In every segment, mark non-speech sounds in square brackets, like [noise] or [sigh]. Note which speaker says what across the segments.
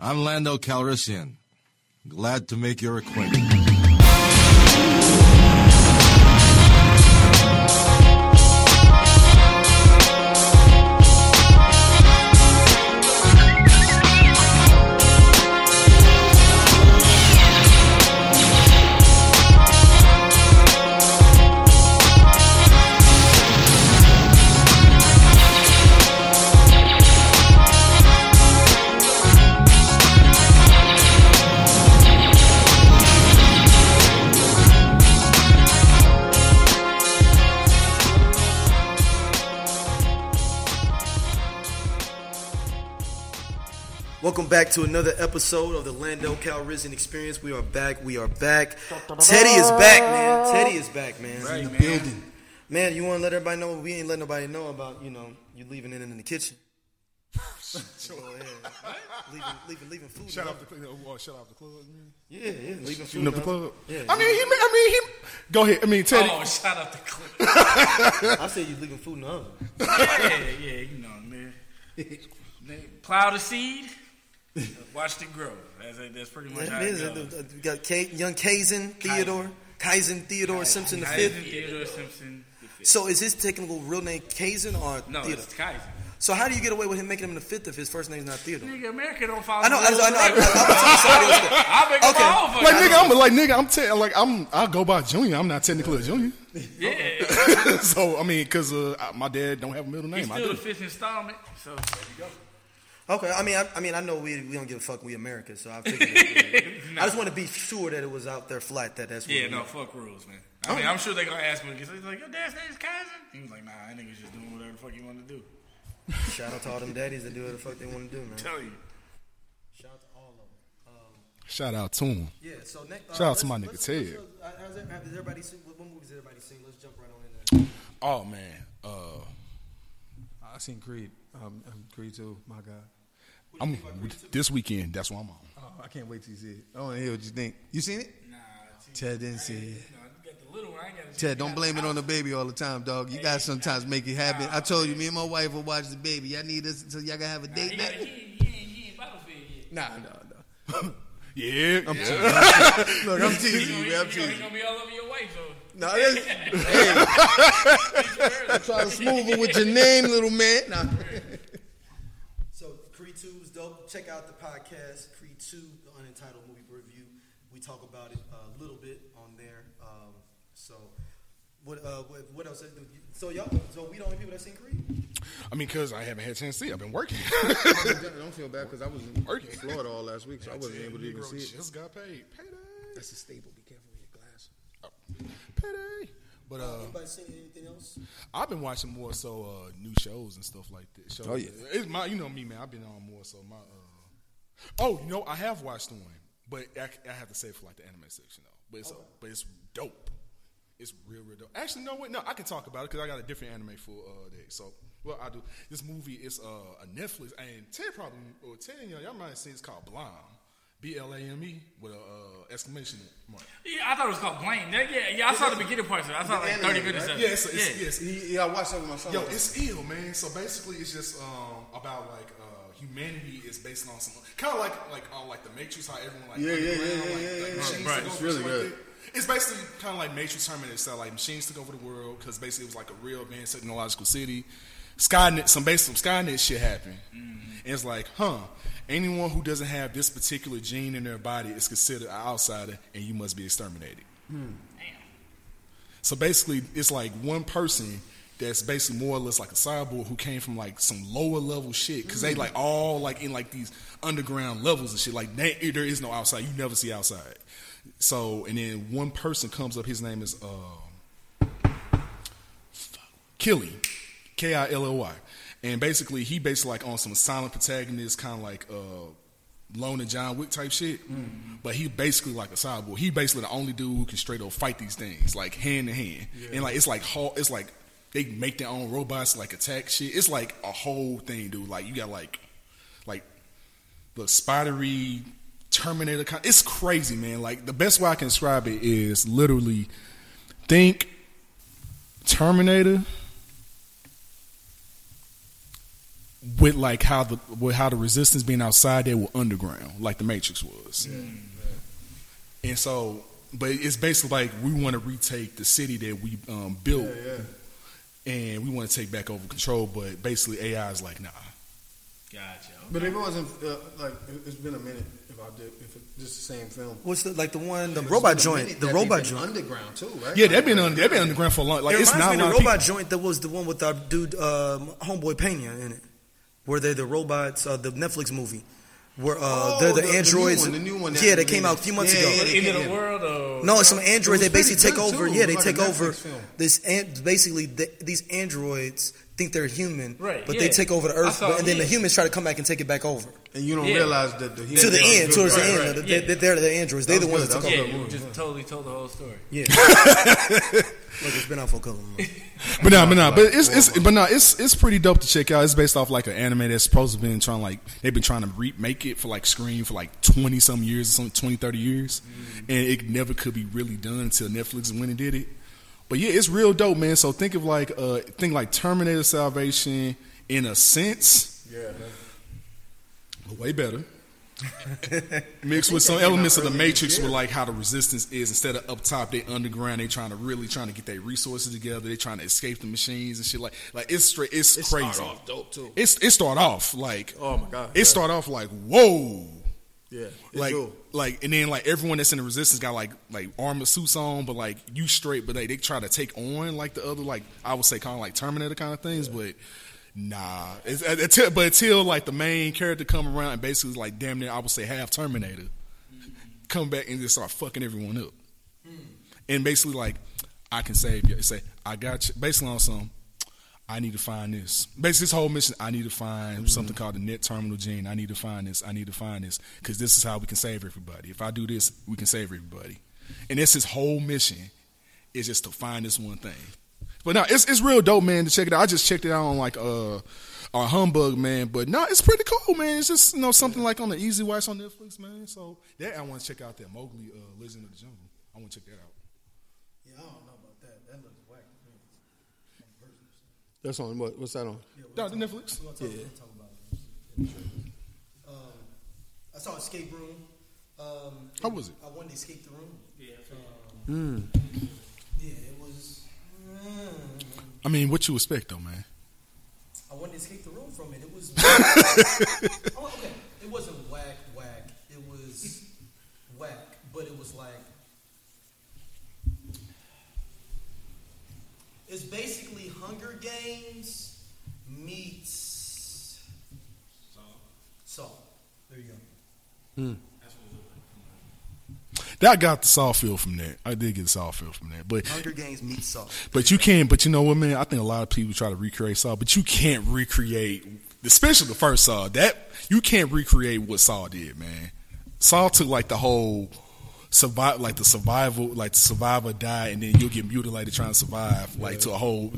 Speaker 1: I'm Lando Calrissian. Glad to make your acquaintance.
Speaker 2: Welcome back to another episode of the Lando Calrissian Experience. We are back. We are back. Teddy is back, man. Teddy is back, man.
Speaker 3: in the building.
Speaker 2: Man, you want to let everybody know? We ain't let nobody know about you know you leaving it in the kitchen. Go ahead. leaving, leaving, leaving food.
Speaker 3: Shut
Speaker 2: out.
Speaker 3: off the club. Oh, shut off the club. man.
Speaker 2: Yeah, yeah, leaving food.
Speaker 3: Shooting up the
Speaker 2: out.
Speaker 3: club.
Speaker 2: Yeah,
Speaker 3: I mean, he. ma- I mean, he. Go ahead. I mean, Teddy.
Speaker 4: Oh, shout out to Clip.
Speaker 2: I said you leaving food in the oven.
Speaker 4: yeah, yeah, you know, man. They Plow the seed, watch it grow. That's, that's pretty much how
Speaker 2: That
Speaker 4: it
Speaker 2: is.
Speaker 4: goes.
Speaker 2: uh, You got K, young Kaizen Theodore, Kaizen Theodore Simpson the fifth.
Speaker 4: Theodore Simpson the fifth.
Speaker 2: So is his technical real name Kaizen or
Speaker 4: No,
Speaker 2: Theodore?
Speaker 4: it's Kaiser.
Speaker 2: So how do you get away with him making him the fifth if his first name's not Theodore?
Speaker 4: Nigga, America don't follow.
Speaker 2: I know, I know, I know. I, I, I,
Speaker 4: I make
Speaker 2: Okay.
Speaker 4: okay.
Speaker 3: Like
Speaker 4: all
Speaker 3: nigga, I'm like nigga, I'm te- like I'm. I go by junior. I'm not technically a [laughs] junior.
Speaker 4: Yeah,
Speaker 3: so I mean, cause uh, I- my dad don't have a middle
Speaker 4: he's
Speaker 3: name. I
Speaker 4: still the
Speaker 3: do.
Speaker 4: fifth installment. So there you
Speaker 2: okay, I mean, I, I mean, I know we, we don't give a fuck. We America, so I figured. It,
Speaker 4: [laughs] No.
Speaker 2: I just want to be sure that it was out there flat. That that's what
Speaker 4: Yeah,
Speaker 2: we-
Speaker 4: no, fuck rules, man. I mean, I'm sure they're gonna ask me. He's like, your dad's name is Kaiser. He was like, nah, that nigga's just doing whatever the fuck he want to do.
Speaker 2: Shout out to all them daddies that do what the fuck they want to do, man.
Speaker 4: tell you.
Speaker 2: Shout out to all of them. Um,
Speaker 3: Shout out to him.
Speaker 2: yeah. So next, uh,
Speaker 3: Shout out to my nigga Ted.
Speaker 2: everybody seen? What, what movies everybody seen? Let's jump right on in there.
Speaker 3: Oh man, uh,
Speaker 5: I seen Creed. Um, um, Creed too. My God.
Speaker 3: I'm this weekend. That's why I'm on.
Speaker 5: Oh, I can't wait till you see it. I want to hear what you think. You seen it?
Speaker 4: Nah, see,
Speaker 5: Ted didn't see it.
Speaker 4: no, you got the little one. I ain't got a-
Speaker 5: Ted, don't blame it on the baby all the time, dog. You gotta sometimes make it happen. I told you, me and my wife will watch the baby. Y'all need us so y'all gotta have a
Speaker 4: He
Speaker 5: date
Speaker 4: got a kid.
Speaker 5: night.
Speaker 4: He ain't, he ain't battlefield yet.
Speaker 5: Nah, no,
Speaker 3: Yeah,
Speaker 5: no.
Speaker 3: yeah.
Speaker 5: [laughs] Look, I'm teasing you. man. I'm
Speaker 4: He's
Speaker 5: teasing you.
Speaker 4: gonna be all over your
Speaker 5: [laughs]
Speaker 4: wife, so.
Speaker 5: No, that's, hey, try to smooth it with your name, little man. Nah.
Speaker 2: So Creed Two is dope. Check out the podcast Creed Two, the Unentitled Movie Review. We talk about it a little bit on there. Um, so what? Uh, what, what else? So y'all, so we the only people that seen Creed?
Speaker 3: I mean, cause I haven't had a chance to see. it. I've been working. [laughs]
Speaker 5: Don't feel bad because I was in
Speaker 3: Working.
Speaker 5: Florida all last week, so I wasn't able to even
Speaker 3: Negro
Speaker 5: see it.
Speaker 3: Just got paid. Payday.
Speaker 5: That's a staple. Be careful with your glass.
Speaker 3: Payday. But uh,
Speaker 2: Anybody seen anything else?
Speaker 3: I've been watching more so uh, new shows and stuff like that. Shows.
Speaker 5: Oh, yeah.
Speaker 3: it's my you know me man. I've been on more so my. Uh, oh, you know I have watched one, but I, I have to say for like the anime section though. But it's uh, but it's dope. It's real real dope. Actually, no wait, no I can talk about it because I got a different anime for uh, that. So well I do. This movie is uh, a Netflix and Ted probably or Ted you know, y'all might have seen it's called Blame. B L A M E with a uh, exclamation mark.
Speaker 4: Yeah, I thought it was called Blame. That, yeah, yeah, I saw the beginning parts of it. I saw like 30 minutes of it.
Speaker 3: Yes, it's,
Speaker 4: yeah.
Speaker 3: yes,
Speaker 5: Yeah, I watched that with my son.
Speaker 3: Yo, it's ill, man. So basically, it's just um, about like uh, humanity is based on some kind of like like uh, like the Matrix, how everyone like
Speaker 5: Yeah, yeah,
Speaker 3: underground,
Speaker 5: yeah, yeah,
Speaker 3: like,
Speaker 5: yeah,
Speaker 3: like
Speaker 5: yeah.
Speaker 3: machines
Speaker 4: Right.
Speaker 3: took
Speaker 5: It's
Speaker 3: over
Speaker 5: really
Speaker 3: and shit like
Speaker 5: good.
Speaker 3: that. It's basically kind of like Matrix Terminator style, like machines took over the world because basically it was like a real advanced technological city. Skynet, some basic some Skynet shit happened.
Speaker 5: Mm-hmm.
Speaker 3: And it's like, huh? Anyone who doesn't have this particular gene in their body is considered an outsider, and you must be exterminated. So basically, it's like one person that's basically more or less like a cyborg who came from like some lower level shit because they like all like in like these underground levels and shit. Like they, there is no outside. You never see outside. So and then one person comes up. His name is um, fuck, Killy, K I L L Y, and basically he basically like on some silent protagonist kind of like uh. Lone and John Wick type shit, but he basically like a cyborg. He basically the only dude who can straight up fight these things like hand to hand, and like it's like ho- it's like they make their own robots like attack shit. It's like a whole thing, dude. Like you got like like the spidery Terminator. Kind it's crazy, man. Like the best way I can describe it is literally think Terminator with like how the with how the resistance being outside they were underground, like the Matrix was. And so, but it's basically like we want to retake the city that we um, built, and we want to take back over control. But basically, AI is like, nah,
Speaker 4: Gotcha.
Speaker 5: But if it wasn't uh, like it- it's been a minute if I did if it's just the same film.
Speaker 2: What's the like the one the
Speaker 5: It's
Speaker 2: robot
Speaker 5: been a
Speaker 2: joint?
Speaker 5: minute
Speaker 2: The
Speaker 5: that they've
Speaker 2: robot
Speaker 5: been
Speaker 2: joint.
Speaker 5: underground too, right?
Speaker 3: yeah, they've been on they've been underground for a long. Like
Speaker 2: it
Speaker 3: it's
Speaker 2: reminds me
Speaker 3: not a
Speaker 2: the
Speaker 3: lot of
Speaker 2: robot
Speaker 3: people.
Speaker 2: joint that was the one with our dude um, homeboy Pena in it, where they're the robots, uh, the Netflix movie, where uh,
Speaker 5: Oh,
Speaker 2: they're the,
Speaker 5: the- the new
Speaker 2: androids.
Speaker 5: one, the new one that-
Speaker 2: yeah, that came out a few months
Speaker 5: Yeah,
Speaker 2: ago.
Speaker 5: yeah, yeah.
Speaker 4: End of the world or
Speaker 2: No, it's some androids. They
Speaker 5: It was pretty
Speaker 2: basically take
Speaker 5: good,
Speaker 2: over.
Speaker 5: too.
Speaker 2: Yeah, they
Speaker 5: Like a
Speaker 2: take
Speaker 5: Netflix
Speaker 2: over.
Speaker 5: film.
Speaker 2: This and basically th these androids think they're human,
Speaker 4: Right,
Speaker 2: But they
Speaker 4: yeah.
Speaker 2: take over the
Speaker 4: I
Speaker 2: Earth,
Speaker 4: saw-
Speaker 2: but, and then the
Speaker 4: yeah.
Speaker 2: humans try to come back and take it back over
Speaker 5: and you don't
Speaker 4: Yeah.
Speaker 5: realize that the
Speaker 2: to the end, towards the
Speaker 4: right,
Speaker 2: end.
Speaker 4: right,
Speaker 2: They-
Speaker 4: yeah.
Speaker 2: they, they're the androids. They're
Speaker 5: That
Speaker 2: the
Speaker 5: was
Speaker 2: ones
Speaker 5: good,
Speaker 2: that
Speaker 5: that
Speaker 2: took
Speaker 5: was
Speaker 2: over.
Speaker 4: Yeah,
Speaker 5: Okay.
Speaker 4: you just totally told the whole story.
Speaker 2: Yeah. Look, it's been out for a couple of months.
Speaker 3: But nah, but nah, but it's, it's but nah, it's it's pretty dope to check out. It's based off like an anime that's supposed to been trying like they've been trying to remake it for like Scream for like twenty some years or some 20, 30 years, and it never could be really done until Netflix went and did it. But yeah, it's real dope, man. So think of like uh think like Terminator Salvation in a sense,
Speaker 5: Yeah,
Speaker 3: but way better. [laughs] Mixed with some elements of the Matrix, with like how the Resistance is instead of up top, they underground. They trying to really trying to get their resources together. They trying to escape the machines and shit like like it's straight. It's, crazy.
Speaker 5: dope too.
Speaker 3: It's it start off like
Speaker 5: Oh my God,
Speaker 3: It
Speaker 5: yeah.
Speaker 3: start off like whoa,
Speaker 5: Yeah, It's
Speaker 3: like
Speaker 5: dope.
Speaker 3: like and then like everyone that's in the Resistance got like like armor suits on, but like you straight, but they they try to take on like the other like I would say kind of like Terminator kind of things, but. Nah, it's, uh, until, but until like the main character come around and basically like damn near I would say half Terminator, come back and just start fucking everyone up, and basically like I can save you. Say I got you. Basically on some, I need to find this. Basically this whole mission, I need to find something called the net terminal gene. I need to find this. I need to find this because this is how we can save everybody. If I do this, we can save everybody. And that's his whole mission is just to find this one thing. But no, it's it's real dope, man. To check it out, I just checked it out on like uh our humbug, man. But no, it's pretty cool, man. It's just you know something like on the easy watch on Netflix, man. So that I want to check out that Mowgli, uh, Legend of the Jungle. I want to check that out.
Speaker 5: Yeah, I don't know about that. That looks whack. That's on what? What's that on?
Speaker 3: Nah, the Netflix.
Speaker 2: Yeah. Um, I saw Escape Room. Um,
Speaker 3: How was it?
Speaker 2: I wanted to escape the room. Um,
Speaker 4: Yeah.
Speaker 2: Hmm. Yeah, it was. mm,
Speaker 3: I mean, what you expect though, man?
Speaker 2: I wanted to escape the room from it. It was. oh, okay. It wasn't whack, whack. It was whack, but it was like. It's basically Hunger Games meets. Saw. Saw. There you go.
Speaker 3: That got the soft feel from that. I did get the soft feel from that, but
Speaker 2: Hunger Games meets Saw.
Speaker 3: But you can, but you know what, man? I think a lot of people try to recreate Saw, but you can't recreate, especially the first Saw. That you can't recreate what Saw did, man. Saw took like the whole survive, like the survival, like the survivor die, and then you'll get mutilated trying to survive, like to a whole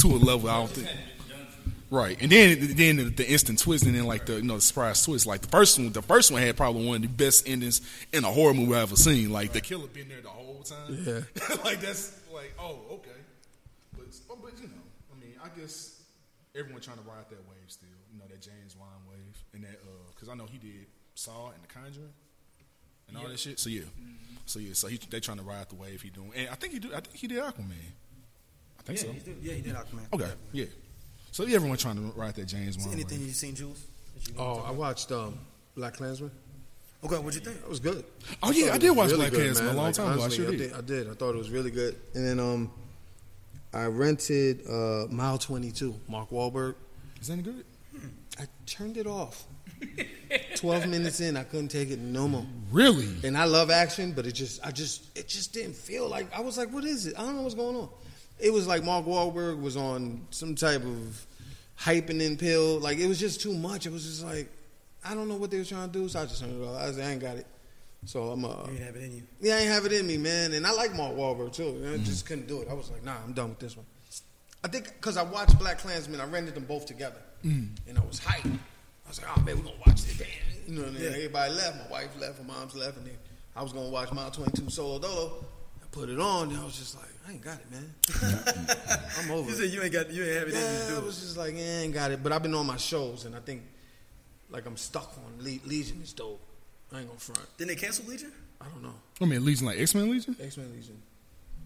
Speaker 3: to a level. I don't think. Right, and then then the, the instant twist, and then like the you know the surprise twist, like the first one, the first one had probably one of the best endings in a horror movie I've ever seen. Like the killer been there the whole time. Yeah, [laughs] like that's like oh okay, but oh, but you know I mean I guess everyone trying to ride that wave still, you know that James Wan wave and that uh because I know he did Saw and The Conjuring and all that shit. So yeah,
Speaker 2: Mm-hmm.
Speaker 3: so yeah, so he they trying to ride the wave he doing, and I think he do I think he did Aquaman. I think so.
Speaker 2: Yeah, he did Aquaman.
Speaker 3: Okay, yeah. So yeah, everyone trying to write that James Wan.
Speaker 2: Anything
Speaker 3: wave.
Speaker 2: you've seen, Jules? that you-
Speaker 5: Oh, I watched um, Black Klansman.
Speaker 2: Okay, what'd you think?
Speaker 5: That was good.
Speaker 3: Oh yeah, I
Speaker 5: thought
Speaker 3: did
Speaker 5: it was
Speaker 3: watch
Speaker 5: really
Speaker 3: Black
Speaker 5: good,
Speaker 3: Panther a
Speaker 5: man.
Speaker 3: long
Speaker 5: Like,
Speaker 3: time ago. I
Speaker 5: honestly,
Speaker 3: sure
Speaker 5: I
Speaker 3: did.
Speaker 5: did. I did. I thought it was really good. And then um, I rented uh, Mile Twenty Two. Mark Wahlberg.
Speaker 3: Is that any good?
Speaker 5: I turned
Speaker 2: [laughs]
Speaker 5: it off. Twelve minutes in, I couldn't take it no more.
Speaker 3: Really?
Speaker 5: And I love action, but it just, I just, it just didn't feel like. I was like, what is it? I don't know what's going on. It was like Mark Wahlberg was on some type of hyping and pill. Like it was just too much. It was just like, I don't know what they were trying to do. So I just turned it off. I was like, I ain't got it. So I'm uh,
Speaker 2: You didn't have it in you.
Speaker 5: yeah, I ain't have it in me, man. And I like Mark Wahlberg too. And I just couldn't do it. I was like, nah, I'm done with this one. I think because I watched Black Klansmen, I rented them both together,
Speaker 2: Mm.
Speaker 5: and I was hyped. I was like, oh man, we're gonna watch this. Damn. You know, what I mean? everybody left. My wife left. My mom's left, and then I was gonna watch Mile 22 solo dolo. put it on, and I was just like, I ain't got
Speaker 2: [laughs]
Speaker 5: it, man. I'm over.
Speaker 2: You
Speaker 5: it.
Speaker 2: said you ain't got you ain't have anything to
Speaker 5: Yeah,
Speaker 2: do.
Speaker 5: I was just like, eh, ain't got it. But I've been on my shows, and I think like I'm stuck on Le- Legion is dope. I ain't gonna front.
Speaker 2: Then they canceled Legion.
Speaker 5: I don't know
Speaker 3: I mean, Legion like X Men Legion.
Speaker 5: X Men Legion.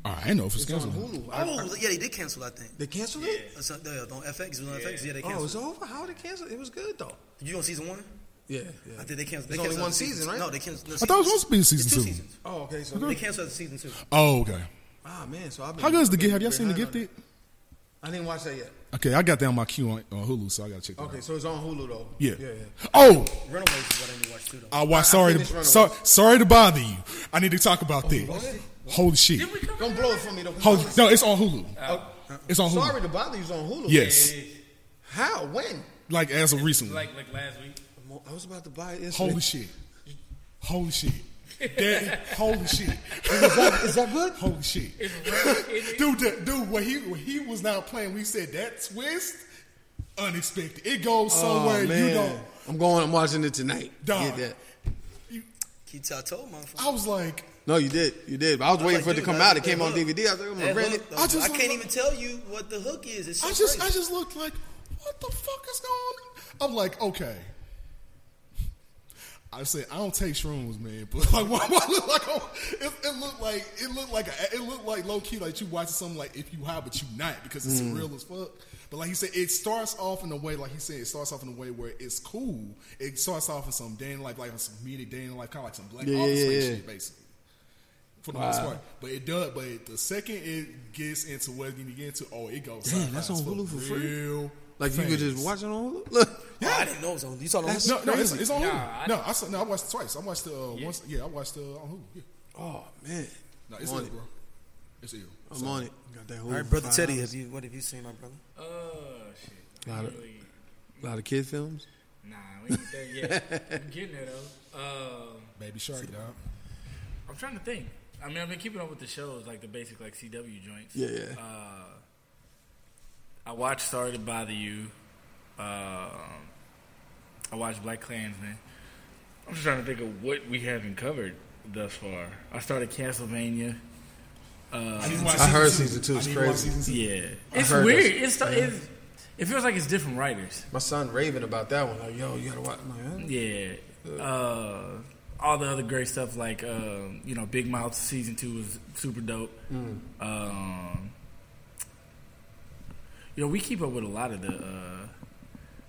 Speaker 3: Oh, I ain't know if it's,
Speaker 5: It's on
Speaker 3: canceled.
Speaker 5: Hulu. I-
Speaker 2: Oh yeah, they did cancel. I think.
Speaker 5: they canceled it.
Speaker 2: Uh, So, yeah, on FX, it was on FX. Yeah, they
Speaker 5: Oh,
Speaker 2: canceled.
Speaker 5: it's over. How did it cancel? It was good though.
Speaker 2: you on season one?
Speaker 5: Yeah,
Speaker 2: I think they canceled. They
Speaker 5: It's only
Speaker 2: canceled
Speaker 5: one
Speaker 2: the
Speaker 5: season, right?
Speaker 2: No, they canceled. no,
Speaker 3: I thought it was
Speaker 2: seasons.
Speaker 3: supposed to be season
Speaker 2: It's
Speaker 3: two.
Speaker 2: two seasons.
Speaker 5: Oh, okay. So
Speaker 2: They canceled at season two.
Speaker 3: Oh, okay.
Speaker 5: ah man, so I've been
Speaker 3: How good is the gift? Have y'all
Speaker 5: behind
Speaker 3: seen the
Speaker 5: on that.
Speaker 3: gifted?
Speaker 5: I didn't watch that yet.
Speaker 3: Okay, I got that on my queue on, on Hulu, so I gotta check that.
Speaker 5: Okay,
Speaker 3: out.
Speaker 5: so it's on Hulu though.
Speaker 3: Yeah.
Speaker 5: yeah, yeah.
Speaker 3: Oh,
Speaker 2: Runaways is what I need to watch too. Though.
Speaker 3: I watch. Sorry,
Speaker 5: finished Oh,
Speaker 3: to,
Speaker 5: Runaways.
Speaker 3: sorry, sorry to bother you. I need to talk about this. Holy shit!
Speaker 4: Did we cover
Speaker 5: Don't
Speaker 4: that?
Speaker 5: blow it for me though. 'cause
Speaker 3: Holy,
Speaker 5: I was-
Speaker 3: no, it's on Hulu. It's on Hulu.
Speaker 5: Sorry to bother you. It's on Hulu.
Speaker 3: Yes,
Speaker 5: How? When?
Speaker 3: like as of recently.
Speaker 4: Like like last week.
Speaker 5: I was about to buy it. yesterday.
Speaker 3: Holy shit! Holy
Speaker 5: [laughs]
Speaker 3: shit! That- holy shit!
Speaker 5: Is that- is that good?
Speaker 3: Holy shit! dude, the, dude, when he when he was not playing, we said that twist unexpected. It goes
Speaker 5: Oh,
Speaker 3: somewhere you don't.
Speaker 5: I'm going. I'm watching it tonight.
Speaker 3: Dog.
Speaker 5: You did that.
Speaker 2: Keep Tell told motherfucker.
Speaker 3: I was like,
Speaker 5: No, you did. You did. But I was waiting
Speaker 2: like,
Speaker 5: for it to
Speaker 2: dude,
Speaker 5: come
Speaker 2: that-
Speaker 5: out. It
Speaker 2: that
Speaker 5: came on
Speaker 2: hook-
Speaker 5: DVD. I was like, oh, I'm
Speaker 2: that
Speaker 5: gonna rent it.
Speaker 2: hook, though,
Speaker 3: I just
Speaker 2: I can't
Speaker 3: love-
Speaker 2: even tell you what the hook is. It's so
Speaker 3: I just I
Speaker 2: crazy.
Speaker 3: just looked like, what the fuck is going? on? I'm like, okay. I said I don't take shrooms, man. But [laughs] like, why, why look like I'm, it, it looked like it looked like a, it looked like low key like you watching something like if you high but you not because it's
Speaker 5: Mm.
Speaker 3: real as fuck. But like he said, it starts off in a way like he said it starts off in a way where it's cool. It starts off in some day in life like some comedic day in life, kind of like some black
Speaker 5: Yeah,
Speaker 3: office
Speaker 5: yeah,
Speaker 3: Space
Speaker 5: yeah.
Speaker 3: shit basically for the most part. But it does. But the second it gets into what you get into, oh, it goes.
Speaker 5: Damn, that's
Speaker 3: sideways
Speaker 5: on Hulu for free?
Speaker 3: real
Speaker 5: Like you could
Speaker 3: fans.
Speaker 5: just watch it on Hulu. Look.
Speaker 2: Oh, I didn't know it was on. You saw it on
Speaker 5: That's-
Speaker 2: Hulu?
Speaker 3: No, no, it's, it's on Hulu.
Speaker 4: Nah, I-
Speaker 3: no, I saw, no, I watched it twice. I watched the uh, once. Yeah, I watched uh, on Hulu. Yeah.
Speaker 5: Oh man.
Speaker 3: No, it's
Speaker 5: I'm
Speaker 3: ill,
Speaker 5: on it.
Speaker 3: bro. It's ill.
Speaker 5: I'm on it. Got that Hulu.
Speaker 2: All right, brother Teddy, have you what have you seen, my brother?
Speaker 4: Oh shit.
Speaker 5: Got it.
Speaker 4: Really-
Speaker 5: A lot of kid films.
Speaker 4: Nah, we ain't there
Speaker 5: [laughs]
Speaker 4: yet. We're getting there though. Uh,
Speaker 3: Baby Shark, dog.
Speaker 4: I'm trying to think. I mean, I've been keeping up with the shows, like the basic, like CW joints.
Speaker 5: Yeah, yeah.
Speaker 4: Uh, I watched Sorry to Bother You. Um I watched Black Klansman. I'm just trying to think of what we haven't covered thus far. I started Castlevania.
Speaker 5: I heard season two is crazy.
Speaker 4: Yeah, it's
Speaker 5: heard
Speaker 4: weird.
Speaker 5: that's-
Speaker 4: It's, it's it feels like it's different writers.
Speaker 5: My son raving about that one. Like, yo, you gotta watch. My
Speaker 4: Yeah. Uh, all the other great stuff like um, you know Big Mouth season two was super dope.
Speaker 5: Mm.
Speaker 4: Um, you know we keep up with a lot of the uh,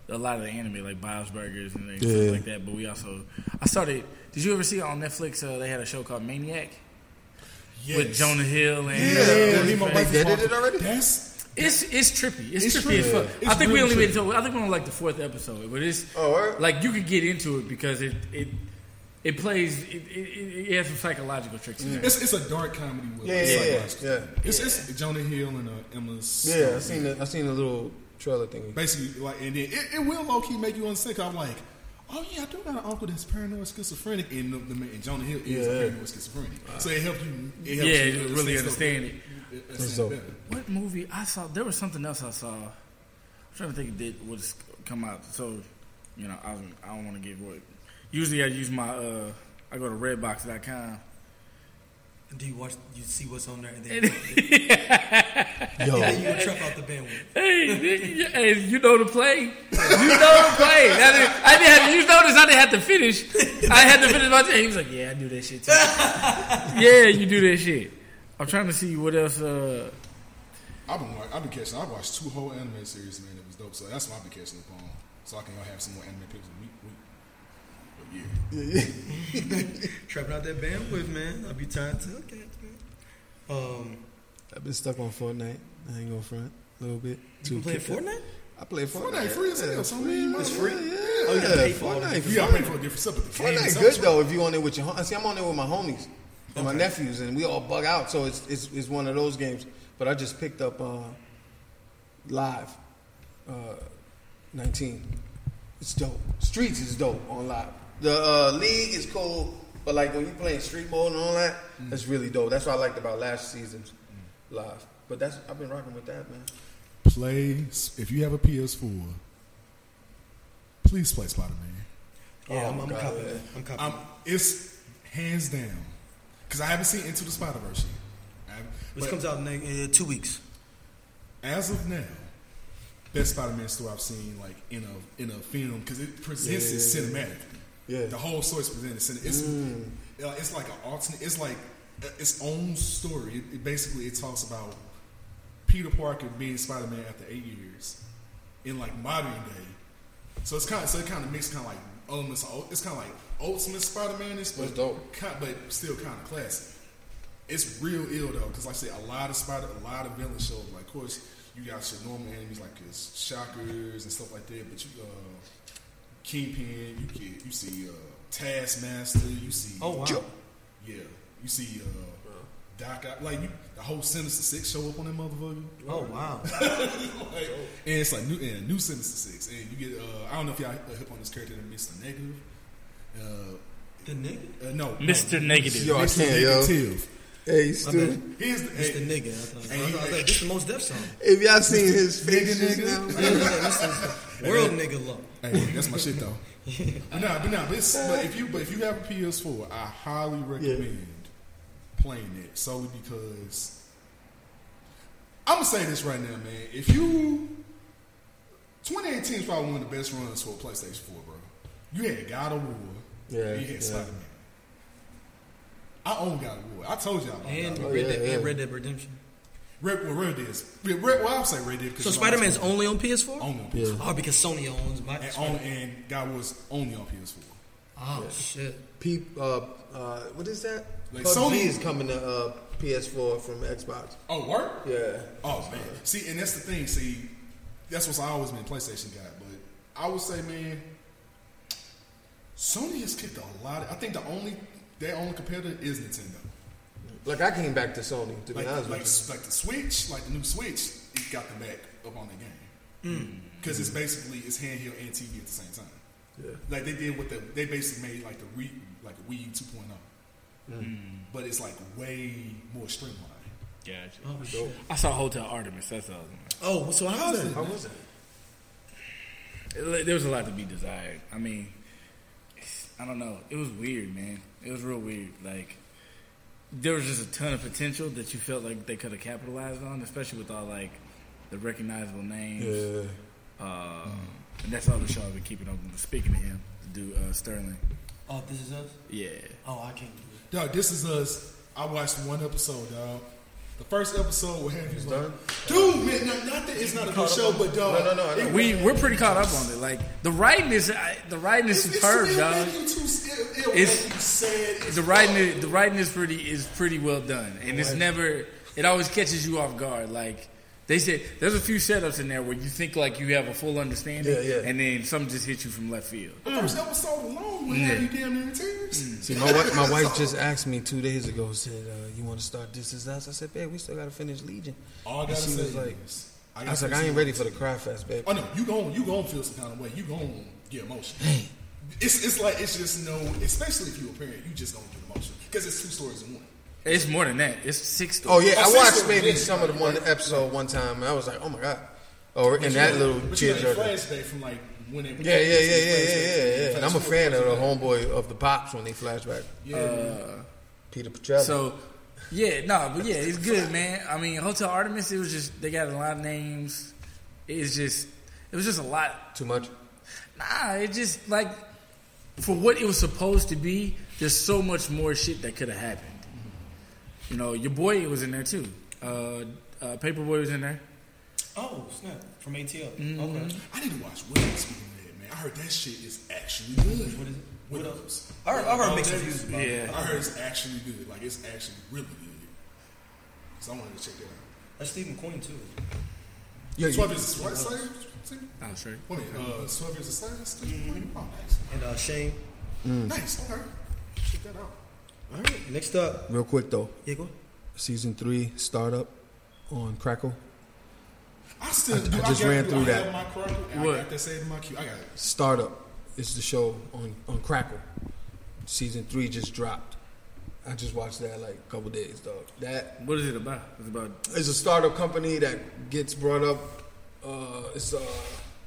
Speaker 4: a lot of the anime like Bob's Burgers and things
Speaker 5: Yeah.
Speaker 4: stuff like that. But we also I started. Did you ever see on Netflix? Uh, they had a show called Maniac with Jonah Hill and
Speaker 3: Yeah,
Speaker 4: uh,
Speaker 3: me and my wife
Speaker 5: They
Speaker 3: was
Speaker 5: did
Speaker 3: watching-
Speaker 5: it already?
Speaker 3: That's
Speaker 4: it's it's trippy. It's,
Speaker 3: It's
Speaker 4: trippy as
Speaker 3: trippy.
Speaker 4: fuck.
Speaker 3: It's
Speaker 4: I think we
Speaker 3: real
Speaker 4: only made it to, I think we're on like the fourth episode, but it's
Speaker 5: Oh, all right.
Speaker 4: like you could get into it because it it it plays it, it, it, it has some psychological tricks in there.
Speaker 3: it's, it's a dark comedy. With
Speaker 5: Yeah,
Speaker 3: it's
Speaker 5: yeah,
Speaker 3: like
Speaker 5: yeah,
Speaker 3: watched-
Speaker 5: yeah.
Speaker 3: It's, it's Jonah Hill and uh, Emma. Stone.
Speaker 5: Yeah, I seen the I seen the little trailer thingy.
Speaker 3: Basically, like, and then it, it will low key make you unsick. I'm like, oh yeah, I do got an uncle that's paranoid schizophrenic, and the, the man and Jonah Hill is
Speaker 5: Yeah.
Speaker 3: paranoid schizophrenic, so it helps you. It
Speaker 4: Yeah,
Speaker 3: helps
Speaker 4: you
Speaker 3: you
Speaker 4: really understand
Speaker 3: stuff.
Speaker 4: it.
Speaker 3: Understand
Speaker 5: So-
Speaker 3: better.
Speaker 4: What movie I saw? There was something else I saw. I'm trying to think of that was come out. So, you know, I don't, I don't want to give what. Usually, I use my uh, I go to Redbox.com.
Speaker 2: Do you watch you see what's on there and then
Speaker 4: And-
Speaker 5: Yo,
Speaker 2: you would trip out the bandwagon.
Speaker 4: Hey, nigga, hey, you know the play. You know the play. That is, I didn't have, you notice I didn't have to finish. I had to finish my thing. He was like, "Yeah, I do that shit too." yeah, you do that shit. I'm trying to see what else. Uh,
Speaker 3: I've been wa- I've been catching. I watched two whole anime series, man. It was dope. So that's why I've been catching up on. So I can go have some more anime pictures week week. But yeah,
Speaker 2: Trapping out that bandwidth, man. I'll be tired to okay, man. Um
Speaker 5: I've been stuck on Fortnite. I ain't gonna front a little bit.
Speaker 2: you been playing
Speaker 5: kick up.
Speaker 2: Fortnite?
Speaker 5: I play Fortnite.
Speaker 3: Fortnite free as hell. So I mean, you might as well-
Speaker 5: Yeah,
Speaker 2: Oh, you gotta
Speaker 5: yeah,
Speaker 2: pay for it.
Speaker 5: Fortnite.
Speaker 3: You
Speaker 5: free.
Speaker 3: gotta pay for a different stuff. But the game
Speaker 5: Fortnite
Speaker 3: itself
Speaker 5: good
Speaker 3: is
Speaker 5: though if you on there with your hom- see I'm on there with my homies and my nephews and we all bug out so it's it's, it's one of those games. But I just picked up uh, live uh, 19. It's dope. Streets is dope on live. The uh, league is cool, but like when you playing street mode and all that, that's really dope. That's what I liked about last season's live. But that's I've been rocking with that man.
Speaker 3: Play if you have a PS4. Please play Spider Man.
Speaker 2: Yeah, I'm,
Speaker 5: my
Speaker 2: I'm
Speaker 5: God.
Speaker 2: copying that. I'm copying
Speaker 3: Um, it's hands down because I haven't seen Into the Spider Verse. yet.
Speaker 2: This comes out in uh, two weeks.
Speaker 3: as of now, best Spider-Man story I've seen like in a in a film because it presents it cinematically.
Speaker 5: Yeah. Mm.
Speaker 3: the whole story is presented. cine- It's uh, it's like an alternate. It's like uh, its own story. It, it basically it talks about Peter Parker being Spider-Man after eight years in like modern day. So it's kind of so it kind of mixed kind of like elements. Of, it's kind of like ultimate Spider-Man is but
Speaker 5: That's dope.
Speaker 3: Kind, but still kind of classic. It's real ill though, because like I said, a lot of spider, a lot of villain shows. Like, of course, you got your normal enemies like your shockers and stuff like that. But you, uh, Kingpin, you get, you see uh, Taskmaster, you see,
Speaker 2: Oh,
Speaker 3: yeah, you see uh, Doc, Ock. like you, the whole Sinister Six show up on that motherfucker.
Speaker 2: Oh
Speaker 3: [laughs]
Speaker 2: wow!
Speaker 3: Like, and it's like new and new Sinister Six, and you get uh, I don't know if y'all hip on this character, Mister Negative. Uh,
Speaker 2: the nigga,
Speaker 3: uh, no,
Speaker 4: Mr.
Speaker 3: no,
Speaker 4: Negative.
Speaker 5: Yo, I
Speaker 3: Mr.
Speaker 5: can't, yo.
Speaker 3: Negative.
Speaker 5: Hey,
Speaker 2: My
Speaker 5: Stu,
Speaker 2: bad.
Speaker 3: Here's the,
Speaker 2: It's the
Speaker 3: hey,
Speaker 2: nigga. I thought, I thought- I
Speaker 3: Hey, hey.
Speaker 2: thought this the most [laughs] deaf song.
Speaker 5: if y'all seen [laughs] his face just
Speaker 3: nigga.
Speaker 5: now,
Speaker 2: Yeah, yeah, this is world nigga love.
Speaker 3: Hey, that's my shit though. But nah, but nah, but, it's, but if you but if you have a PS4, I highly recommend playing it solely because I'm gonna say this right now, man. If you 2018 is probably one of the best runs for a PlayStation 4, bro. You had God of War,
Speaker 5: Yeah,
Speaker 3: you had
Speaker 5: yeah.
Speaker 3: Spider Man. I own God of War. I told y'all about
Speaker 2: And,
Speaker 3: God of War.
Speaker 2: Red
Speaker 5: yeah,
Speaker 2: Dead,
Speaker 5: yeah.
Speaker 2: and Red Dead Redemption.
Speaker 3: Red, well, Red Dead. is- Red, Red- well, I'll say Red Dead because
Speaker 2: So Spider Man's only on PS4.
Speaker 3: only on PS4,
Speaker 2: Oh, because Sony owns my.
Speaker 3: and, on, and God of War is only on PS4.
Speaker 2: Oh shit!
Speaker 5: peep, uh, uh, what is that?
Speaker 3: Like,
Speaker 5: PUBG
Speaker 3: Sony-
Speaker 5: is coming to uh, PS4 from Xbox.
Speaker 3: Oh, work?
Speaker 5: Yeah.
Speaker 3: Oh man. See, and that's the thing. See, that's what's I always been a PlayStation guy. But I would say, man, Sony has kicked a lot. Of, I think the only their only competitor is Nintendo.
Speaker 5: Like I came back to Sony to be
Speaker 3: Like,
Speaker 5: honest
Speaker 3: like,
Speaker 5: with
Speaker 3: like the Switch, like the new Switch, it got them back up on the game because it's basically it's handheld and TV at the same time.
Speaker 5: you. Yeah.
Speaker 3: Like they did with the they basically made like the re, like the Wii 2.0, but it's like way more streamlined.
Speaker 4: Gotcha.
Speaker 2: Oh shit!
Speaker 4: I saw Hotel Artemis. That's all. I was gonna
Speaker 2: Oh, so how is it?
Speaker 5: How was it?
Speaker 4: It- there was a lot to be desired. I mean, it's- I don't know. It was weird, man. It was real weird. Like there was just a ton of potential that you felt like they could have capitalized on, especially with all like the recognizable names. Uh, And that's all the show I've been keeping up. with. Speaking to him, the dude uh, Sterling.
Speaker 2: Oh, this is us.
Speaker 4: Yeah,
Speaker 2: Oh, I can't do it.
Speaker 3: Dog, this is us. I watched one episode, dog. The first episode will have you like, dude, man, not, not that it's not a good show, but dog,
Speaker 5: No, no, no, I know.
Speaker 3: it-
Speaker 4: we we're pretty caught up on it. Like the writing is I, the writing is
Speaker 3: it's, it's,
Speaker 4: superb,
Speaker 3: it'll
Speaker 4: dog.
Speaker 3: make you too, it, it'll
Speaker 4: It's-
Speaker 3: make you sad. It's,
Speaker 4: the writing is, the writing is pretty is pretty well done, and it's never it always catches you off guard. Like they said, there's a few setups in there where you think like you have a full understanding,
Speaker 5: Yeah, yeah.
Speaker 4: and then something just hits you from left field.
Speaker 3: the first episode alone will have you damn near in tears.
Speaker 5: See, my wife, my wife just asked me two days ago. Said, uh, "You want to start This Is Us?" I said, "Babe, we still gotta finish Legion."
Speaker 3: All I
Speaker 5: And
Speaker 3: gotta
Speaker 5: she
Speaker 3: say
Speaker 5: was like,
Speaker 3: is,
Speaker 5: "I,
Speaker 3: gotta
Speaker 5: was like,
Speaker 3: say
Speaker 5: I ain't
Speaker 3: something.
Speaker 5: ready for the cry fest, babe."
Speaker 3: Oh no, you gon' you gon' feel some kind of way. You gon' get emotional. It's it's like it's just no, especially if you're a parent, you just gonna get emotional because it's two stories in one.
Speaker 4: It's more than that. It's six. Stories.
Speaker 5: Oh yeah, I
Speaker 3: Oh,
Speaker 5: watched
Speaker 3: sister,
Speaker 5: maybe
Speaker 3: yeah.
Speaker 5: some of the one episode one time, and I was like, "Oh my god!" Oh, and that little
Speaker 3: But you got a
Speaker 5: tearjerker.
Speaker 3: flashback from like when it.
Speaker 5: Yeah, yeah, yeah, yeah, yeah, yeah, yeah.
Speaker 3: Flash
Speaker 5: And I'm a
Speaker 3: forward.
Speaker 5: fan of the homeboy of the pops when they flashback. Um,
Speaker 3: Yeah.
Speaker 5: Peter Petrelli.
Speaker 4: So yeah, no, but yeah, it's good, man. I mean, Hotel Artemis, it was just they got a lot of names. It's just it was just a lot
Speaker 5: too much.
Speaker 4: Nah, it just like for what it was supposed to be. There's so much more shit that could have happened. You know, your boy was in there too. Uh, uh, Paperboy was in there.
Speaker 2: Oh snap! From ATL. Okay.
Speaker 3: I need to watch Widows. Speaking of that, man, I heard that shit is actually good.
Speaker 2: What is it?
Speaker 3: Widows.
Speaker 2: I heard, I heard mixed
Speaker 3: Oh,
Speaker 2: reviews about it.
Speaker 4: Yeah.
Speaker 3: I heard it's actually good. Like it's actually really good. So I wanted to check that out.
Speaker 2: That's Stephen Queen too.
Speaker 5: Yeah,
Speaker 3: Twelve years a slave. Slave?
Speaker 4: Oh, sorry.
Speaker 3: Wait, uh, Twelve years a slave. Slave? Oh, nice.
Speaker 2: And uh, Shane.
Speaker 5: Hmm.
Speaker 3: Nice. Okay. Check that out.
Speaker 2: All right. Next up,
Speaker 5: Real quick though,
Speaker 2: yeah, go.
Speaker 5: season three startup on Crackle.
Speaker 3: I still.
Speaker 5: I
Speaker 3: do,
Speaker 5: just
Speaker 3: got-
Speaker 5: ran
Speaker 3: do
Speaker 5: through
Speaker 3: I
Speaker 5: that.
Speaker 3: Have my chronicle, and
Speaker 4: What?
Speaker 3: I got that saved in my queue. I got it.
Speaker 5: Startup is the show on, on Crackle. Season three just dropped. I just watched that like a couple days, dog. That
Speaker 4: What is it about? It's about
Speaker 5: is a startup company that gets brought up. Uh, it's uh,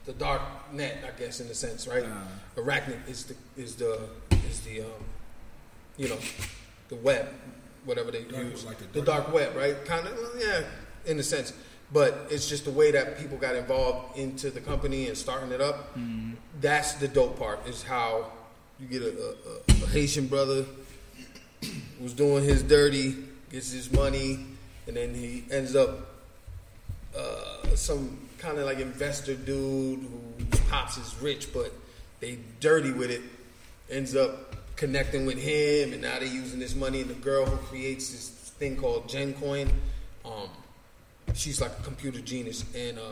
Speaker 5: the dark net, I guess, in a sense, right? Arachnid is the is the is the um, you know the web whatever they
Speaker 3: Dark
Speaker 5: use,
Speaker 3: was like the
Speaker 5: the dark web, right? Kind of, yeah, in a sense. But it's just the way that people got involved into the company and starting it up. That's the dope part. Is how you get a, a, a Haitian brother was doing his dirty, gets his money, and then he ends up uh, some kind of like investor dude who pops is rich, but they dirty with it. Ends up connecting with him, and now they're using this money. And the girl who creates this thing called GenCoin, um, she's like a computer genius, and uh,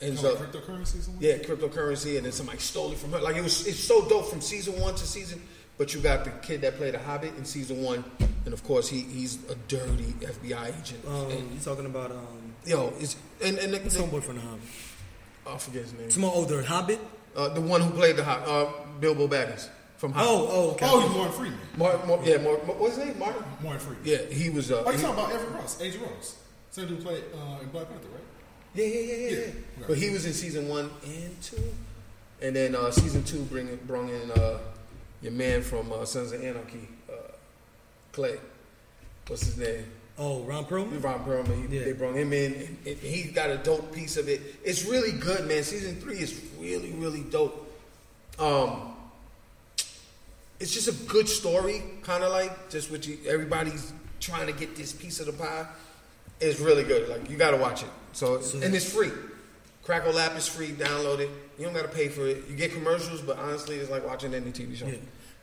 Speaker 5: ends
Speaker 3: Like
Speaker 5: up
Speaker 3: cryptocurrency or something?
Speaker 5: yeah, cryptocurrency, and then somebody stole it from her. Like it was, it's so dope from season one to season. But you got the kid that played the Hobbit in season one, and of course he, he's a dirty FBI agent.
Speaker 2: Um,
Speaker 5: and,
Speaker 2: you talking about um,
Speaker 5: yo, it's and and the,
Speaker 2: homeboy from the Hobbit?
Speaker 5: I forget his name.
Speaker 2: Some older Hobbit?
Speaker 5: Uh, the one who played the Hob- uh, Bilbo Baggins from Hobbit.
Speaker 2: Oh, oh, okay.
Speaker 3: Oh, he's Martin Freeman.
Speaker 5: Martin, Mar- yeah, Mar- Mar- what's his name? Martin.
Speaker 3: Martin Freeman.
Speaker 5: Yeah, he was. Uh,
Speaker 3: Oh, you
Speaker 5: he-
Speaker 3: talking about Everett Ross, Agent Ross. Same dude played uh, in Black Panther, right?
Speaker 5: yeah, yeah, yeah, yeah, yeah.
Speaker 3: Yeah.
Speaker 5: But he was in season one and two, and then uh, season two bring brought in uh, your man from uh, Sons of Anarchy, uh, Clay. What's his name?
Speaker 2: Oh, Ron Perlman?
Speaker 5: Ron Perlman. He,
Speaker 2: Yeah.
Speaker 5: They brought him in, and, and he got a dope piece of it. It's really good, man. Season three is really, really dope. Um, it's just a good story, kind of like just what you everybody's trying to get this piece of the pie. It's really good. Like you got to watch it. So, and it's free. Crackle Lap is free. Download it. You don't got to pay for it. You get commercials, but honestly, it's like watching any TV show.
Speaker 3: I'm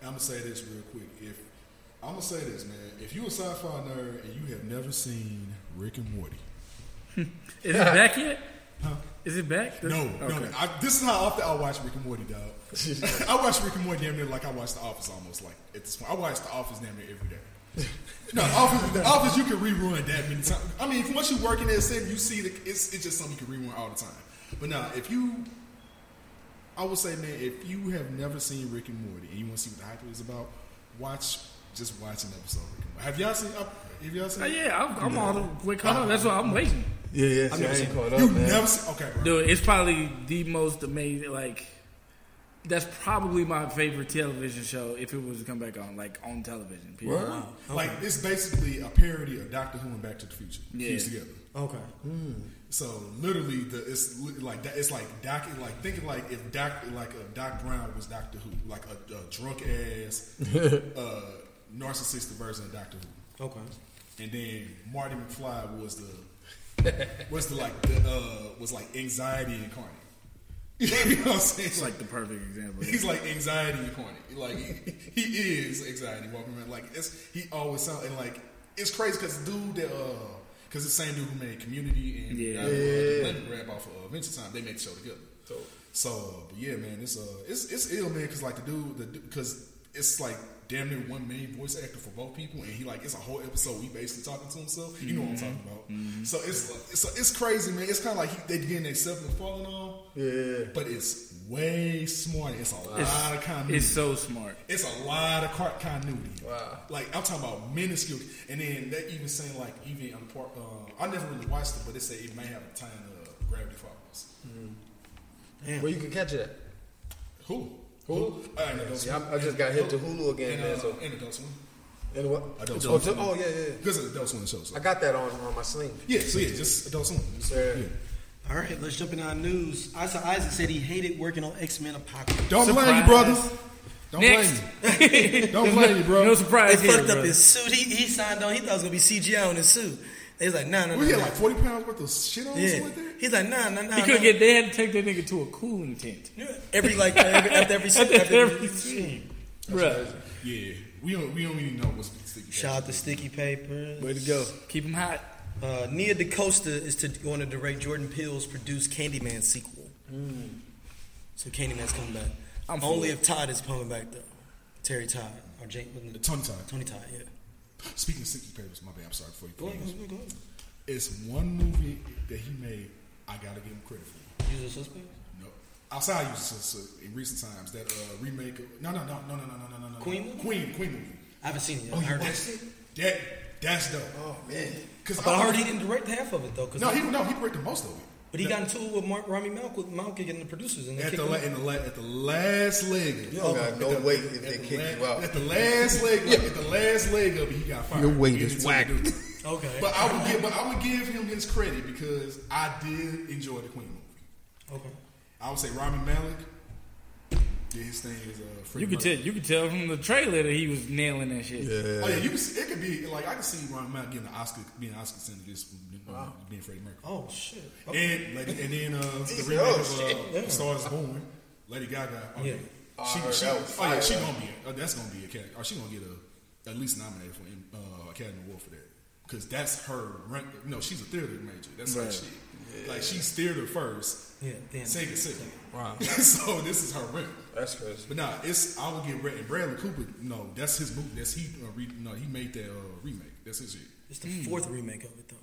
Speaker 3: gonna say this real quick. If I'm gonna say this, man, if you a sci-fi nerd and you have never seen Rick and Morty,
Speaker 4: Is it back yet?
Speaker 3: huh?
Speaker 4: Is it back?
Speaker 3: No,
Speaker 4: Okay.
Speaker 3: no. I, this is how often I watch Rick and Morty, dog. I watch Rick and Morty damn near like I watch The Office almost like at this point. I watch The Office damn near every day. No, Office, The Office you can rerun that many times. I mean, once you work in that setting, you see the, it's it's just something you can rerun all the time. But now, if you, I would say, man, if you have never seen Rick and Morty and you want to see what the hype is about, watch just watch an episode. Of Rick and Morty. Have y'all seen? uh, Have y'all seen?
Speaker 4: Oh, yeah, I'm, I'm all the way caught up. That's why I'm waiting.
Speaker 5: Yeah, yeah.
Speaker 2: never
Speaker 5: I ain't
Speaker 2: seen-
Speaker 5: caught
Speaker 3: You
Speaker 5: up, man.
Speaker 3: never seen? Okay, bro.
Speaker 4: Dude, it's probably the most amazing. Like, that's probably my favorite television show if it was to come back on, like on television. Period.
Speaker 5: Word.
Speaker 3: Like it's basically a parody of Doctor Who and Back to the Future
Speaker 4: Yeah.
Speaker 3: fused together.
Speaker 2: Okay. Hmm.
Speaker 3: So literally, the it's li- like that. It's like Doc. Like thinking like if Doc like if Doc Brown was Doctor Who, like a, a drunk ass, uh, narcissistic version of Doctor Who,
Speaker 2: Okay.
Speaker 3: and then Marty McFly was the [laughs] was the like the uh, was like anxiety incarnate. [laughs] you know what I'm saying?
Speaker 4: It's like the perfect example.
Speaker 3: He's like anxiety incarnate. Like he, he is anxiety walking around. Like it's he always sound and like it's crazy because dude that uh because the same dude who made Community and
Speaker 4: Yeah.
Speaker 3: uh, let me grab off of Adventure Time they make the show together. So so uh, but yeah man it's uh it's it's ill man because like the dude the because it's like damn near one main voice actor for both people and he like it's a whole episode he basically talking to himself you know what I'm
Speaker 5: Mm-hmm.
Speaker 3: talking about so it's like- so it's crazy man it's kind of like he, they getting themselves falling on yeah but it's way smarter it's a lot of continuity
Speaker 4: It's so smart.
Speaker 3: it's a lot of cart continuity. Wow. Like I'm talking about minuscule, and then they even saying like even on the part, uh, I never really watched it, but they say it may have a time of gravity falls.
Speaker 5: Where you can catch it at?
Speaker 3: Who? Who? Uh, an adult
Speaker 5: Yeah,
Speaker 3: swim.
Speaker 5: I'm- I just got
Speaker 3: Oh.
Speaker 5: hit to Hulu again,
Speaker 3: And,
Speaker 5: man.
Speaker 3: uh,
Speaker 5: So
Speaker 3: and adult swim.
Speaker 5: and what?
Speaker 3: Adult
Speaker 5: oh,
Speaker 3: Swim.
Speaker 5: to- oh, yeah, yeah. yeah.
Speaker 3: Because of adult swim shows.
Speaker 5: I got that on, on my sling.
Speaker 3: yeah. So yeah, just adult swim. Just-
Speaker 5: Yeah.
Speaker 3: yeah.
Speaker 2: All right, let's jump into our news. Isaac, Isaac said he hated working on X Men Apocalypse.
Speaker 3: Don't blame you,
Speaker 4: Surprise.
Speaker 3: brother. Don't
Speaker 4: Next.
Speaker 3: blame you. Don't blame you, bro.
Speaker 4: No
Speaker 2: They
Speaker 4: surprise here,
Speaker 2: fucked up
Speaker 4: brother.
Speaker 2: his suit. He, he signed on. He thought it was gonna be CGI on his suit. They was like, nah, nah, nah.
Speaker 3: we had
Speaker 2: nah.
Speaker 3: like forty pounds worth of shit on
Speaker 2: yeah.
Speaker 3: us with that.
Speaker 2: He's like, nah, nah, nah.
Speaker 4: He
Speaker 2: nah.
Speaker 4: couldn't get. They had to take that nigga to a cooling tent
Speaker 2: every like every, after
Speaker 4: [laughs]
Speaker 2: every
Speaker 4: after
Speaker 2: after
Speaker 4: every scene, bro.
Speaker 3: Yeah. We don't. We don't even know what's been sticking.
Speaker 2: Shout out to Sticky Papers.
Speaker 4: Way to go. Keep him hot.
Speaker 2: Uh, Nia DaCosta is to going to direct Jordan Peele's produced Candyman sequel. So Candyman's coming back.
Speaker 4: Mm. I'm for
Speaker 2: Only
Speaker 4: it.
Speaker 2: if Todd is coming back though. Terry Todd or Jake wasn't it
Speaker 3: Tony Todd.
Speaker 2: Tony Todd, yeah.
Speaker 3: Speaking of sticky papers, my bad. I'm sorry for you.
Speaker 2: Go ahead, go ahead, go ahead.
Speaker 3: It's one movie that he made. I gotta give him credit for.
Speaker 2: Usual suspects?
Speaker 3: No, outside you so, so in recent times that uh, remake. Of, no, no, no, no, no, no, no, no, no, no.
Speaker 2: Queen movie?
Speaker 3: Queen, Queen movie.
Speaker 2: I haven't seen it yet.
Speaker 3: Oh,
Speaker 2: I
Speaker 3: you
Speaker 2: heard
Speaker 3: watched
Speaker 2: it.
Speaker 3: it? That that's dope.
Speaker 5: Oh man.
Speaker 3: Because
Speaker 2: But I heard he didn't direct half of it though. 'cause
Speaker 3: No, he no he directed most of it.
Speaker 2: But he got into it with Mark, Rami Malek, Malek and the producers, and they
Speaker 3: At
Speaker 2: kicked
Speaker 3: the,
Speaker 2: him
Speaker 3: la-
Speaker 2: out.
Speaker 3: in the la- at the last leg.
Speaker 6: You don't got no
Speaker 3: At the-
Speaker 6: weight if
Speaker 3: at
Speaker 6: they
Speaker 3: the
Speaker 6: kick
Speaker 3: la-
Speaker 6: you out.
Speaker 3: At the last leg, like, at the last leg of it, he got fired.
Speaker 7: Your weight
Speaker 3: He
Speaker 7: is
Speaker 3: didn't
Speaker 7: whack.
Speaker 3: do it.
Speaker 2: Okay.
Speaker 3: But I would give, but I would give him his credit because I did enjoy the Queen movie.
Speaker 2: okay.
Speaker 3: I would say Rami Malek did his thing as uh, a free.
Speaker 4: You could tell. You could tell from the trailer that he was nailing that shit.
Speaker 3: Oh yeah, you could see, it could be like I could see Rami Malek getting an Oscar, being an Oscar center just for, uh, being Freddie Mercury.
Speaker 2: Oh shit. Okay.
Speaker 3: And like, and then uh, the remake
Speaker 6: oh,
Speaker 3: of uh,
Speaker 6: shit.
Speaker 3: yeah. Star Is Born, Lady Gaga. Oh, yeah.
Speaker 2: Yeah.
Speaker 6: I
Speaker 3: She,
Speaker 6: heard
Speaker 3: she,
Speaker 6: that
Speaker 3: oh
Speaker 6: was
Speaker 3: yeah,
Speaker 6: fire.
Speaker 3: she gonna be. Uh, that's gonna be a cat. Or she gonna get a at least nominated for an uh, Academy Award for that because that's her. rank- You know, she's a theater major. That's her shit. Like she's theater first,
Speaker 2: Yeah. Damn.
Speaker 3: singing second. Wow. [laughs] so this is her rank.
Speaker 6: That's crazy.
Speaker 3: But nah, it's I would get Brad, and Bradley Cooper. No, that's his movie. That's he. Uh, re, no, he made that uh, remake. That's his shit.
Speaker 2: It's the fourth remake of it though.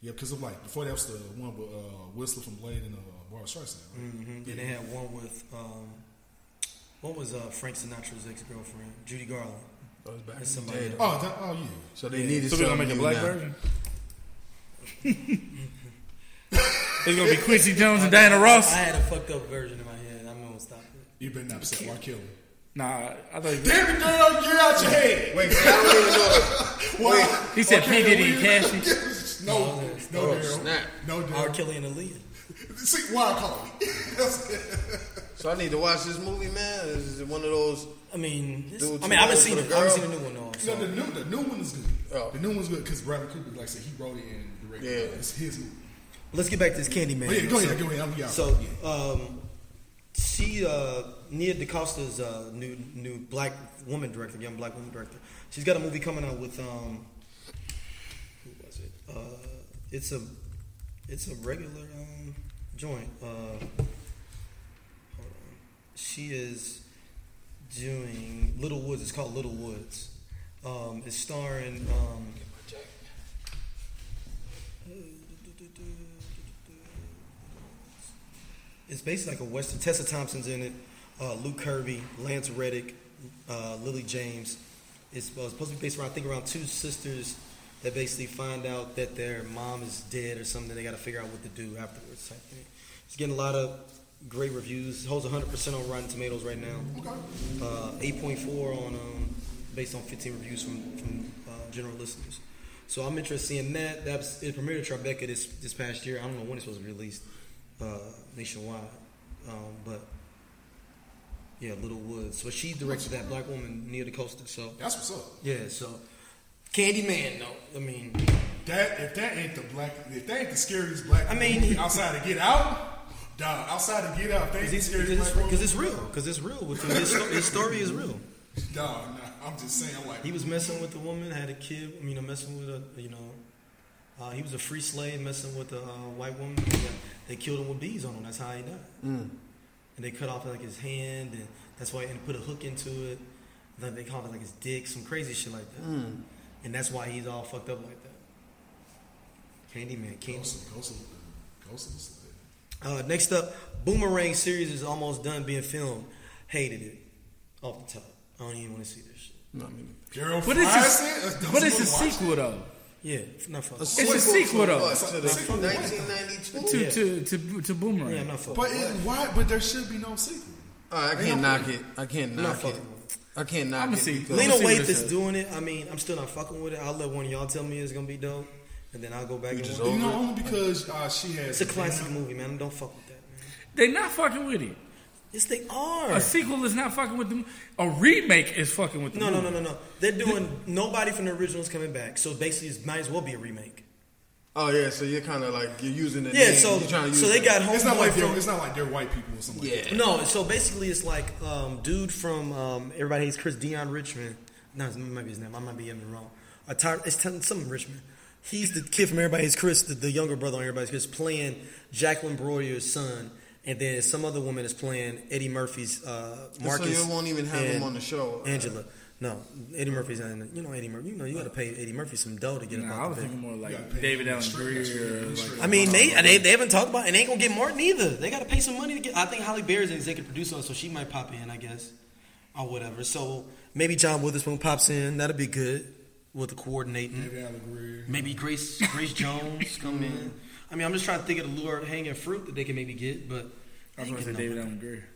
Speaker 3: Yeah, because of like before that was the one with uh, Whistler from Blade and uh, Barbra Streisand. Right?
Speaker 2: And they had one with um, what was uh, Frank Sinatra's ex girlfriend, Judy Garland. And somebody else.
Speaker 3: Oh, that, oh yeah.
Speaker 5: So they needed
Speaker 4: So we're gonna
Speaker 5: something
Speaker 4: make a black
Speaker 5: new now.
Speaker 4: version. it's gonna be Quincy
Speaker 2: Oh,
Speaker 4: Jones and Diana Ross.
Speaker 2: I had a fucked up version in my head. I'm gonna stop it.
Speaker 3: You better not upset why kill him.
Speaker 4: Nah, I thought he,
Speaker 3: Damn it, girl, get out your head.
Speaker 6: Wait, I don't even know.
Speaker 3: Why?
Speaker 4: he said P Diddy and
Speaker 3: Why
Speaker 4: Cashy.
Speaker 3: No, no,
Speaker 2: Oh,
Speaker 3: Daryl.
Speaker 5: snap.
Speaker 3: No,
Speaker 2: R.
Speaker 3: Daryl.
Speaker 2: Kelly and Aaliyah.
Speaker 3: See, why I call me?
Speaker 5: So I need to watch this movie, man. This is one of those.
Speaker 2: I mean, this-
Speaker 5: Dude,
Speaker 2: I
Speaker 5: too
Speaker 2: mean, I haven't
Speaker 5: old
Speaker 2: seen
Speaker 5: for
Speaker 2: it.
Speaker 5: the
Speaker 2: I haven't
Speaker 5: girl.
Speaker 2: seen the new one though.
Speaker 3: No,
Speaker 2: So.
Speaker 3: the new, the new one is good.
Speaker 5: Oh.
Speaker 3: The new one's good because Bradley Cooper, like I said, he wrote it and directed it.
Speaker 5: Yeah.
Speaker 3: It's his movie.
Speaker 2: Let's get back to this Candyman.
Speaker 3: But Oh, yeah, go
Speaker 2: So-
Speaker 3: ahead, go ahead. I'm y'all.
Speaker 2: So, um, she uh, Nia DaCosta's uh, new new black woman director, young black woman director. She's got a movie coming out with um, who was it? Uh, it's a it's a regular um, joint. Uh, hold on. She is doing Little Woods. It's called Little Woods. Um, it's starring. Um, It's basically like a Western. Tessa Thompson's in it. Uh, Luke Kirby, Lance Reddick, uh, Lily James. It's uh, supposed to be based around, I think, around two sisters that basically find out that their mom is dead or something. They got to figure out what to do afterwards. Type thing. It's getting a lot of great reviews. Holds 100% on Rotten Tomatoes right now. Uh, 8.4 on um, based on 15 reviews from from uh, general listeners. So I'm interested in seeing that. That's it premiered at Tribeca this this past year. I don't know when it's supposed to be released uh, nationwide, um, but yeah, Little Woods. So she directed that black woman Nia DaCosta. So
Speaker 3: That's what's up.
Speaker 2: yeah, so Candyman. though. I mean,
Speaker 3: That if that ain't the black, if that ain't the scariest black.
Speaker 2: I mean,
Speaker 3: movie
Speaker 2: he-
Speaker 3: outside of Get Out, dog. Outside of Get Out, if that ain't the
Speaker 2: because it's,
Speaker 3: scariest black. movie,
Speaker 2: real. Because it's real. With him. His, sto- his story is real.
Speaker 3: Dog, nah, I'm just saying, I'm like,
Speaker 2: He was messing with a woman, had a kid. I mean, uh, messing with a you know, uh, he was a free slave messing with a uh, white woman. And, uh, they killed him with bees on him. That's how he died. And they cut off like his hand, and that's why and put a hook into it. Then they called it like his dick, some crazy shit like that. And that's why he's all fucked up like that. Candyman, Candy.
Speaker 3: Ghost of, Ghost of, Ghost of the Slayer.
Speaker 2: Uh, next up, Boomerang series is almost done being filmed. Hated it off the top. I don't even want to see this shit.
Speaker 3: Gerald
Speaker 4: But it's
Speaker 3: Fries
Speaker 4: a,
Speaker 3: it? Uh,
Speaker 4: but it's a
Speaker 3: doesn't wanna watch
Speaker 4: sequel though.
Speaker 2: Yeah, not fucking.
Speaker 4: It's a sequel though
Speaker 5: To the 1992.
Speaker 4: to to to to Boomerang.
Speaker 2: Yeah, I'm not fucking.
Speaker 3: it. But it, why? But there should be no sequel.
Speaker 5: Alright, I can't knock it. I can't
Speaker 2: not
Speaker 5: knock it.
Speaker 2: fucking with
Speaker 5: I can't knock
Speaker 4: I'ma
Speaker 5: it.
Speaker 4: see.
Speaker 5: because-
Speaker 4: Let
Speaker 2: Lena
Speaker 4: see what
Speaker 2: Waithe
Speaker 4: it
Speaker 2: is
Speaker 4: says.
Speaker 2: doing it. I mean, I'm still not fucking with it. I'll let one of y'all tell me it's gonna be dope, and then I'll go back and
Speaker 5: just
Speaker 2: watch.
Speaker 5: old.
Speaker 3: You know, only because uh, she
Speaker 2: It's
Speaker 3: has.
Speaker 2: a classic movie, man. Don't fuck with that, man.
Speaker 4: They not fucking with it.
Speaker 2: Yes, they are.
Speaker 4: A sequel is not fucking with them. A remake is fucking with them.
Speaker 2: No, no, no, no, no. They're doing nobody from the original's coming back, so basically, it might as well be a remake.
Speaker 5: Oh yeah, so you're kind of like you're using it.
Speaker 2: Yeah, so
Speaker 5: you're trying to use
Speaker 2: so they
Speaker 5: it.
Speaker 2: got
Speaker 3: It's not like
Speaker 2: homeboy
Speaker 3: they're,
Speaker 2: from
Speaker 3: it's not like they're white people or something. Like
Speaker 5: Yeah.
Speaker 2: No, so basically it's like um, dude from um, everybody hates Chris Dion Richmond. No, it might be his name. I might be getting it wrong. A ty- it's t- some Richmond. He's the kid from Everybody Hates Chris, the, the younger brother on Everybody's Chris, playing Jacqueline Broyer's son, and then some other woman is playing Eddie Murphy's uh, Marcus.
Speaker 5: you won't even have him
Speaker 2: and
Speaker 5: on the show, uh,
Speaker 2: Angela. No, Eddie Murphy's not in it. You know Eddie Murphy. You know you got to pay Eddie Murphy some dough to get him
Speaker 4: Nah, I
Speaker 2: out
Speaker 4: was
Speaker 2: the bed.
Speaker 4: thinking more like
Speaker 3: pay
Speaker 4: David
Speaker 3: them
Speaker 4: Allen
Speaker 3: straight,
Speaker 4: Greer.
Speaker 3: straight,
Speaker 4: Like,
Speaker 3: straight.
Speaker 2: I mean, they, they they haven't talked about, it, and they ain't gonna get Martin either. They gotta pay some money to get. I think Holly Berry's an executive producer, on it, so she might pop in, I guess, or whatever. So maybe John Witherspoon pops in. That'll be good with the coordinating.
Speaker 3: David Allen Greer.
Speaker 2: Maybe Grace Grace Jones come in.
Speaker 8: I mean, I'm just trying to think of the lure hanging fruit that they can maybe get, but
Speaker 4: I was going to say David Allen Greer.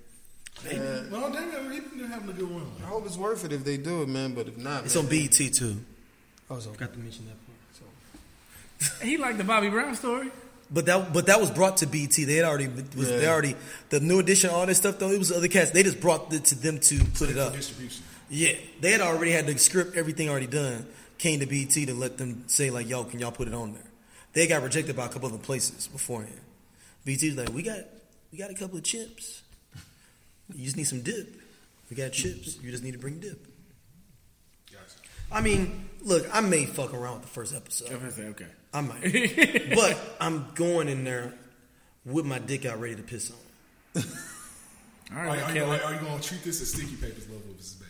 Speaker 3: Well, David, he's been having a good run.
Speaker 5: I hope it's worth it if they do it, man. But if not,
Speaker 2: It's
Speaker 5: man,
Speaker 2: on BET too.
Speaker 5: oh, so-
Speaker 8: forgot to mention that part. So
Speaker 4: He liked the Bobby Brown story.
Speaker 2: But that but that was brought to BET. They had already was, they already the new edition, all that stuff though. It was other cats. They just brought it to them to put it up.
Speaker 3: Distribution.
Speaker 2: Yeah, they had already had the script, everything already done. Came to BET to let them say like, "Yo, can y'all put it on there?" They got rejected by a couple other places beforehand. BET was like, "We got we got a couple of chips. You just need some dip. We got chips. You just need to bring dip." I mean, look, I may fuck around with the first episode.
Speaker 4: okay.
Speaker 2: I might. but I'm going in there with my dick out ready to piss on.
Speaker 4: All
Speaker 3: Are,
Speaker 4: right,
Speaker 3: are, you,
Speaker 4: Kelly.
Speaker 3: are, are you gonna treat this as sticky papers level if it's bad?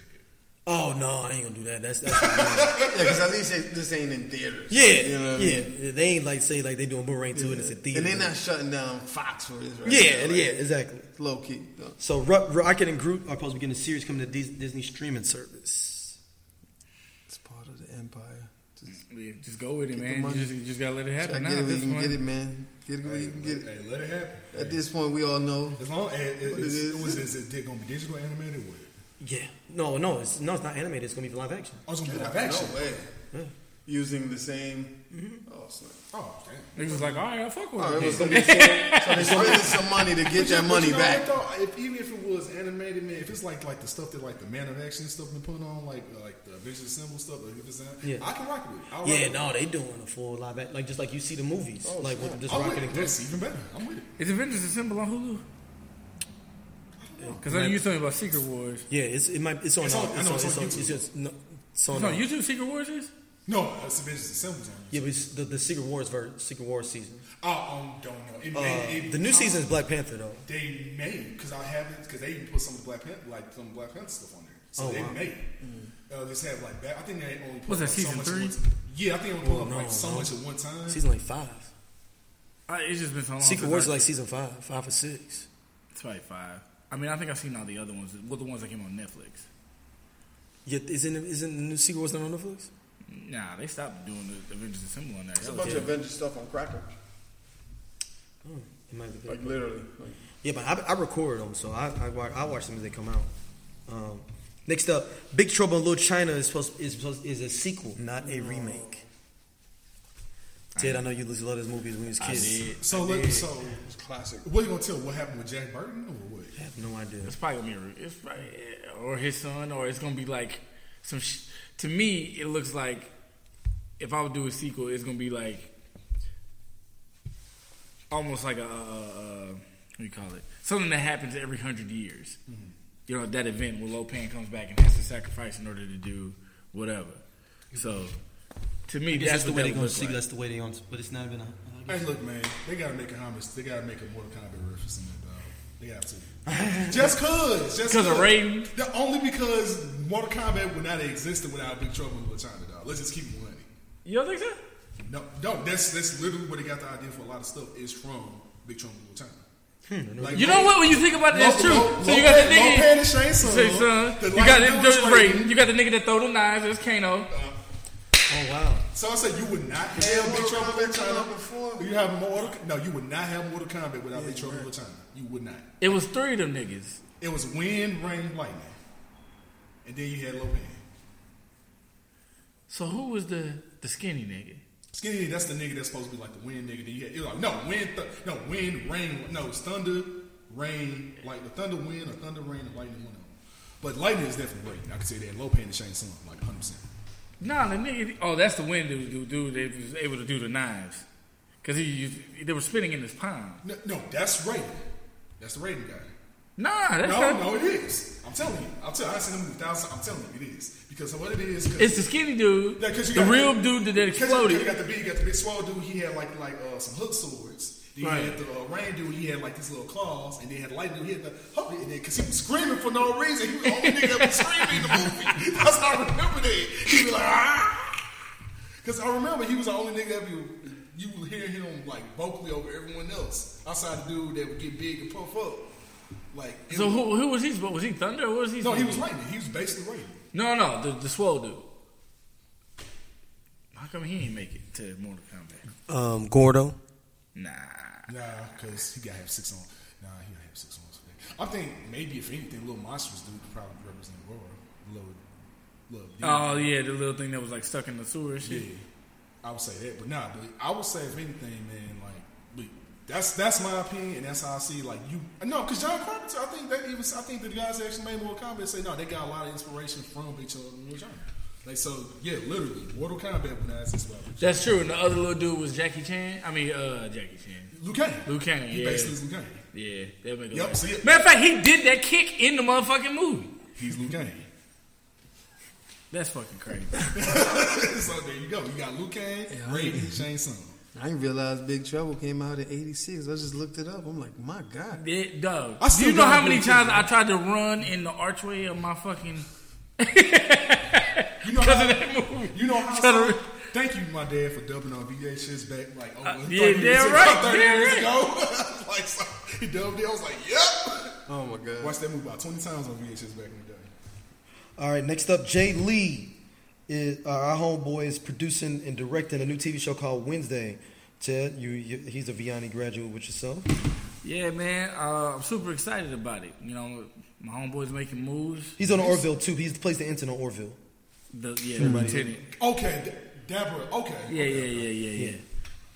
Speaker 2: Oh no, I ain't gonna do that. That's, that's
Speaker 5: [laughs] yeah, because at least it- this ain't in theaters.
Speaker 2: yeah,
Speaker 5: You know what I
Speaker 2: yeah. They ain't like say like they doing boomerang two and it's a theater.
Speaker 5: And they're not shutting down Fox for this, right?
Speaker 2: yeah,
Speaker 5: now,
Speaker 2: yeah,
Speaker 5: like,
Speaker 2: exactly.
Speaker 5: Low key. though.
Speaker 2: So Ru- Rocket and Groot are supposed to be getting a series coming to Dis- Disney streaming service.
Speaker 5: It's part of the empire. Just
Speaker 4: Yeah, Just go with it,
Speaker 5: the
Speaker 4: man. You
Speaker 5: money.
Speaker 4: just, you just gotta let it
Speaker 5: I
Speaker 4: happen. Nah,
Speaker 5: get it.
Speaker 4: at
Speaker 5: We
Speaker 4: this
Speaker 5: can
Speaker 4: point,
Speaker 5: get it, man. Get it. We can get it.
Speaker 3: Hey, let it happen.
Speaker 5: At this point, we all know.
Speaker 3: As long as it,
Speaker 5: What it
Speaker 3: is,
Speaker 5: is.
Speaker 3: it was, is it gonna be digital animated? Or what?
Speaker 2: Yeah. No, no, it's no, it's not animated. It's gonna be live action.
Speaker 3: Oh, it's gonna be live
Speaker 5: No
Speaker 3: action.
Speaker 5: way. Using the same.
Speaker 2: Mm-hmm.
Speaker 5: Oh, snap.
Speaker 3: Oh, damn.
Speaker 4: niggas was like, all right, I'll fuck with
Speaker 5: Oh,
Speaker 4: it.
Speaker 5: it was gonna be so, so they spending some money to get
Speaker 3: But you-
Speaker 5: that
Speaker 3: but
Speaker 5: money
Speaker 3: you know
Speaker 5: back.
Speaker 3: what, though? if, even if it was animated, man, if it's like like the stuff that like the man of action stuff been putting on, like like the Avengers symbol stuff, like if it's an,
Speaker 2: Yeah.
Speaker 3: I can rock it with. it. I'll
Speaker 2: Yeah,
Speaker 3: rock
Speaker 2: no, they doing a full live action, like just like you see the movies, like with
Speaker 3: it.
Speaker 2: just
Speaker 3: I'm
Speaker 2: Rocket
Speaker 3: with
Speaker 2: and
Speaker 3: it.
Speaker 2: Groot.
Speaker 3: That's even better. I'm with it.
Speaker 4: Is Avengers Assemble on Hulu? Because I know you something about Secret Wars.
Speaker 2: Yeah, it's it might it's on
Speaker 3: It's
Speaker 2: uh,
Speaker 3: on- I
Speaker 2: it's
Speaker 3: know,
Speaker 2: on
Speaker 3: it's
Speaker 2: it's
Speaker 3: on
Speaker 2: on
Speaker 3: YouTube.
Speaker 2: it's just no it's on
Speaker 4: No,
Speaker 2: uh,
Speaker 4: YouTube Secret Wars is?
Speaker 3: No, that's Avengers Assembles on.
Speaker 2: Yeah, but it's the, the Secret Wars ver- Secret Wars season.
Speaker 3: I um, don't know. It,
Speaker 2: Uh,
Speaker 3: may- it-
Speaker 2: the new
Speaker 3: I-
Speaker 2: season is Black Panther though.
Speaker 3: They may because I haven't because they even put some of the Black Panther like some Black Panther stuff on there. So
Speaker 2: Oh,
Speaker 3: they
Speaker 2: wow.
Speaker 3: may uh, just have like that. I think they only put
Speaker 4: Was that
Speaker 3: up
Speaker 4: season
Speaker 3: so much
Speaker 4: three?
Speaker 3: At one, yeah, I think they only put
Speaker 2: Oh,
Speaker 3: up like
Speaker 2: no,
Speaker 3: so
Speaker 2: no.
Speaker 3: much at one time.
Speaker 2: Season like five.
Speaker 4: I, Uh, it's just been so long.
Speaker 2: Secret
Speaker 4: since
Speaker 2: Wars
Speaker 4: I-
Speaker 2: is like season five, five or six.
Speaker 4: It's probably five. I mean, I think I've seen all the other ones. Well, the ones that came on Netflix.
Speaker 2: Yeah, isn't isn't the new Secret Wars not on Netflix?
Speaker 4: Nah, they stopped doing the Avengers Assemble on that.
Speaker 5: It's a
Speaker 4: That
Speaker 5: bunch
Speaker 4: was-
Speaker 5: of Avengers stuff on Cracker,
Speaker 2: It might be
Speaker 5: like
Speaker 2: good.
Speaker 5: literally. Like,
Speaker 2: Yeah, but I, I record them, so I I, wa- I watch them as they come out. Um, next up, Big Trouble in Little China is supposed is supposed, is a sequel, not a remake. Ted, I know you used to love those movies when you was
Speaker 4: I
Speaker 2: kids.
Speaker 4: did.
Speaker 3: So let, so
Speaker 5: it's classic.
Speaker 3: what you gonna tell? What happened with Jack Burton or what?
Speaker 2: I have no idea.
Speaker 4: It's probably gonna be a re- it's probably, or his son, or it's gonna be like some. Sh- to me, it looks like if I would do a sequel, it's gonna be like almost like a, uh, uh, what do you call it? Something that happens every hundred years.
Speaker 8: Mm-hmm.
Speaker 4: You know that event where Lopan comes back and has to sacrifice in order to do whatever. So to me,
Speaker 8: that's,
Speaker 4: that's,
Speaker 8: the
Speaker 4: what
Speaker 8: way
Speaker 4: that
Speaker 8: they're gonna
Speaker 4: looks
Speaker 8: see.
Speaker 4: like.
Speaker 8: That's the way they on. But it's not even. A,
Speaker 3: Hey, look, man, they gotta make a homage. They gotta make a Mortal Kombat reference in there, dog. They have to.
Speaker 4: [laughs]
Speaker 3: just cause, just
Speaker 4: 'Cause of
Speaker 3: cause.
Speaker 4: Raiden?
Speaker 3: The- only because Mortal Kombat would not have existed without Big Trouble in Little China, dog. Let's just keep it running.
Speaker 4: You don't think so?
Speaker 3: No, no, that's that's literally where they got the idea for a lot of stuff is from Big Trouble in Little China. Like,
Speaker 4: You Hmm, know what? When you think about it, that's true. so you got the nigga.
Speaker 3: Pan and Shane Son.
Speaker 4: Say, son,
Speaker 3: Uh-huh. The
Speaker 4: you
Speaker 3: Lion
Speaker 4: got
Speaker 3: King
Speaker 4: the,
Speaker 3: was
Speaker 4: the,
Speaker 3: Raiden.
Speaker 4: Raiden. You got the nigga that throw the knives. That's Kano.
Speaker 2: Oh wow.
Speaker 3: So I said you would not have Big
Speaker 5: Mortal
Speaker 3: Trouble in
Speaker 5: Kombat
Speaker 3: Little
Speaker 5: come
Speaker 3: China
Speaker 5: out before?
Speaker 3: You have Mortal. No, you would not have Mortal Kombat without Big Trouble in Little China. You would not.
Speaker 4: It was three of them niggas.
Speaker 3: It was wind, rain, lightning, and then you had Lopan.
Speaker 4: So who was the the skinny nigga?
Speaker 3: Skinny, that's the nigga that's supposed to be like the wind nigga. Then you had it was like no wind, th- no wind, rain, no it's thunder, rain, like the thunder, wind, or thunder, rain, and lightning. One of them. But lightning is definitely rain. I can say that. Lopan and Shane Sun, like 100. percent
Speaker 4: Nah, the nigga. Oh, that's the wind dude. Dude, dude that was able to do the knives because he used, they were spinning in his palm.
Speaker 3: No, no, that's Raiden. That's the Raiden guy.
Speaker 4: Nah, that's
Speaker 3: No,
Speaker 4: not.
Speaker 3: no, it is. I'm telling you. I'm telling. I seen him a thousand. I'm telling you, it is because of what it is. 'cause-
Speaker 4: It's the skinny dude.
Speaker 3: Yeah, 'cause you
Speaker 4: the
Speaker 3: got-
Speaker 4: real dude that, that
Speaker 3: 'cause you- 'cause You
Speaker 4: exploded.
Speaker 3: got the big, you got the big swole dude. He had like like uh, some hook swords. Then you
Speaker 4: Right.
Speaker 3: had the uh, rain dude. He had like these little claws, and then had the light dude. He had the hook in there because he was screaming for no reason. He was the only nigga that was screaming in the movie. [laughs] That's how I remember that. He was like ah, because I remember he was the only nigga that you you would hear him like vocally over everyone else outside the dude that would get big and puff up. Like it
Speaker 4: so
Speaker 3: was-
Speaker 4: who who was he? supposed- Was he Thunder? Or what was he?
Speaker 3: No, he was
Speaker 4: supposed
Speaker 3: lightning. He was basically lightning.
Speaker 4: to be? No, no, the the swole dude. How come he ain't make it to Mortal Kombat?
Speaker 2: Um, Gordo.
Speaker 4: Nah.
Speaker 3: Nah, because he got to have six on. Nah, he got to have six on. I think maybe if anything, Little Monsters dude could probably represent Aurora. Little, little.
Speaker 4: Oh yeah, the little thing that was like stuck in the sewer and
Speaker 3: yeah.
Speaker 4: shit.
Speaker 3: I would say that, but nah, but I would say if anything, man, like, but that's that's my opinion, and that's how I see. Like you, no, because John Carpenter, I think that even I think the guys that actually made more comments say no, they got a lot of inspiration from each other. in the genre. Like so, yeah, literally, Mortal Kombat when I asked this about
Speaker 4: That's true. And the other little dude was Jackie Chan. I mean, uh, Jackie Chan.
Speaker 3: Liu Kang.
Speaker 4: Liu Kang,
Speaker 3: he
Speaker 4: yeah.
Speaker 3: basically is Liu Kang.
Speaker 4: Yeah, that make a
Speaker 3: Yup,
Speaker 4: lot-
Speaker 3: see it?
Speaker 4: Matter of fact, he did that kick in the motherfucking movie.
Speaker 3: He's Liu Kang. [laughs]
Speaker 4: That's fucking crazy.
Speaker 3: so there you go. You got Liu Kang, Ray, Shang Tsung.
Speaker 5: I didn't realize Big Trouble came out in '86. I just looked it up. I'm like, my God.
Speaker 4: That, dog.
Speaker 3: I
Speaker 4: Do
Speaker 3: still
Speaker 4: you know
Speaker 3: got
Speaker 4: how
Speaker 3: a
Speaker 4: many
Speaker 3: blue
Speaker 4: times I tried to run in the archway of my fucking?
Speaker 3: You know
Speaker 4: Because
Speaker 3: how,
Speaker 4: of that movie.
Speaker 3: You know how.
Speaker 4: Tryna-
Speaker 3: so- thank you, my dad, for dubbing on VA shits back like oh, over
Speaker 4: Uh,
Speaker 3: 30
Speaker 4: yeah,
Speaker 3: years,
Speaker 4: damn
Speaker 3: ago-
Speaker 4: right,
Speaker 3: 30
Speaker 4: damn
Speaker 3: years
Speaker 4: right.
Speaker 3: ago. [laughs] like so, he dubbed it. I was like, yep.
Speaker 5: Oh my God.
Speaker 3: Watched that movie about 20 times on VHS back in the day.
Speaker 2: All right, next up, Jay Lee, is, uh, our homeboy, is producing and directing a new TV show called Wednesday. Ted, you, you he's a Vianney graduate with yourself.
Speaker 4: Yeah, man. Uh, I'm super excited about it. You know, my homeboy's making moves.
Speaker 2: He's on Orville too. He plays the intern on Orville.
Speaker 4: The, yeah, the lieutenant.
Speaker 3: Okay, D- Deborah. Okay.
Speaker 4: Yeah, yeah, yeah, yeah,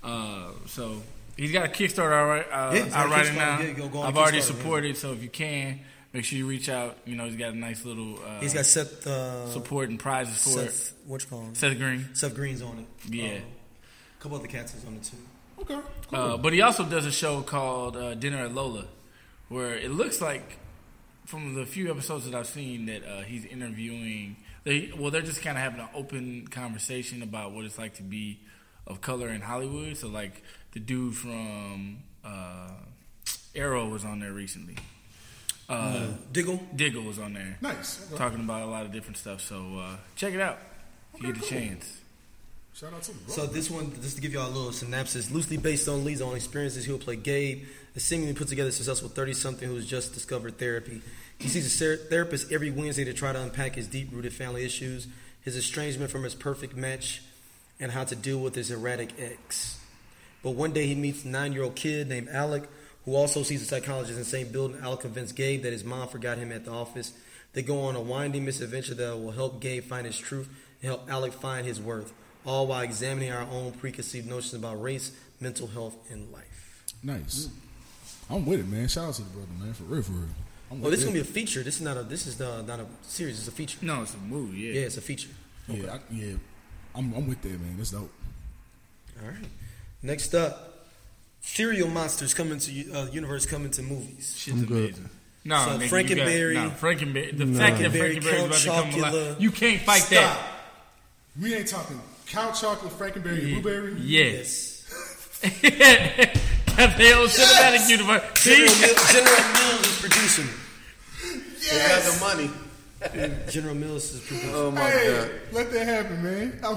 Speaker 4: yeah. Uh, so he's got a Kickstarter out right, uh,
Speaker 2: Yeah, he's got
Speaker 4: out
Speaker 2: a
Speaker 4: right
Speaker 2: Kickstarter.
Speaker 4: now.
Speaker 2: Yeah, go- go on
Speaker 4: I've
Speaker 2: the
Speaker 4: already
Speaker 2: Kickstarter, yeah.
Speaker 4: supported, so if you can, make sure you reach out. You know, he's got a nice little uh,
Speaker 2: He's got Seth. Uh,
Speaker 4: support and prizes for it.
Speaker 2: Seth, what's it called?
Speaker 4: Seth Green.
Speaker 2: Seth Green's on it.
Speaker 4: Yeah.
Speaker 2: Um, a couple other cats is on it too.
Speaker 3: Okay. Cool.
Speaker 4: Uh, but he also does a show called uh, Dinner at Lola, where it looks like from the few episodes that I've seen that uh, he's interviewing. They well, they're just kind of having an open conversation about what it's like to be of color in Hollywood. So like the dude from uh, Arrow was on there recently. Uh,
Speaker 2: Diggle.
Speaker 4: Diggle was on there
Speaker 3: nice. Okay.
Speaker 4: talking about a lot of different stuff. So uh, check it out if you get a chance.
Speaker 3: Shout out to him.
Speaker 2: So this one, just to give y'all a little synopsis, loosely based on Lee's own experiences, he'll play Gabe, a seemingly put together successful 30-something who's just discovered therapy. He sees a ser- therapist every Wednesday to try to unpack his deep-rooted family issues, his estrangement from his perfect match, and how to deal with his erratic ex. But one day he meets a nine-year-old kid named Alec, who also sees a psychologist in the same building. Alec convinces Gabe that his mom forgot him at the office. They go on a winding misadventure that will help Gabe find his truth and help Alec find his worth, all while examining our own preconceived notions about race, mental health, and life.
Speaker 3: Nice. I'm with it, man. Shout out to the brother, man. For real, for real. I'm
Speaker 4: Oh,
Speaker 2: Well, Oh, this is
Speaker 3: it.
Speaker 2: gonna be a feature. This is not a. This is the, not a series. It's a feature.
Speaker 4: No, it's a movie.
Speaker 2: Yeah, it's a feature.
Speaker 3: Yeah, I, yeah. I'm, I'm with that, man. That's dope.
Speaker 2: All right. Next up, serial monsters coming to uh, universe coming to movies.
Speaker 4: Shit's amazing. No,
Speaker 2: So
Speaker 4: nigga, you
Speaker 2: Frankenberry-
Speaker 4: got- no, Frankenberry. The fact that
Speaker 2: Frankenberry,
Speaker 4: Frankenberry's about to
Speaker 2: Count
Speaker 4: come alive,
Speaker 2: Chocula.
Speaker 4: you can't fight that.
Speaker 3: We ain't talking cow chocolate, Frankenberry, and blueberry.
Speaker 4: Yes,
Speaker 2: Yes.
Speaker 4: [laughs] that's the whole cinematic universe.
Speaker 2: General,
Speaker 4: [laughs] See,
Speaker 2: Mill- General Mills is producing. it.
Speaker 5: the money.
Speaker 2: General Mills is producing.
Speaker 5: Oh my
Speaker 3: Hey,
Speaker 5: God.
Speaker 3: let that happen, man. I'm,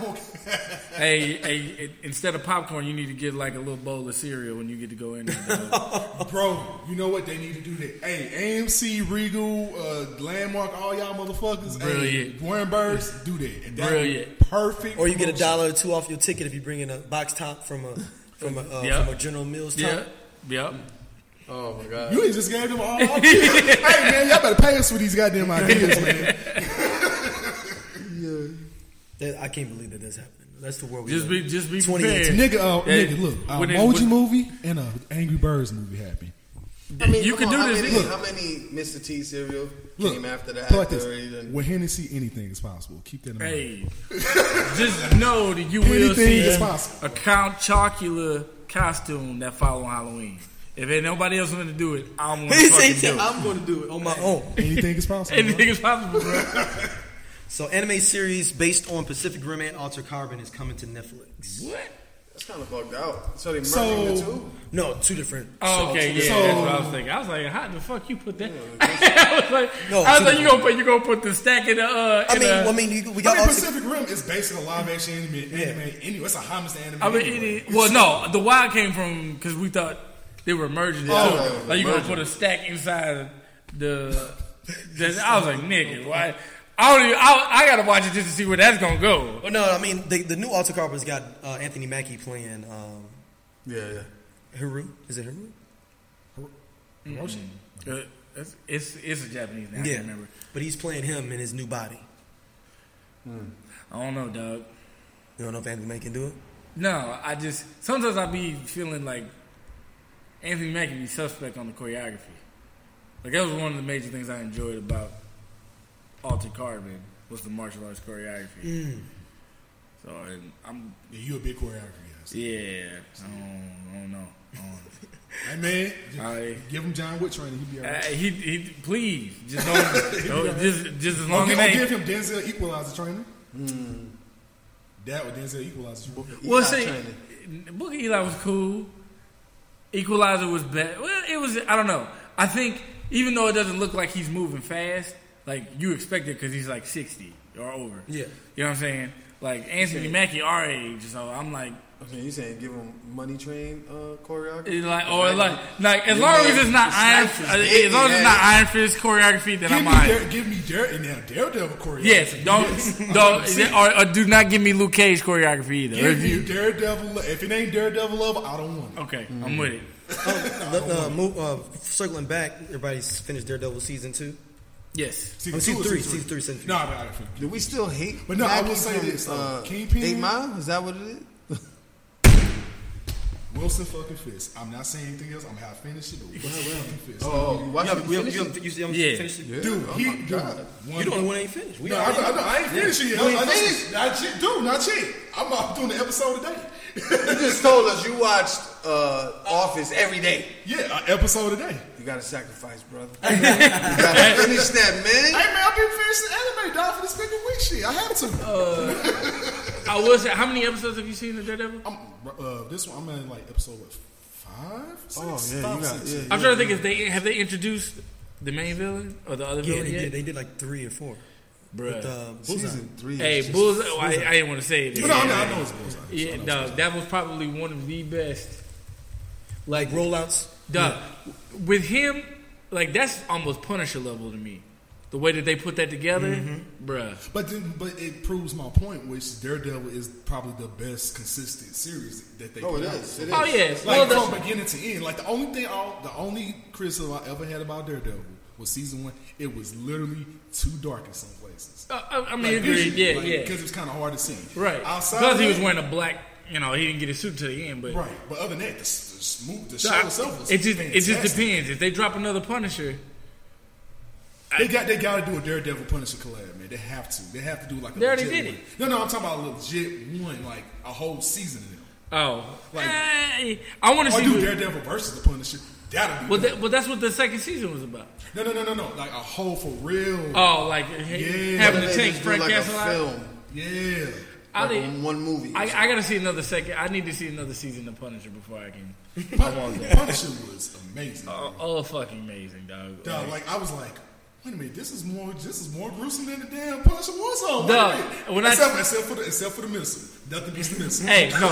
Speaker 3: okay.
Speaker 4: hey, hey, it- instead of popcorn, you need to get like a little bowl of cereal when you get to go in there. dog.
Speaker 3: Bro, you know what? They need to do that. Hey, AMC, Regal, uh, Landmark, all y'all motherfuckers.
Speaker 4: Brilliant.
Speaker 3: Hey, Warrenburgs, do that. And that
Speaker 4: Brilliant.
Speaker 3: would be Perfect.
Speaker 2: Or you get a
Speaker 3: promotion.
Speaker 2: dollar or two off your ticket if you bring in a box top from a from a uh,
Speaker 4: Yeah.
Speaker 2: from a General Mills top.
Speaker 4: yep, yep.
Speaker 5: Oh my God.
Speaker 3: You ain't just gave them all.
Speaker 4: [laughs]
Speaker 3: hey, man, y'all better pay us for these goddamn ideas, man.
Speaker 2: That, I can't believe that that's happening. That's the world we
Speaker 4: Just
Speaker 2: live
Speaker 4: be, just be
Speaker 2: 28.
Speaker 4: prepared.
Speaker 3: nigga, uh,
Speaker 4: Yeah,
Speaker 3: nigga, look. A
Speaker 4: when it-
Speaker 3: Emoji
Speaker 4: when-
Speaker 3: movie and a Angry Birds movie happen.
Speaker 4: you can
Speaker 5: come
Speaker 4: do
Speaker 5: on,
Speaker 4: this.
Speaker 5: How many,
Speaker 4: Look.
Speaker 5: how many Mr. T cereal
Speaker 3: Look,
Speaker 5: came after that?
Speaker 3: put it like
Speaker 5: after
Speaker 3: this.
Speaker 5: it
Speaker 3: With Hennessy, anything is possible. Keep that in mind.
Speaker 4: Hey, just know that you will
Speaker 3: Anything
Speaker 4: see
Speaker 3: is possible.
Speaker 4: a Count Chocula costume that follow Halloween. If ain't nobody else going to do it, I'm going
Speaker 2: He
Speaker 4: to
Speaker 2: said,
Speaker 4: fucking do it.
Speaker 2: I'm going to do it on my own.
Speaker 3: Anything is possible. bro.
Speaker 4: [laughs] Anything is possible, bro.
Speaker 2: So, anime series based on Pacific Rim and Alter Carbon is coming to Netflix.
Speaker 4: What?
Speaker 5: That's kind of fucked out. So they merged
Speaker 3: So-
Speaker 5: the two.
Speaker 2: No, two different.
Speaker 4: Oh, okay, yeah,
Speaker 3: so-
Speaker 4: that's what I was thinking. I was like, how the fuck you put that? [laughs] I was like,
Speaker 2: No,
Speaker 4: I was
Speaker 2: to
Speaker 4: like,
Speaker 2: the-
Speaker 4: you gonna put you gonna put the stack in the. Uh,
Speaker 2: I
Speaker 4: in
Speaker 2: mean,
Speaker 4: the-
Speaker 2: I mean, you, we
Speaker 3: I
Speaker 2: got
Speaker 3: mean,
Speaker 2: Alter.
Speaker 3: Pacific Rim is based on a live action anime. anime anyway, it's a homage to anime.
Speaker 4: I mean, it
Speaker 3: anyway.
Speaker 4: is, well, no, the why came from because we thought they were merging it.
Speaker 3: Oh,
Speaker 4: too.
Speaker 3: right, right,
Speaker 4: like you gonna put a stack inside
Speaker 2: [laughs]
Speaker 4: the. the I was like, nigga, why? I don't even. I, I gotta watch it just to see where that's gonna go.
Speaker 2: Well, no, I mean the, the new Alter Carbon's got uh, Anthony Mackie playing um,
Speaker 3: Yeah, yeah.
Speaker 2: Haru? Is it Haru?
Speaker 4: Uh, it's, it's it's a Japanese name. I
Speaker 2: yeah,
Speaker 4: can't remember.
Speaker 2: But he's playing him in his new body.
Speaker 4: I don't know, dog.
Speaker 2: You don't know if Anthony Mackie can do it?
Speaker 4: No, I just sometimes I be feeling like Anthony Mackie be suspect on the choreography. Like that was one of the major things I enjoyed about Altered Carbon was the martial arts choreography. So and I'm
Speaker 3: yeah you a big choreographer, guys.
Speaker 4: yeah, I don't, I don't know. I don't know.
Speaker 3: Hey, man. Just
Speaker 4: Aye.
Speaker 3: give him John Wick training. He'd be all
Speaker 4: Uh,
Speaker 3: right.
Speaker 4: he, he, please, just don't, don't- just, just as long
Speaker 3: I'll
Speaker 4: as
Speaker 3: give,
Speaker 4: it
Speaker 3: I'll
Speaker 4: ain't.
Speaker 3: give him Denzel Equalizer training. Hmm. That or Denzel Equalizer training.
Speaker 4: Well, see, Book of Eli was cool. Equalizer was bad. Well, it was. I don't know. I think even though it doesn't look like he's moving fast, like you expect it because he's like sixty or over.
Speaker 2: Yeah.
Speaker 4: you know what I'm saying. Like Anthony Mackie our age, so I'm like,
Speaker 5: Okay, you saying give him money train uh, choreography?
Speaker 4: it's like or like, like as long as it's not Iron,
Speaker 5: Snipers,
Speaker 4: uh,
Speaker 5: baby,
Speaker 4: as long as it's not Iron Fist choreography, then
Speaker 3: Give
Speaker 4: I'm
Speaker 3: me,
Speaker 4: like,
Speaker 3: Dare, give me Dare and now Daredevil choreography.
Speaker 4: yes, don't,
Speaker 3: Yes.
Speaker 4: don't, or, or do not give me Luke Cage choreography either. Or
Speaker 3: Give
Speaker 4: if
Speaker 3: me
Speaker 4: you,
Speaker 3: Daredevil. If it ain't Daredevil love, I don't want it.
Speaker 4: okay, I'm with it.
Speaker 2: Uh, move, uh, circling back, everybody's finished Daredevil season two.
Speaker 4: Yes,
Speaker 3: Season
Speaker 2: Oh, season
Speaker 3: two or
Speaker 2: three,
Speaker 3: season
Speaker 2: season three, season three.
Speaker 3: No, I got it.
Speaker 5: Do we still hate?
Speaker 3: But no, I
Speaker 5: Mackie
Speaker 3: will say
Speaker 5: from,
Speaker 3: this, though.
Speaker 5: uh,
Speaker 3: Kingpin-
Speaker 5: Eight Mile is that what it is?
Speaker 3: Wilson fucking Fist. I'm not saying anything else. I'm gonna finish it. But Wilson fucking Fist.
Speaker 5: Oh, you watch
Speaker 2: You haven't, you haven't, you haven't, you haven't
Speaker 4: Yeah.
Speaker 2: finished it?
Speaker 3: dude, he, dude, one-
Speaker 2: You the only one that ain't finished. We
Speaker 3: No, I,
Speaker 2: already-
Speaker 3: I, no, I ain't finishing yet.
Speaker 2: You ain't
Speaker 3: I, I just, not shit, dude, not shit. I'm, I'm doing the episode today.
Speaker 5: You just told us you watched uh, Office every day.
Speaker 3: yeah, an episode today.
Speaker 5: You gotta sacrifice, brother. you gotta finish that, man.
Speaker 3: Hey man, I've been finishing anime dog for this nigga week shit. I had to.
Speaker 5: Oh.
Speaker 4: I will say, how many episodes have you seen of Daredevil?
Speaker 3: I'm, uh, this one, I'm in like episode what, five, six,
Speaker 5: Oh, yeah,
Speaker 3: five,
Speaker 5: you got-
Speaker 3: six.
Speaker 5: yeah.
Speaker 4: I'm trying to think if they have they introduced the main villain or the other
Speaker 2: yeah,
Speaker 4: villain
Speaker 2: they
Speaker 4: yet.
Speaker 2: did. They did like three or four.
Speaker 4: Bruh.
Speaker 2: With, uh, Bullseye.
Speaker 5: Season three. is
Speaker 4: hey,
Speaker 5: just-
Speaker 4: Bulls. oh, I, I didn't want to say it.
Speaker 3: But no, I, mean, I know it's bullseye.
Speaker 4: yeah, no, that was probably one of the best.
Speaker 2: Like rollouts.
Speaker 4: Duh. With him, like that's almost Punisher level to me. The way that they put that together,
Speaker 3: Mm-hmm.
Speaker 4: bruh.
Speaker 3: But then, but it proves my point, which is Daredevil is probably the best consistent series that they.
Speaker 5: Oh,
Speaker 3: put
Speaker 5: it
Speaker 3: out.
Speaker 5: is. It is.
Speaker 4: Oh yeah, well,
Speaker 3: Like
Speaker 4: the-
Speaker 3: from beginning to end. Like the only thing, I, the only criticism I ever had about Daredevil was season one. It was literally too dark in some places.
Speaker 4: uh, I, I mean, agreed. Yeah, yeah.
Speaker 3: Because it was kind of hard to see.
Speaker 4: Right.
Speaker 3: Outside
Speaker 4: Because
Speaker 3: of
Speaker 4: he
Speaker 3: that-
Speaker 4: was wearing a black. You know, he didn't get his suit to the end, but
Speaker 3: Right, but other than that, the, s- the, s- move- the show
Speaker 4: Duh,
Speaker 3: itself was
Speaker 4: it just it just
Speaker 3: fantastic.
Speaker 4: depends. If they drop another Punisher,
Speaker 3: They got they got to do a Daredevil Punisher collab, man. They have to. They have to do like a
Speaker 4: They already
Speaker 3: legit
Speaker 4: did
Speaker 3: one. No, no, I'm talking about a legit one, like a whole season of them.
Speaker 4: oh,
Speaker 3: Like-
Speaker 4: eh, I want to
Speaker 3: Or
Speaker 4: see.
Speaker 3: do
Speaker 4: what-
Speaker 3: Daredevil versus the Punisher. That'll be
Speaker 4: Well,
Speaker 3: dope.
Speaker 4: that, well, that's what the second season was about.
Speaker 3: No, no, no, no, no. Like a whole for real.
Speaker 4: Oh, like ha- having
Speaker 5: They
Speaker 4: to
Speaker 5: just
Speaker 4: take
Speaker 5: do
Speaker 4: Frank
Speaker 5: like
Speaker 4: Castle
Speaker 5: a
Speaker 4: out.
Speaker 5: film,
Speaker 3: yeah.
Speaker 4: I,
Speaker 5: like
Speaker 4: did,
Speaker 5: one movie.
Speaker 4: I, I gotta see another second. I need to see another season of Punisher before I can. [laughs]
Speaker 3: Pun- Punisher was amazing.
Speaker 4: Oh, oh fucking amazing, dog.
Speaker 3: Dog, like I was like, wait a minute, this is more this is more gruesome than the damn Punisher was on.
Speaker 4: Dog, when I-
Speaker 3: except, except for the except for the missile. Nothing beats the missile.
Speaker 4: Hey, no,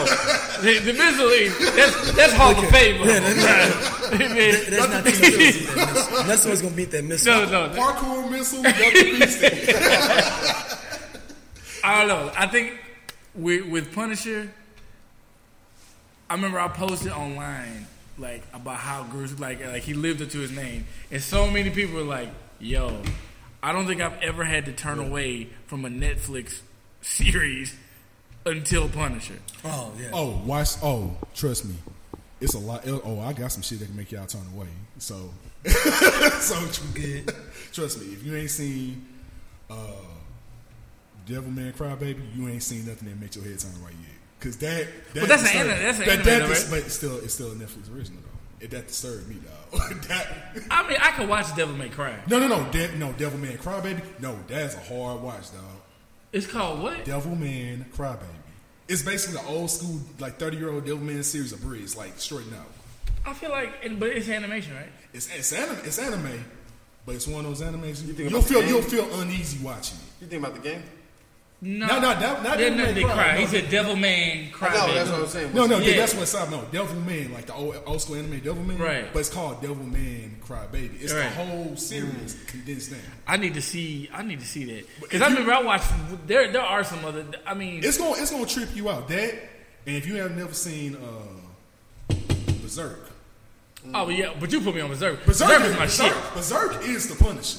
Speaker 4: the, the missile is that's that's Hall of Fame. [laughs]
Speaker 2: That's not too much. That's what's gonna beat that missile.
Speaker 4: no, no, no.
Speaker 3: Parkour missile, nothing beats it.
Speaker 4: I don't know. I think with with Punisher, I remember I posted online like about how gruesome, like like he lived up to his name, and so many people were like, "Yo, I don't think I've ever had to turn away from a Netflix series until Punisher."
Speaker 2: Oh yeah.
Speaker 3: Oh, watch. Oh, trust me, it's a lot. Oh, I got some shit that can make y'all turn away. So, [laughs] so tr- Trust me, if you ain't seen uh, Devil Man Crybaby, you ain't seen nothing that makes your head turn away yet. Cause that, that
Speaker 4: But that's an
Speaker 3: disturbed-
Speaker 4: anime- that's an
Speaker 3: that,
Speaker 4: anime,
Speaker 3: that
Speaker 4: though,
Speaker 3: dis-
Speaker 4: right?
Speaker 3: But it's still, it's still a Netflix original though. It, that disturbed me, dog. [laughs] that,
Speaker 4: I mean, I could watch Devil May Cry.
Speaker 3: no, no, no, De- no, Devil Man Crybaby. No, that's a hard watch, dog.
Speaker 4: It's called what?
Speaker 3: Devil Man Crybaby. It's basically the old school, like thirty year old Devil Man series of breeds, like straighten out.
Speaker 4: I feel like, and, but it's animation, right?
Speaker 3: It's it's anime, it's anime, but it's one of those animations you
Speaker 5: think
Speaker 3: will
Speaker 5: about
Speaker 3: feel
Speaker 5: the
Speaker 3: you'll feel uneasy watching it.
Speaker 5: You think about the game?
Speaker 4: No,
Speaker 3: No, no, that- not
Speaker 4: They're
Speaker 3: Devil May
Speaker 4: they
Speaker 3: Cry,
Speaker 4: cry. He
Speaker 3: no.
Speaker 4: said Devil Man Cry.
Speaker 5: No,
Speaker 4: Baby.
Speaker 5: that's what I'm saying.
Speaker 3: No, no,
Speaker 4: Yeah.
Speaker 3: that's what it's not. No, Devil Man, like the old old school anime Devil Man,
Speaker 4: Right.
Speaker 3: But it's called Devil Man Crybaby. It's
Speaker 4: Right. Mm.
Speaker 3: the whole series condensed down.
Speaker 4: I need to see. I need to see that because I remember I watched. There, there are some other. I mean,
Speaker 3: It's gonna it's gonna trip you out. That and if you have never seen uh, Berserk.
Speaker 4: Oh, but yeah, but you put me on Berserk.
Speaker 3: Berserk,
Speaker 4: Berserk
Speaker 3: is,
Speaker 4: is my
Speaker 3: Berserk,
Speaker 4: shit.
Speaker 3: Berserk is the Punisher.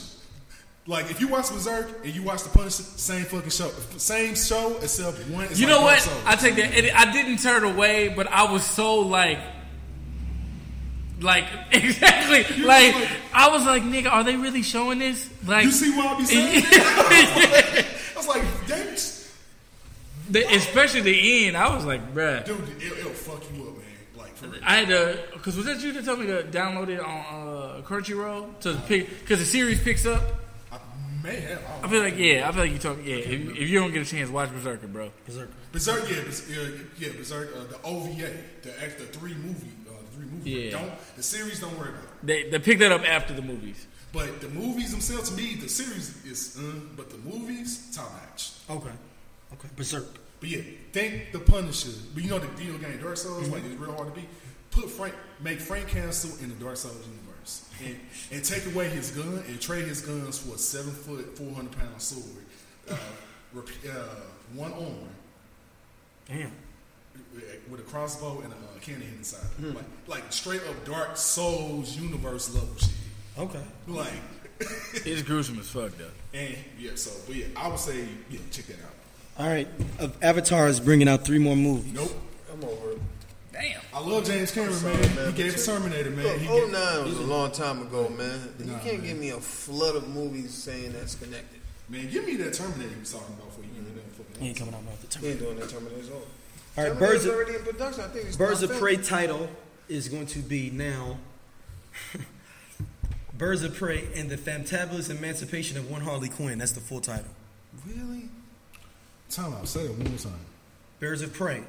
Speaker 3: Like if you watch Berserk and you watch the Punisher, same fucking show, same show except one. is
Speaker 4: You
Speaker 3: like
Speaker 4: know
Speaker 3: one
Speaker 4: what?
Speaker 3: episode.
Speaker 4: I take that. And I didn't turn away, but I was so like, like [laughs] exactly,
Speaker 3: You
Speaker 4: like
Speaker 3: like-
Speaker 4: I was like, nigga, are they really showing this? Like,
Speaker 3: you see what I be
Speaker 4: [laughs]
Speaker 3: saying? I was like, damn,
Speaker 4: the, especially the end. I was like, bruh.
Speaker 3: dude, it, it'll fuck you up, man. Like for real.
Speaker 4: I had to, cause was that you that told me to download it on uh, Crunchyroll to pick, cause the series picks up.
Speaker 3: I may have. I don't
Speaker 4: I feel like yeah, I feel like you talking yeah. If, if you don't get a chance, watch Berserker, bro.
Speaker 3: Berserk, yeah, Bers- yeah, yeah, Berserk, uh, the OVA, the act- the three movie, uh, the three movies.
Speaker 4: Yeah.
Speaker 3: Don't the series, don't worry about. it.
Speaker 4: They they pick that up after the movies.
Speaker 3: But the movies themselves, to me, the series is, uh, but the movies, top notch.
Speaker 2: Okay. Okay. Berserk.
Speaker 3: But yeah, thank the Punisher. But you know the video game Dark Souls,
Speaker 4: Mm-hmm.
Speaker 3: like it's real hard to beat. Put Frank, make Frank Castle in the Dark Souls universe, and, and take away his gun and trade his guns for a seven foot, four hundred pound sword, uh, rep- uh, one arm,
Speaker 2: Damn.
Speaker 3: with a crossbow and a uh, cannon inside,
Speaker 4: Hmm.
Speaker 3: it. like like straight up Dark Souls universe level shit.
Speaker 2: Okay.
Speaker 3: Like, [laughs]
Speaker 4: It's gruesome as fuck though.
Speaker 3: and yeah, so but yeah, I would say yeah, check that out.
Speaker 2: All right. Uh, Avatar is bringing out three more movies.
Speaker 3: Nope.
Speaker 4: Damn.
Speaker 3: I love James Cameron, man.
Speaker 5: man,
Speaker 3: He
Speaker 5: but Oh,
Speaker 3: gave
Speaker 5: you-
Speaker 3: us Terminator, man.
Speaker 5: Look,
Speaker 3: he gave-
Speaker 5: 09 was a long time ago, man. You can't give me a flood of movies saying that's connected.
Speaker 3: Man, give me that Terminator you was talking about for you. give me that
Speaker 2: He
Speaker 3: fucking-
Speaker 2: ain't coming out after time.
Speaker 5: He ain't doing that Terminator's all.
Speaker 2: All right.
Speaker 5: Terminator's
Speaker 2: Birds of,
Speaker 5: already in production. I think it's
Speaker 2: Birds
Speaker 5: not
Speaker 2: of Prey
Speaker 5: finished.
Speaker 2: title is going to be now [laughs] Birds of Prey and the Fantabulous Emancipation of One Harley Quinn. That's the full title.
Speaker 3: Really? Time out. Say it one more time.
Speaker 2: Birds of Prey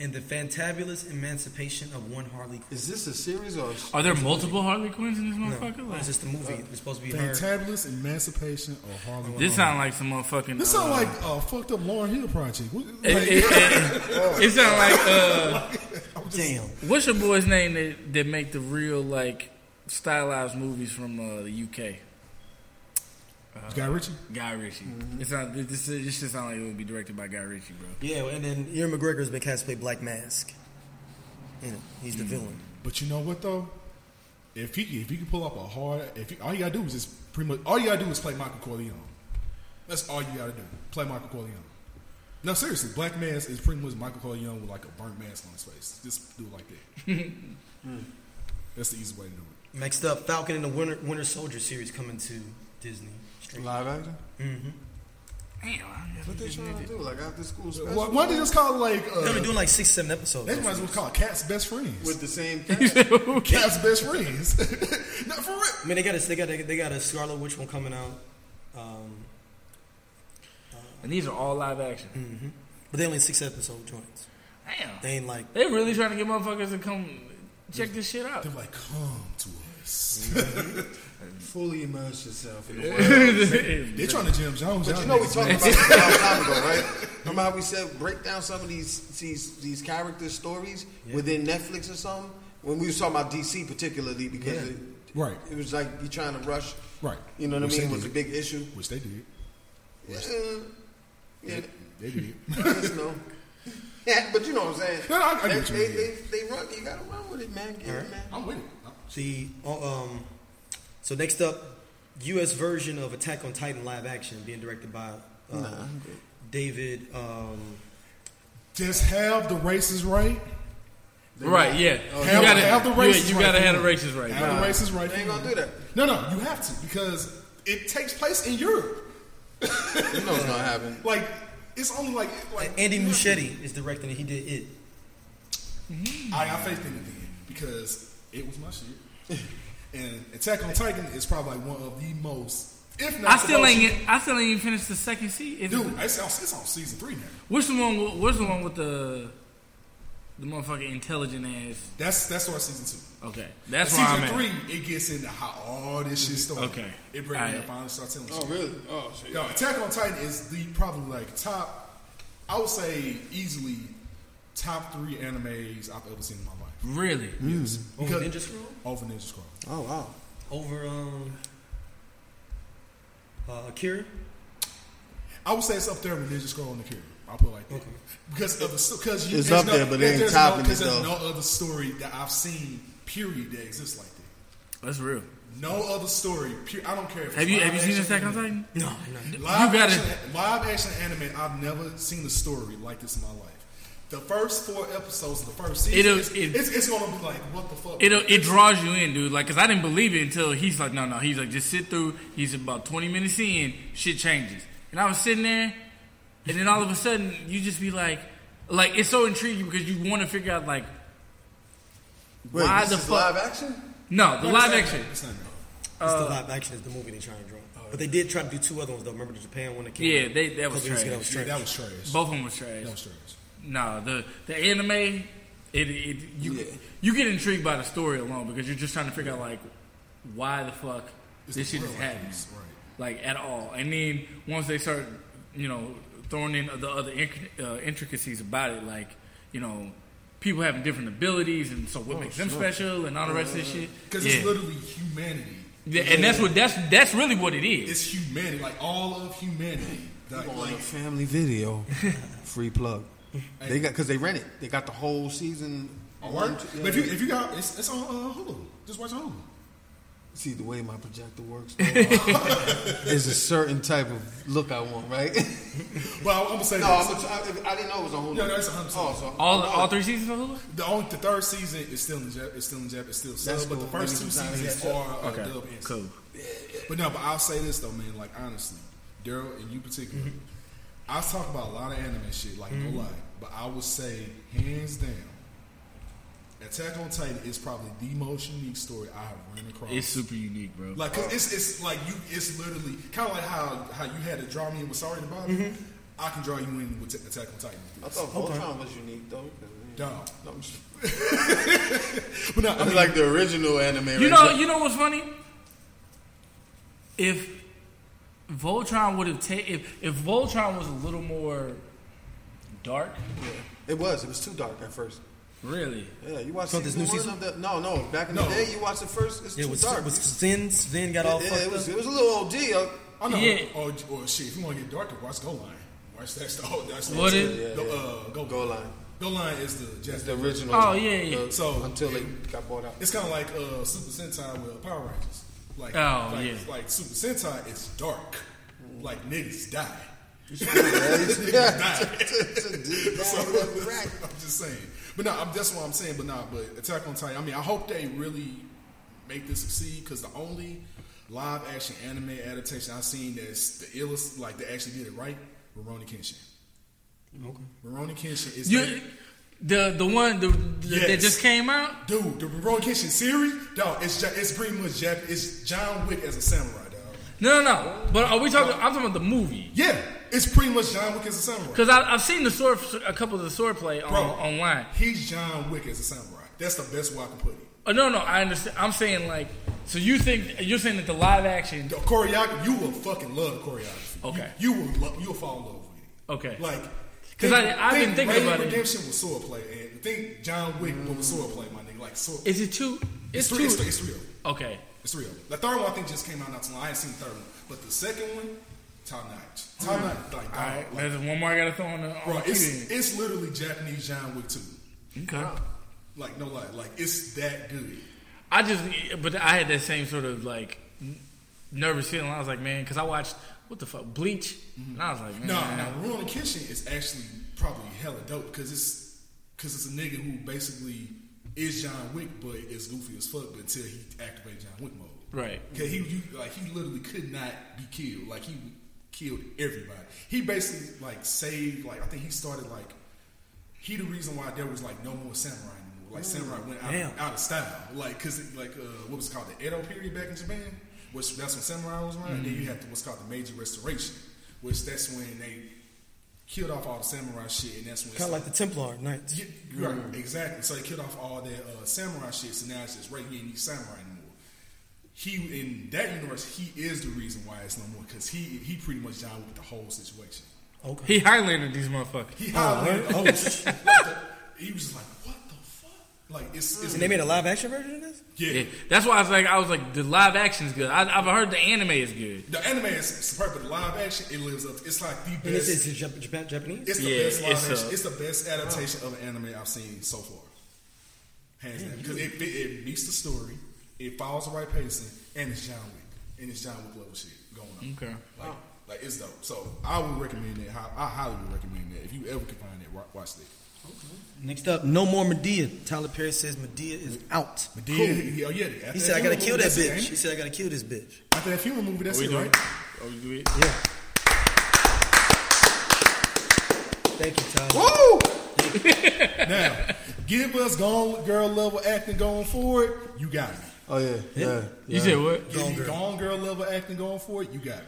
Speaker 2: and the Fantabulous Emancipation of One Harley Quinn.
Speaker 5: Is this a series or?
Speaker 4: Are there multiple Harley Quinns in this
Speaker 2: No,
Speaker 4: motherfucker? Like,
Speaker 2: it's just the movie. It's supposed to be her.
Speaker 3: Fantabulous Emancipation of Harlem.
Speaker 4: this sound like some motherfucking.
Speaker 3: This
Speaker 4: uh,
Speaker 3: sound like a fucked up Lauren Hill project. What-
Speaker 4: It,
Speaker 3: like-
Speaker 4: [laughs] it, it, it sound like uh,
Speaker 2: Damn.
Speaker 4: what's your boy's name that that make the real like stylized movies from uh, the UK?
Speaker 3: Guy Ritchie.
Speaker 4: Guy Ritchie.
Speaker 3: Mm-hmm.
Speaker 4: It's not. This this just sound like it would be directed by Guy Ritchie, bro.
Speaker 2: Yeah, and then Ewan McGregor has been cast to play Black Mask. You know, he's the villain.
Speaker 3: But you know what though? If he if he can pull up a hard, if he, all you gotta do is just pretty much all you gotta do is play Michael Corleone. That's all you gotta do. Play Michael Corleone. No, seriously, Black Mask is pretty much Michael Corleone with like a burnt mask on his face. Just do it like that. Hmm. That's the easy way to do it.
Speaker 2: Next up, Falcon and the Winter, Winter Soldier series coming to Disney.
Speaker 5: Live action?
Speaker 4: Damn. I
Speaker 5: What they
Speaker 4: just
Speaker 5: trying to
Speaker 4: need to-
Speaker 5: do? Like after school special?
Speaker 3: Why, why don't they just call it like uh,
Speaker 2: They'll be doing like six, seven episodes.
Speaker 3: They might as well call it Cat's Best Friends.
Speaker 5: [laughs] With the same cast?
Speaker 3: [laughs] Cat's Best Friends. [laughs] Not for real.
Speaker 2: I mean, they got a they got a, they got a Scarlet Witch one coming out, um,
Speaker 4: And these are all live action.
Speaker 2: but they only six episode joints.
Speaker 3: Mm-hmm.
Speaker 4: Damn.
Speaker 2: They ain't like
Speaker 4: They really trying to get motherfuckers to come check this shit out.
Speaker 3: They're like, come to us.
Speaker 5: [laughs] Fully immerse yourself in the world.
Speaker 4: [laughs]
Speaker 3: They're trying to Jim Jones.
Speaker 5: [laughs] But
Speaker 3: y'all
Speaker 5: you know we
Speaker 3: niggas,
Speaker 5: talked
Speaker 3: man.
Speaker 5: about this a long time ago, right? Remember how we said break down some of these these these character stories within Netflix or something? When we was talking about DC particularly because it,
Speaker 3: Right.
Speaker 5: it was like you trying to rush.
Speaker 3: Right.
Speaker 5: You know what
Speaker 3: Which
Speaker 5: I mean?
Speaker 3: they
Speaker 5: It was a
Speaker 3: did.
Speaker 5: big issue.
Speaker 3: Which they did.
Speaker 5: Yeah. Yeah,
Speaker 3: They
Speaker 5: [laughs]
Speaker 3: did.
Speaker 5: just know. Yeah, but you know what I'm saying?
Speaker 3: No, I- I
Speaker 5: they,
Speaker 3: get you,
Speaker 5: they,
Speaker 3: yeah.
Speaker 5: they, they run. You gotta run with it, man. Get it, man.
Speaker 3: I'm with it.
Speaker 2: the uh, um. So next up, U.S. version of Attack on Titan live action being directed by uh, David. Um,
Speaker 3: Just have the races right.
Speaker 4: right, yeah. you
Speaker 3: Oh, have,
Speaker 4: gotta
Speaker 3: have the races
Speaker 4: yeah, you
Speaker 3: right.
Speaker 4: gotta
Speaker 3: for
Speaker 4: have
Speaker 3: you.
Speaker 4: the races right.
Speaker 3: Have the races right.
Speaker 5: They ain't
Speaker 3: for
Speaker 5: gonna
Speaker 3: you.
Speaker 5: do that.
Speaker 3: No, no, you have to because it takes place in Europe.
Speaker 5: You know it's gonna happen.
Speaker 3: Like, it's only like. like
Speaker 2: Andy Muschietti is directing it. He did it.
Speaker 3: I got faith in it then because it was my
Speaker 5: [laughs]
Speaker 3: shit. and Attack on Titan is probably like one of the most, if not
Speaker 4: I
Speaker 3: the
Speaker 4: still
Speaker 3: most-
Speaker 4: ain't get- I still ain't even finished the second season.
Speaker 3: Dude, it's on, it's on season three now.
Speaker 4: What's the one with- what's the one with the the motherfucking intelligent ass
Speaker 3: That's that's our season two.
Speaker 4: Okay. That's where
Speaker 3: season
Speaker 4: I'm at. Mm-hmm.
Speaker 3: three, it gets into how all this shit started.
Speaker 4: Okay.
Speaker 3: it brings me up.
Speaker 4: Alright.
Speaker 3: I start telling.
Speaker 5: Oh
Speaker 3: shit.
Speaker 5: really? Oh shit.
Speaker 3: No, Attack on Titan is the probably like top. I would say easily top three animes I've ever seen in my life.
Speaker 4: Really?
Speaker 3: Yes,
Speaker 2: Over
Speaker 3: Because-
Speaker 2: Ninja Scroll.
Speaker 3: over Ninja Scroll.
Speaker 5: Oh wow.
Speaker 2: Over um. Uh, Akira.
Speaker 3: I would say it's up there with Ninja Scroll and Akira. I'll put it like that. Because of the because
Speaker 6: It's up there, but it ain't topping it,
Speaker 3: Because there's
Speaker 6: though.
Speaker 3: no other story that I've seen period that exists like that.
Speaker 4: That's real.
Speaker 3: No other story. Pe- I don't care. If it's
Speaker 4: Have you
Speaker 3: live
Speaker 4: have you seen
Speaker 3: action
Speaker 4: Attack on
Speaker 3: anime.
Speaker 4: Titan? No, you
Speaker 3: Live
Speaker 4: gotta.
Speaker 3: action, live action anime. I've never seen a story like this in my life. The first four episodes of the first season,
Speaker 4: It'll-
Speaker 3: it's,
Speaker 4: it-
Speaker 3: it's, it's gonna be like, what the fuck?
Speaker 4: It uh, it draws you in, dude. Like, cause I didn't believe it until he's like, no, no. He's like, just sit through. He's about twenty minutes in, shit changes, and I was sitting there, and then all of a sudden, you just be like, like it's so intriguing because you want to figure out like,
Speaker 5: Wait,
Speaker 4: why
Speaker 5: this
Speaker 4: the
Speaker 5: is
Speaker 4: fuck?
Speaker 5: live action?
Speaker 4: No, the live action.
Speaker 3: It's not me.
Speaker 2: It's the live action is the movie they trying to draw. But they did try to do two other ones though. Remember the Japan one that came
Speaker 4: Yeah,
Speaker 2: out?
Speaker 4: they- that was
Speaker 2: Couple years ago, That was trash.
Speaker 3: Yeah,
Speaker 4: trash.
Speaker 3: that was trash.
Speaker 4: Both of them was trash.
Speaker 3: That was trash.
Speaker 4: No, the the anime, it, it you you get intrigued by the story alone because you're just trying to figure out like why the fuck this shit is happening, like at all. And then once they start, you know, throwing in the other inc- uh, intricacies about it, like you know, people having different abilities, and so what makes them special, and all the rest of this shit.
Speaker 3: Because
Speaker 4: yeah.
Speaker 3: it's literally humanity.
Speaker 4: Yeah, and that's what that's that's really what it is.
Speaker 3: It's humanity, like all of humanity. Like, like,
Speaker 5: Family
Speaker 4: [laughs]
Speaker 5: Video, free plug. They got because they rent it. They got the whole season.
Speaker 3: or- but if you if you got it's, it's on uh, Hulu. Just watch Hulu.
Speaker 5: See the way my
Speaker 4: [laughs]
Speaker 5: projector works. There's a certain type of look I want, right?
Speaker 3: But I'm gonna say
Speaker 5: no,
Speaker 3: this.
Speaker 5: I'm a, I, I didn't know it was on Hulu.
Speaker 3: No, no, it's on Hulu.
Speaker 5: Oh, so
Speaker 4: all all three seasons of Hulu.
Speaker 3: the only the third season is still in Jap, it's still in Jap, it's still sub,
Speaker 5: That's
Speaker 3: but the
Speaker 5: cool.
Speaker 3: first
Speaker 5: Maybe
Speaker 3: two
Speaker 5: it's not
Speaker 3: seasons
Speaker 5: in Jap.
Speaker 3: are uh, dub and sub. But no, but I'll say this though, man. Like honestly, Daryl and you particularly,
Speaker 4: Mm-hmm.
Speaker 3: I talk about a lot of anime shit. Like no lie, but I would say hands down, Attack on Titan is probably the most unique story I have run across.
Speaker 4: It's super unique, bro.
Speaker 3: Like, 'cause it's it's like you, it's literally kind of like how how you had to draw me in with Sorry to Bother.
Speaker 4: Mm-hmm.
Speaker 3: I can draw you in with T- Attack on Titan.
Speaker 5: I thought Voltron was unique though. 'cause, man,
Speaker 3: Dog.
Speaker 5: no, I'm
Speaker 2: [laughs]
Speaker 5: just-
Speaker 3: But no, I
Speaker 5: I mean,
Speaker 3: mean,
Speaker 5: like the original anime.
Speaker 4: You
Speaker 5: right?
Speaker 4: know, you know what's funny? If Voltron would have taken, if if Voltron was a little more dark,
Speaker 5: it was. It was too dark at first.
Speaker 4: really,
Speaker 5: Yeah, you watched
Speaker 2: So this
Speaker 5: season
Speaker 2: new
Speaker 5: one
Speaker 2: season?
Speaker 5: of the. No, no. Back in
Speaker 3: No.
Speaker 5: the day, you watched the first. It's
Speaker 2: Yeah,
Speaker 5: too
Speaker 2: it was,
Speaker 5: dark.
Speaker 2: it was Zen. Zen got all
Speaker 5: Yeah,
Speaker 2: fucked
Speaker 5: it, was,
Speaker 2: up.
Speaker 5: it was a little OD. uh,
Speaker 3: I know.
Speaker 4: Yeah.
Speaker 3: Or, or Oh, shit, if you want to get darker, watch Go Line. Watch that's the whole. That's
Speaker 4: What
Speaker 3: the,
Speaker 4: is-
Speaker 3: Go, uh, Go,
Speaker 5: Go Line.
Speaker 3: Go Line is the
Speaker 5: It's
Speaker 3: Jap.
Speaker 5: the original.
Speaker 4: Oh, yeah, yeah.
Speaker 5: uh,
Speaker 3: So-
Speaker 5: until they got bought out.
Speaker 3: It's kind of like uh, Super Sentai with Power Rangers. Like,
Speaker 4: Oh,
Speaker 3: like,
Speaker 4: yeah.
Speaker 3: like Super Sentai, it's dark. Like niggas die. [laughs]
Speaker 5: yeah, [laughs]
Speaker 3: Yeah.
Speaker 5: It's
Speaker 3: [laughs]
Speaker 5: a deep
Speaker 3: So,
Speaker 5: dive, that's right.
Speaker 3: I'm just saying. But no, I'm, that's what I'm saying. But nah, but Attack on Titan. I mean, I hope they really make this succeed because the only live action anime adaptation I've seen that's the illest, like they actually did it right, Rurouni Kenshin. Okay. Rurouni Kenshin is
Speaker 4: you, the the one the, the- that
Speaker 3: Yes.
Speaker 4: just came out.
Speaker 3: dude. The Rurouni Kenshin series, dog. It's Ja- it's pretty much Jap. It's John Wick as a samurai, dog.
Speaker 4: No, no, no. But are we talking? I'm talking about the movie
Speaker 3: Yeah, it's pretty much John Wick as a samurai.
Speaker 4: because I've seen the sword, a couple of the sword play on,
Speaker 3: Bro.
Speaker 4: online.
Speaker 3: He's John Wick as a samurai. That's the best way I can put it.
Speaker 4: Oh, no, no, I understand. I'm saying like, so you think you're saying that the live action?
Speaker 3: The choreography, you will fucking love the choreography.
Speaker 4: Okay.
Speaker 3: You, you will love, you'll fall in love with it.
Speaker 4: Okay,
Speaker 3: Like,
Speaker 4: 'Cause I- I've been thinking
Speaker 3: Raid
Speaker 4: about it.
Speaker 3: Redemption was swordplay, and think John Wick but with swordplay, my nigga. Like sword.
Speaker 4: is it too? It's,
Speaker 3: three.
Speaker 4: too.
Speaker 3: It's, three- it's real.
Speaker 4: okay,
Speaker 3: It's real. The third one I think just came out not too long. I ain't seen the third one, but the second one, top notch. Top notch. Like,
Speaker 4: Mm. all right.
Speaker 3: like,
Speaker 4: There's one more I gotta throw on the. On
Speaker 3: bro,
Speaker 4: the
Speaker 3: it's
Speaker 4: queue
Speaker 3: it's literally Japanese John Wick two.
Speaker 4: then. okay.
Speaker 3: Like no lie, like it's that good.
Speaker 4: I just, but I had that same sort of like n- nervous feeling. I was like, man, because I watched what the fuck Bleach, and I was like, man,
Speaker 3: No, no, Rurouni Kenshin is actually probably hella dope because it's because it's a nigga who basically is John Wick, but is goofy as fuck. But until he activated John Wick mode,
Speaker 4: Right.
Speaker 3: Because he you, like he literally could not be killed. Like he killed everybody. He basically like saved. Like I think he started like he the reason why there was like no more samurai anymore. Like samurai went out,
Speaker 4: Damn.
Speaker 3: out of style. Like because like uh, what was it called the Edo period back in Japan, which that's when samurai was around. And then you have to, what's called the Meiji Restoration, which that's when they killed off all the samurai shit, and that's when
Speaker 2: Kind of like the Templar Knights.
Speaker 3: yeah, right, exactly. So they killed off all their uh, samurai shit, so now it's just right. He ain't need samurai anymore. He in that universe, he is the reason why it's no more because he he pretty much John Wick the whole situation.
Speaker 2: Okay. Oh,
Speaker 4: he Highlanded these motherfuckers.
Speaker 3: He hollered. like, the- he was just like, "What the fuck?" Like it's, it's
Speaker 2: And they made a live action version of this?
Speaker 3: yeah.
Speaker 4: Yeah. That's why I was like, I was like, the live action's good. I, I've heard the anime is good.
Speaker 3: The anime is superb, but the live action it lives up. It's like the best.
Speaker 2: And this is Jap- Jap- Japanese?
Speaker 3: It's the
Speaker 4: Yeah,
Speaker 3: best live
Speaker 4: it's,
Speaker 3: action.
Speaker 4: uh,
Speaker 3: it's the best adaptation of an anime I've seen so far. Hands down. Because it, it, it meets the story, it follows the right pacing, and it's John Wick. And it's John Wick level shit going on.
Speaker 4: Okay.
Speaker 3: Like, like it's dope. So I would recommend it. Hi- I highly would recommend that. If you ever can find it, wa- watch that.
Speaker 2: Next up, No More Medea. Tyler Perry says Medea is out.
Speaker 3: Medea,
Speaker 2: Cool.
Speaker 3: he, oh yeah, after
Speaker 2: He
Speaker 3: that
Speaker 2: said, I gotta
Speaker 3: funeral
Speaker 2: kill
Speaker 3: movie,
Speaker 2: that
Speaker 3: that's it,
Speaker 2: bitch.
Speaker 3: ain't
Speaker 2: He
Speaker 3: it?
Speaker 2: said, I gotta kill this bitch.
Speaker 3: After that funeral movie, that's
Speaker 4: we
Speaker 3: it,
Speaker 4: doing?
Speaker 3: right?
Speaker 4: Are we good?
Speaker 2: Thank you, Tyler.
Speaker 3: Woo! now, give us Gone Girl level acting going forward. You got me.
Speaker 5: Oh yeah, yeah.
Speaker 4: You said what?
Speaker 3: Give me Gone Girl level acting going forward. You got me.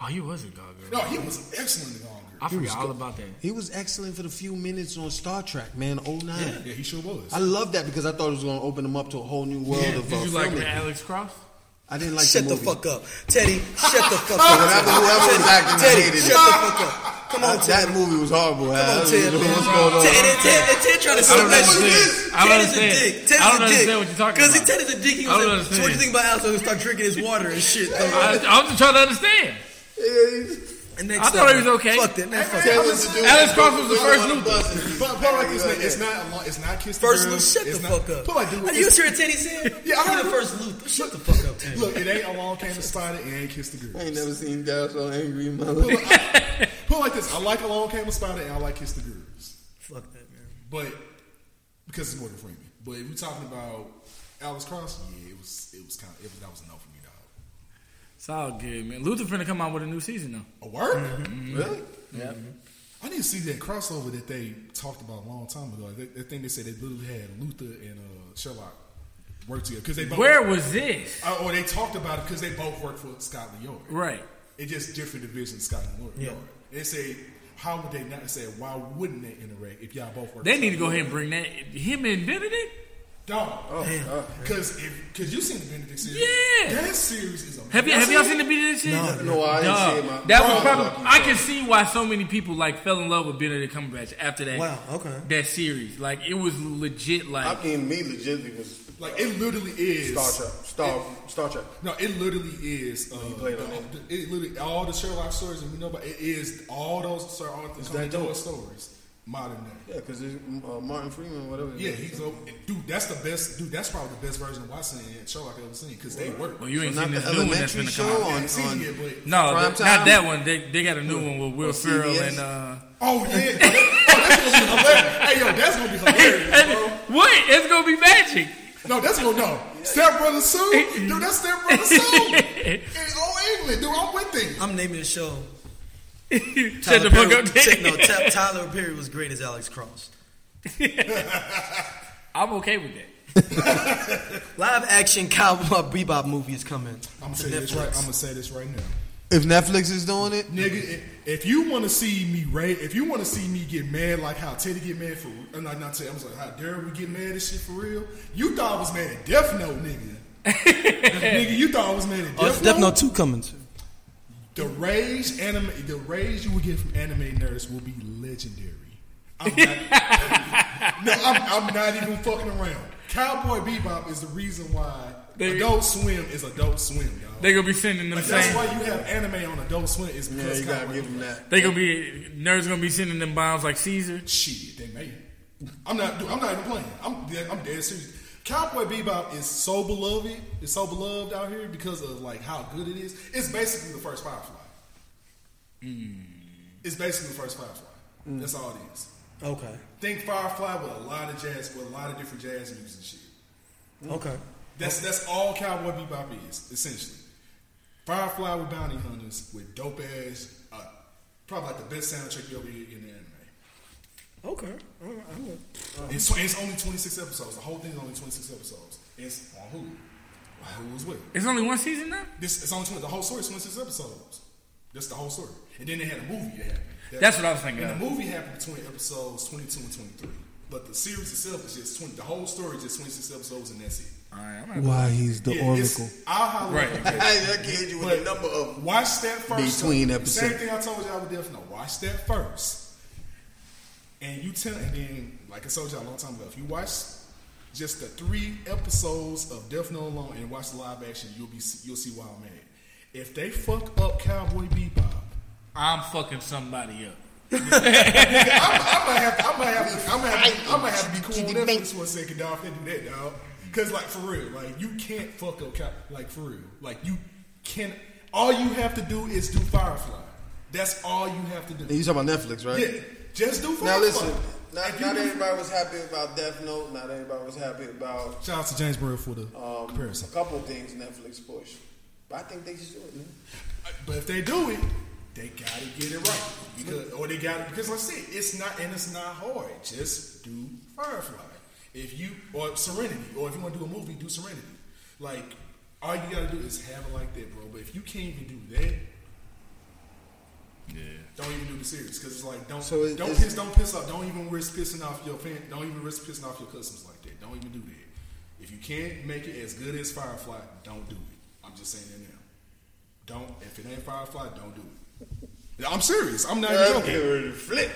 Speaker 4: Oh, you wasn't God
Speaker 3: No,
Speaker 4: Girl.
Speaker 3: he was excellent in Gone Girl.
Speaker 4: I forgot all about that.
Speaker 1: He was excellent for the few minutes on Star Trek, man. 09.
Speaker 3: Yeah, he sure was.
Speaker 1: I love that because I thought it was going to open him up to a whole new world of
Speaker 4: Did
Speaker 1: uh,
Speaker 4: you like
Speaker 1: filmmaking.
Speaker 4: Alex Cross?
Speaker 1: I didn't like
Speaker 2: shut
Speaker 1: the
Speaker 2: the
Speaker 1: movie.
Speaker 2: fuck up. Teddy, shut the fuck up.
Speaker 5: Whoever- whoever was acting, I
Speaker 2: Teddy,
Speaker 5: hated
Speaker 2: shut the fuck up. Come on,
Speaker 5: [laughs] That,
Speaker 2: Ted.
Speaker 5: that movie was horrible. Come
Speaker 2: Come on,
Speaker 1: [laughs]
Speaker 5: on,
Speaker 2: Ted. man.
Speaker 5: What's going on?
Speaker 2: Ted, Ted, Ted, Ted trying to
Speaker 4: I
Speaker 2: sell
Speaker 4: don't
Speaker 2: that
Speaker 4: understand.
Speaker 2: shit.
Speaker 4: I
Speaker 2: Ted
Speaker 4: don't
Speaker 2: is a
Speaker 4: understand.
Speaker 2: dick. Ted is
Speaker 4: I don't
Speaker 2: a dick.
Speaker 4: understand what you're talking
Speaker 2: Cause he Ted
Speaker 4: about.
Speaker 2: is a dick. He
Speaker 4: I
Speaker 2: was like, so
Speaker 4: don't
Speaker 2: what you
Speaker 4: understand.
Speaker 2: think about Alex? I'm gonna start drinking his water and shit.
Speaker 4: I, I'm just trying to understand.
Speaker 2: And next
Speaker 4: I thought
Speaker 2: up,
Speaker 4: he was okay.
Speaker 2: Fuck that. Man, fuck
Speaker 5: Ted
Speaker 2: that.
Speaker 5: was the dude
Speaker 4: Alex
Speaker 5: that
Speaker 4: Cross was the
Speaker 5: put
Speaker 4: first
Speaker 5: on
Speaker 4: Luther.
Speaker 5: bus and-
Speaker 3: But, but like this, man, it's not a lot. It's not kiss. the
Speaker 2: First
Speaker 3: girl.
Speaker 2: Luke, shut the
Speaker 3: It's not-
Speaker 2: fuck up.
Speaker 3: But like, dude,
Speaker 2: Are you
Speaker 3: it's-
Speaker 2: sure Teddy said?
Speaker 3: Yeah, I
Speaker 2: You're
Speaker 3: heard
Speaker 2: the
Speaker 3: it.
Speaker 2: first Luther. Shut the fuck up, Teddy.
Speaker 3: look, it ain't along came to Spider and ain't kiss the girl.
Speaker 1: I ain't never seen Dad so angry in my life.
Speaker 3: Put it like this, I like along came to Spider and I like kiss the girls,
Speaker 2: Fuck that, man.
Speaker 3: but because it's Morgan Freeman. But if you're talking about Alice Cross, yeah, it was it was kind of it, that was a no for me, dog.
Speaker 4: It's all good, man. Luther finna come out with a new season though.
Speaker 3: A word? Really? Yeah. I need to see that crossover that they talked about a long time ago. That, that thing they said they literally had Luther and uh, Sherlock work together because they both
Speaker 4: Where was this?
Speaker 3: Uh, or they talked about it because they both work for Scotland Yard.
Speaker 4: Right.
Speaker 3: It's just different divisions, Scotland Yard. They say, how would they not say? Why wouldn't they interact if y'all both work?
Speaker 4: They need to go ahead and bring that him and Benedict.
Speaker 3: Dog, because because you seen the Benedict series.
Speaker 4: oh. Yeah.
Speaker 3: that series is amazing.
Speaker 4: Have you have y'all seen the Benedict series?
Speaker 1: no, I didn't
Speaker 4: Duh.
Speaker 1: see my.
Speaker 4: that was probably. I can see why so many people like fell in love with Benedict Cumberbatch after that.
Speaker 2: Wow, okay.
Speaker 4: That series, like it was legit. Like
Speaker 5: I mean, me legitimately was
Speaker 3: Like it literally is
Speaker 5: Star Trek. Star Star Trek.
Speaker 3: No, it literally is. Uh,
Speaker 5: played on
Speaker 3: the-
Speaker 5: it.
Speaker 3: it literally all the Sherlock stories that we know about. It is all those Sir Arthur Conan
Speaker 5: that dope?
Speaker 3: Doyle stories, modern day.
Speaker 5: Yeah, because it's uh, Martin Freeman, whatever.
Speaker 3: Yeah, he's a, dude. That's the best. Dude, that's probably the best version of Watson and Sherlock I've ever seen because they work.
Speaker 4: well, oh, you ain't
Speaker 1: Not
Speaker 4: seen
Speaker 1: the
Speaker 4: this new one that's
Speaker 1: elementary
Speaker 4: gonna
Speaker 1: show
Speaker 4: come out.
Speaker 1: on,
Speaker 3: See,
Speaker 1: on
Speaker 3: yeah, but-
Speaker 4: No,
Speaker 1: Prime
Speaker 4: th- not
Speaker 1: Time?
Speaker 4: that one. They they got a new one with Will Ferrell
Speaker 1: CBS?
Speaker 4: and uh.
Speaker 3: oh yeah, [laughs] oh, that's gonna be hilarious. Hey yo, that's gonna be hilarious,
Speaker 4: And-
Speaker 3: bro.
Speaker 4: Wait, it's gonna be magic.
Speaker 3: No, that's gonna no. Step brother Sue, dude, that's Step
Speaker 2: [laughs]
Speaker 3: brother Sue in Old England, dude. I'm with it.
Speaker 2: I'm naming the show.
Speaker 4: [laughs] Shut the fuck
Speaker 2: Perry,
Speaker 4: up,
Speaker 2: Ted- no,
Speaker 4: Daddy.
Speaker 2: Ta- Tyler Perry was great as Alex Cross.
Speaker 4: I'm okay with that.
Speaker 2: Live action Cowboy Bebop movie is coming.
Speaker 3: I'm gonna
Speaker 2: to
Speaker 3: say this right.
Speaker 2: Netflix.
Speaker 3: I'm gonna say this right now.
Speaker 1: If Netflix is doing it,
Speaker 3: Nigga, i- if you want to see me rage, if you want to see me get mad like how Teddy get mad for, uh, not not Teddy, I was like, how dare we get mad at shit for real? You thought I was mad at Death Note,
Speaker 2: [laughs]
Speaker 3: nigga. nigga, you thought I was mad at
Speaker 2: Oh,
Speaker 3: Death,
Speaker 2: it's Death
Speaker 3: Note.
Speaker 2: Note 2 coming too.
Speaker 3: The rage anime, the rage you will get from anime nerds will be legendary. I'm
Speaker 4: [laughs]
Speaker 3: not, no, I'm, I'm not even fucking around. Cowboy Bebop is the reason why
Speaker 4: They-
Speaker 3: Adult Swim is Adult Swim, y'all.
Speaker 4: They gonna be sending them
Speaker 3: Like, that's
Speaker 4: same.
Speaker 3: why you have anime on Adult Swim is
Speaker 5: Yeah,
Speaker 3: because
Speaker 5: you gotta
Speaker 3: Cowboy
Speaker 5: give him
Speaker 3: Bebop.
Speaker 5: that.
Speaker 4: They gonna be nerds gonna be sending them bombs like Caesar.
Speaker 3: Shit, they may. I'm not. Dude, I'm not even playing. I'm. Dead, I'm dead serious. Cowboy Bebop is so beloved. It's so beloved out here because of like how good it is. It's basically the first Firefly. It's basically the first Firefly. That's all it is.
Speaker 2: Okay.
Speaker 3: Think Firefly with a lot of jazz, with a lot of different jazz music and shit.
Speaker 2: Okay.
Speaker 3: That's that's all Cowboy Bebop is essentially. Firefly with bounty hunters with dope ass, uh, probably like the best soundtrack you ever hear in the anime.
Speaker 2: Okay. All right, I'm good.
Speaker 3: It's, it's only 26 episodes. The whole thing's only 26 episodes. It's on Hulu. On Hulu as well.
Speaker 4: It's only one season now.
Speaker 3: This, it's only 20, the whole story is 26 episodes. That's the whole story. And then they had a movie that happened. That-
Speaker 4: That's what I was thinking
Speaker 3: And
Speaker 4: of.
Speaker 3: the movie happened between episodes 22 and 23. But the series itself is just 20. The whole story is just 26 episodes and that's it.
Speaker 4: All right, I'm gonna-
Speaker 1: why he's the
Speaker 3: Yeah, it's-
Speaker 1: Oracle?
Speaker 3: I'll holler
Speaker 4: Right.
Speaker 3: at
Speaker 5: [laughs]
Speaker 3: you.
Speaker 5: Hey, that kid you with the number of.
Speaker 3: Watch that first.
Speaker 1: Between
Speaker 3: though.
Speaker 1: episodes.
Speaker 3: Same thing I told y'all with Death Note. Watch that first. And you tell, and then, like I told y'all a long time ago, if you watch just the three episodes of Death Note Alone and watch the live action, you'll be you'll see why I'm mad. If they fuck up Cowboy Bebop,
Speaker 4: I'm fucking somebody up.
Speaker 3: I'm, I'm gonna have to, I'm gonna have to, I'm gonna have to, I'm gonna have to be cool with Netflix for a second, dog. If they do that, dog, because like for real, like you can't fuck up, Cap- like for real, like you can. All you have to do is do Firefly. That's all you have to do.
Speaker 5: You talking about Netflix, right?
Speaker 3: Yeah, just do Firefly.
Speaker 5: Now listen,
Speaker 3: If
Speaker 5: not,
Speaker 3: you
Speaker 5: not
Speaker 3: do-
Speaker 5: everybody was happy about Death Note. Not everybody was happy about
Speaker 3: Shout out to James Burrow for the
Speaker 5: um,
Speaker 3: comparison.
Speaker 5: a couple of things Netflix pushed. But I think they should do it. Man.
Speaker 3: But if they do it, they gotta get it right because, or they got because like I said, it's not and it's not hard. Just do Firefly. If you or Serenity, or if you want to do a movie, do Serenity. Like all you gotta do is have it like that, bro. But if you can't even do that, yeah, don't even do the series because it's like don't
Speaker 5: So it-
Speaker 3: don't
Speaker 5: it's-
Speaker 3: piss don't piss off don't even risk pissing off your fan don't even risk pissing off your customers like that. Don't even do that. If you can't make it as good as Firefly, don't do it. I'm just saying that now. Don't if it ain't Firefly, don't do it. I'm serious. I'm not even joking.
Speaker 5: Uh, flip.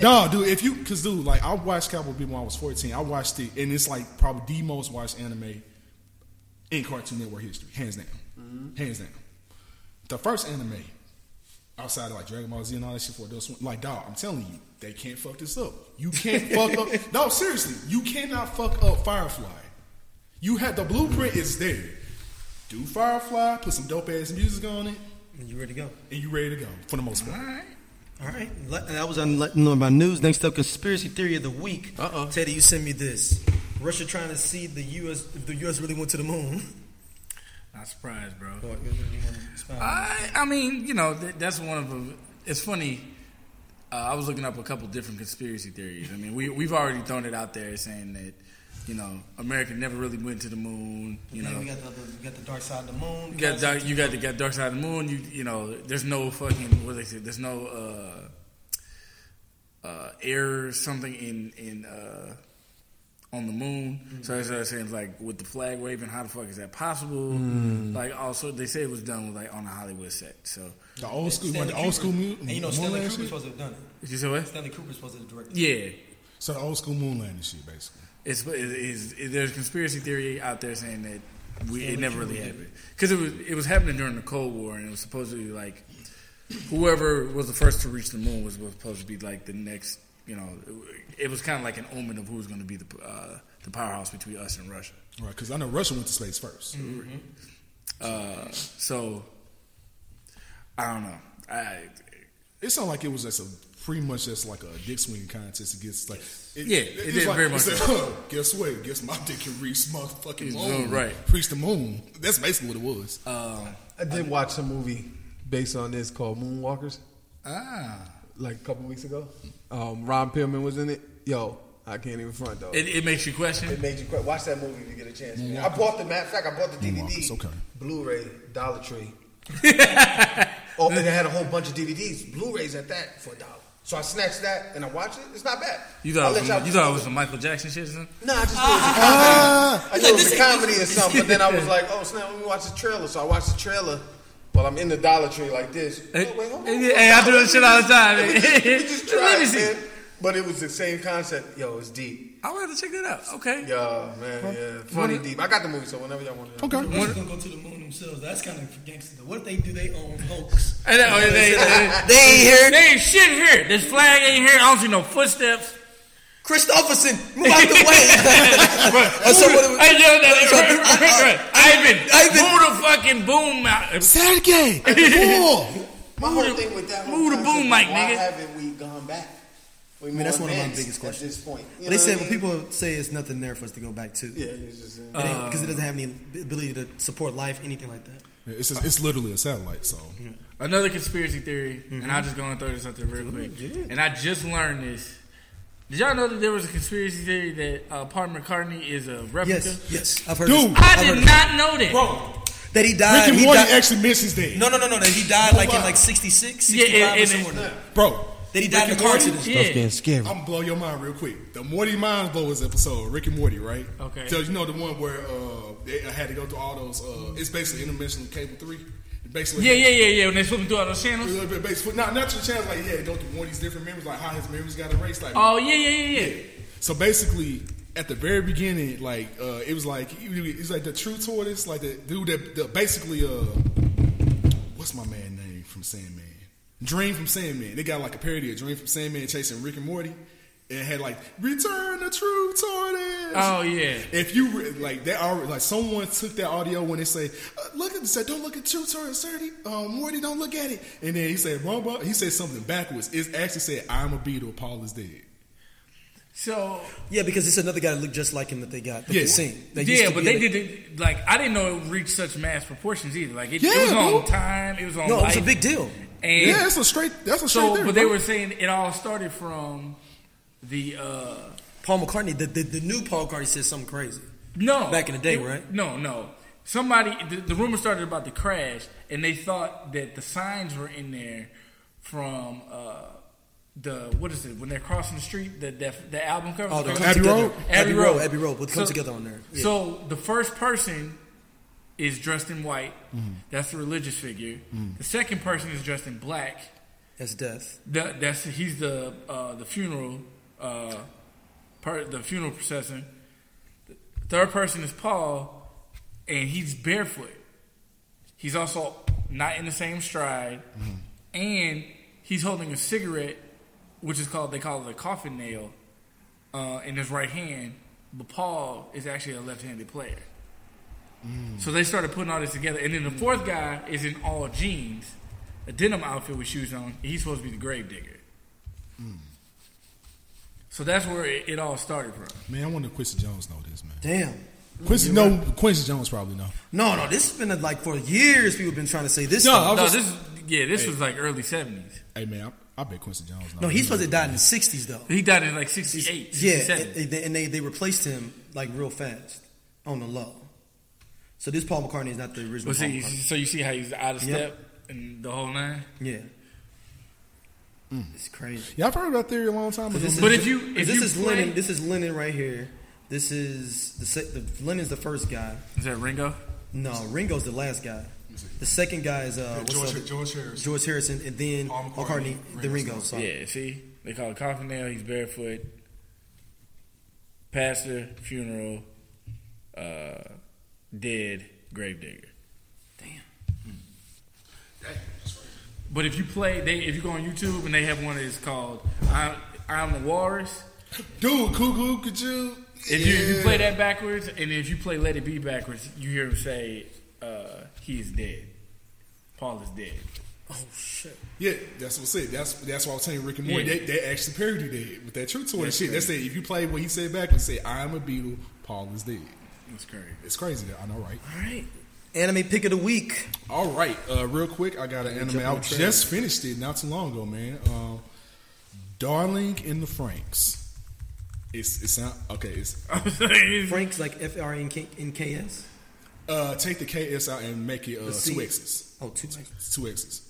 Speaker 3: No, dude, if you cause dude, like I watched Cowboy Bebop when I was 14. I watched it and it's like probably the most watched anime in Cartoon Network history, hands down.
Speaker 2: Mm-hmm.
Speaker 3: Hands down. The first anime outside of like Dragon Ball Z and all that shit for those like dog, I'm telling you, they can't fuck this up.
Speaker 2: [laughs]
Speaker 3: You can't fuck up. No, seriously, you cannot fuck up Firefly. You had the blueprint is there. Do Firefly, put some dope ass music on it,
Speaker 2: And you ready to go?
Speaker 3: and you ready to go for the most part.
Speaker 2: All right. Let- That was on letting know my news. Next up, conspiracy theory of the week.
Speaker 5: Uh-oh.
Speaker 2: Teddy, you send me this. Russia trying to see the U.S. if the U.S. really went to the moon.
Speaker 4: Not surprised, bro. I I mean, you know, th- that's one of them. It's funny. Uh, I was looking up a couple different conspiracy theories. I mean, we we've already thrown it out there saying that you know America never really went to the moon. You
Speaker 2: Then
Speaker 4: know,
Speaker 2: we got the, the- we got the dark side of the moon.
Speaker 4: you got dark, you got the got dark side of the moon. You you know, there's no fucking what they say. There's no uh, uh, air something in in uh, on the moon. So that's what I'm saying. Like with the flag waving, how the fuck is that possible? Like also, they say it was done with like on a Hollywood set. So
Speaker 3: The old school,
Speaker 2: Stanley
Speaker 3: the old school
Speaker 2: Kubrick.
Speaker 3: moon,
Speaker 2: And you know,
Speaker 3: moon
Speaker 2: Stanley
Speaker 3: landing
Speaker 2: Kubrick
Speaker 3: shit?
Speaker 2: supposed to have done it.
Speaker 4: Did you say what?
Speaker 2: Stanley Kubrick supposed to have directed. it.
Speaker 4: Yeah,
Speaker 3: So the old school moon landing shit, basically.
Speaker 4: it's it, it's it, there's conspiracy theory out there saying that we it never really happened because it was it was happening during the Cold War and it was supposedly like whoever was the first to reach the moon was, was supposed to be like the next you know it, was kind of like an omen of who was going to be the uh, the powerhouse between us and Russia.
Speaker 3: Right, because I know Russia went to space 1st
Speaker 4: Mm. Uh, so I don't know. I
Speaker 3: It sounded like it was just a pretty much just like a dick swinging contest against like it,
Speaker 4: Yeah, it
Speaker 3: was
Speaker 4: did very much
Speaker 3: it's like,
Speaker 4: so.
Speaker 3: [laughs] huh, guess what? Guess my dick can reach my fucking
Speaker 4: It's
Speaker 3: moon.
Speaker 4: moon, right. Uh,
Speaker 3: reach the moon. That's basically what it was.
Speaker 5: I did watch a movie based on this called Moonwalkers,
Speaker 4: ah
Speaker 5: like a couple weeks ago. Um, Ron Pillman was in it. Yo, I can't even front though. It,
Speaker 4: it, it makes you question.
Speaker 5: made you quit. Watch that movie if you get a chance. Man. I bought the matter of fact, I bought the
Speaker 3: Moonwalkers,
Speaker 5: DVD,
Speaker 3: okay.
Speaker 5: Blu-ray, Dollar [laughs] Tree. oh, and it had a whole bunch of DVDs, Blu-rays at that for a dollar. So I snatched that and I watched it. It's not bad.
Speaker 4: You thought it
Speaker 5: I'll
Speaker 4: was
Speaker 5: let
Speaker 4: some,
Speaker 5: y'all-
Speaker 4: you thought it was some Michael Jackson shit or something.
Speaker 5: No, I just knew it was a comedy. Ah. [laughs] I knew it was a comedy or something. But then
Speaker 4: [laughs]
Speaker 5: I was like, oh snap, let me watch the trailer. So I watched the trailer while I'm in the Dollar Tree like this.
Speaker 4: Hey,
Speaker 5: Oh, wait, hold on.
Speaker 4: hey, hey, I do that shit all the time, man.
Speaker 5: We just, we
Speaker 4: [laughs]
Speaker 5: just tried,
Speaker 4: Let me see.
Speaker 5: man. But it was the same concept. Yo, it's deep.
Speaker 4: I would have to check that out. Okay.
Speaker 5: Yo, man, yeah. Funny deep. I got the movie, so whenever y'all want to.
Speaker 3: okay,
Speaker 2: Russia's gonna go to the moon themselves. That's kind of gangster. though. What if they do their own hoax?
Speaker 4: And that- oh, yeah, they, they- they ain't here. They ain't shit here. This flag ain't here. I don't see
Speaker 2: [laughs]
Speaker 4: no footsteps.
Speaker 2: Christopherson, move out the [laughs] way.
Speaker 4: I
Speaker 2: so what do we-
Speaker 4: I, know that-
Speaker 2: so-
Speaker 4: right, right, right. I've been,
Speaker 2: I've been-
Speaker 4: move the fucking boom
Speaker 1: [laughs]
Speaker 4: out.
Speaker 3: Sergey, cool.
Speaker 5: My
Speaker 4: Move
Speaker 5: whole
Speaker 4: the-
Speaker 5: thing with that
Speaker 4: move the
Speaker 5: whole
Speaker 4: boom
Speaker 5: concept
Speaker 4: mic,
Speaker 5: is why
Speaker 4: nigga.
Speaker 5: haven't we gone back? We more
Speaker 2: that's one of my
Speaker 5: advanced
Speaker 2: biggest
Speaker 5: at
Speaker 2: questions.
Speaker 5: this point. You know
Speaker 2: they
Speaker 5: what I
Speaker 2: said well,
Speaker 5: mean?
Speaker 2: people say it's nothing there for us to go back to.
Speaker 5: Yeah, it's just, uh,
Speaker 2: because it doesn't have any ability to support life, anything like that.
Speaker 3: It's just, it's literally a satellite. So
Speaker 4: [laughs] Uh, Another conspiracy theory,
Speaker 2: Mm-hmm.
Speaker 4: and I'll just go and throw this out there real quick. And I just learned this. Did y'all know that there was a conspiracy theory that uh, Paul McCartney is a replica?
Speaker 2: Yes, yes, I've heard.
Speaker 3: Dude.
Speaker 2: this.
Speaker 4: I
Speaker 2: I've
Speaker 4: did
Speaker 2: heard
Speaker 4: not know that.
Speaker 2: this. that he died.
Speaker 3: Rick and
Speaker 2: he
Speaker 3: Morty
Speaker 2: died-
Speaker 3: actually mentions that,
Speaker 2: no, no, no, no, that he died like in
Speaker 3: Why?
Speaker 2: like 66,
Speaker 4: Yeah,
Speaker 2: 65
Speaker 4: and-
Speaker 2: or
Speaker 4: and-
Speaker 2: somewhere. there.
Speaker 3: bro.
Speaker 2: That he died in a car accident.
Speaker 4: Yeah.
Speaker 3: I'm
Speaker 9: scary.
Speaker 3: gonna blow your mind real quick. The Morty Mind Blowers episode, Rick and Morty, right?
Speaker 4: Okay.
Speaker 3: So you know the one where uh, they I had to go through all those. Uh, it's basically intermission cable three. Basically,
Speaker 4: yeah, yeah, yeah, yeah. When they flipping through all those channels.
Speaker 3: Uh, but basically, not not your chance. Like, yeah, go through one of these different memories, like how his memories got erased. Like,
Speaker 4: Oh yeah, yeah, yeah, yeah.
Speaker 3: so basically, at the very beginning, like uh, it was like it's like the true tortoise, like the dude that the, basically uh, what's my man name from Sandman? Dream from Sandman. They got like a parody of Dream from Sandman chasing Rick and Morty. It had like return the true tortoise.
Speaker 4: Oh, yeah.
Speaker 3: If you re- like that, already like someone took that audio when they say, uh, "Look at," said, "Don't look at True Tortoise, Thirty, uh, Morty, don't look at it." And then he said, "Blah blah." He said something backwards. It actually said, "I'm a beetle. Paul is dead."
Speaker 4: So
Speaker 2: Yeah, because it's another guy that looked just like him that they got. That
Speaker 3: Yeah.
Speaker 2: they seen. That used
Speaker 4: yeah,
Speaker 2: to
Speaker 4: but
Speaker 2: be
Speaker 4: they
Speaker 2: in it.
Speaker 4: did it like I didn't know it reached such mass proportions either. Like it, it
Speaker 3: Yeah,
Speaker 4: was on
Speaker 3: bro.
Speaker 4: time, it was on.
Speaker 2: No, it was a
Speaker 4: light,
Speaker 2: big deal.
Speaker 4: And
Speaker 3: Yeah, that's a straight. That's a straight.
Speaker 4: so,
Speaker 3: there,
Speaker 4: but they
Speaker 3: bro.
Speaker 4: were saying it all started from the uh
Speaker 2: Paul McCartney, the, the, the new Paul McCartney said something crazy.
Speaker 4: no
Speaker 2: Back in the day,
Speaker 4: It-
Speaker 2: right?
Speaker 4: No, no. Somebody the, the rumor started about the crash, and they thought that the signs were in there from. uh the what is it when they're crossing the street that that the album cover
Speaker 2: Oh, the
Speaker 4: cover?
Speaker 2: Come Abbey Together. Road?
Speaker 4: Abbey Road
Speaker 2: Abbey Road, with Come
Speaker 4: So-
Speaker 2: Together on there. Yeah.
Speaker 4: so the first person is dressed in white
Speaker 2: Mm-hmm.
Speaker 4: that's the religious figure the second person is dressed in black
Speaker 2: That's death.
Speaker 4: the, that's he's the uh, the funeral uh, per, the funeral procession. The third person is Paul, and he's barefoot. He's also not in the same stride, and he's holding a cigarette, which is called they call it a coffin nail, uh, in his right hand. But Paul is actually a left-handed player. So they started putting all this together, and then the fourth guy is in all jeans, a denim outfit with shoes on. and He's supposed to be the grave digger. So that's where it, it all started from.
Speaker 3: Man, I wonder if Quincy Jones know this, man.
Speaker 2: Damn.
Speaker 3: Quincy, no, Quincy Jones probably know.
Speaker 2: No, no, this has been like for years. People have been trying to say this.
Speaker 3: No,
Speaker 2: stuff.
Speaker 3: I was-
Speaker 4: No, this is yeah, this was like early seventies.
Speaker 3: Hey, man, I, I bet Quincy Jones know.
Speaker 2: no,
Speaker 3: He
Speaker 2: he's supposed to
Speaker 3: know.
Speaker 2: die in the '60s though.
Speaker 4: He died in like 68,
Speaker 2: Yeah,
Speaker 4: 67.
Speaker 2: and, and they they replaced him like real fast on the low. So this Paul McCartney is not the original. Paul
Speaker 4: Well, see,
Speaker 2: McCartney.
Speaker 4: so you see how he's out of
Speaker 2: Yep.
Speaker 4: step and the whole nine.
Speaker 2: Yeah, it's crazy.
Speaker 3: Yeah, I've heard that theory a long time ago.
Speaker 2: This
Speaker 3: man.
Speaker 4: Hmm. But
Speaker 2: is-
Speaker 4: if you- if
Speaker 2: this
Speaker 4: you
Speaker 2: is
Speaker 4: play-
Speaker 2: Lennon, this is Lennon right here. This is the, se- the Lennon's the first guy.
Speaker 4: Is that Ringo?
Speaker 2: No, Ringo's the last guy. The second guy is uh, what's
Speaker 10: George-
Speaker 2: the other-
Speaker 10: George Harrison.
Speaker 2: George Harrison, and then
Speaker 10: Paul
Speaker 2: McCartney,
Speaker 10: McCartney,
Speaker 2: the
Speaker 10: Ringo
Speaker 2: Ringo. Sorry.
Speaker 4: Yeah. See, they call it coffin nail. He's barefoot. Pastor, funeral, uh, dead, gravedigger. But if you play, they if you go on YouTube and they have one that's called "I'm, I'm the Walrus."
Speaker 3: dude, cuckoo, could you?
Speaker 4: If you if you play that backwards, and if you play "Let It Be" backwards, you hear him say, uh, "He is dead. Paul is dead." [laughs]
Speaker 2: Oh shit.
Speaker 3: Yeah, that's what's it. That's that's why I was telling you Rick and Morty.
Speaker 4: Yeah.
Speaker 3: They, they actually parodied it with that true toy
Speaker 4: That's
Speaker 3: shit. That's it. If you play what he said back and say, "I'm a beetle, Paul is dead."
Speaker 4: That's crazy.
Speaker 3: It's crazy. though. I know, right?
Speaker 2: All right. Anime pick of the week.
Speaker 3: All right, uh, real quick, I got an anime.
Speaker 2: jump on
Speaker 3: I
Speaker 2: the trailer.
Speaker 3: just finished it not too long ago, man. Um, Darling in the Franks. It's it's not okay. It's
Speaker 2: Frank's like F R A N K N K S.
Speaker 3: uh, take the KS out and make it uh,
Speaker 2: C.
Speaker 3: two X's.
Speaker 2: Oh, two X's.
Speaker 3: It's two X's.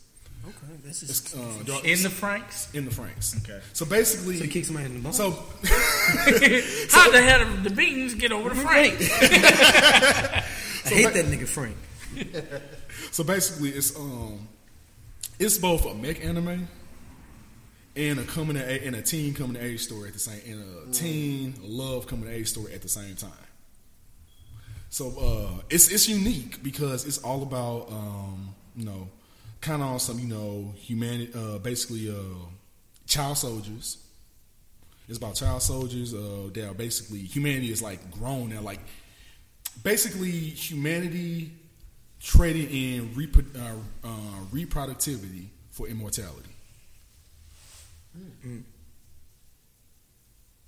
Speaker 2: Okay, this is.
Speaker 3: It's, uh, Dar-
Speaker 4: In the Franks?
Speaker 3: in the Franks.
Speaker 4: Okay.
Speaker 3: So basically,
Speaker 2: [laughs] so he kicks somebody in the balls.
Speaker 3: [laughs] so
Speaker 4: [laughs] How the hell did the beans get over the Franks?
Speaker 2: I hate that nigga Frank.
Speaker 3: So basically, it's um, it's both a mech anime and a coming to a, and a teen coming to age story at the same and a teen love coming to age story at the same time. So uh, it's it's unique because it's all about um, you know, kind of on some you know humanity, uh, basically uh, child soldiers. It's about child soldiers. Uh, they are basically humanity is like grown and like basically humanity traded in repro- uh, uh, reproductivity for immortality.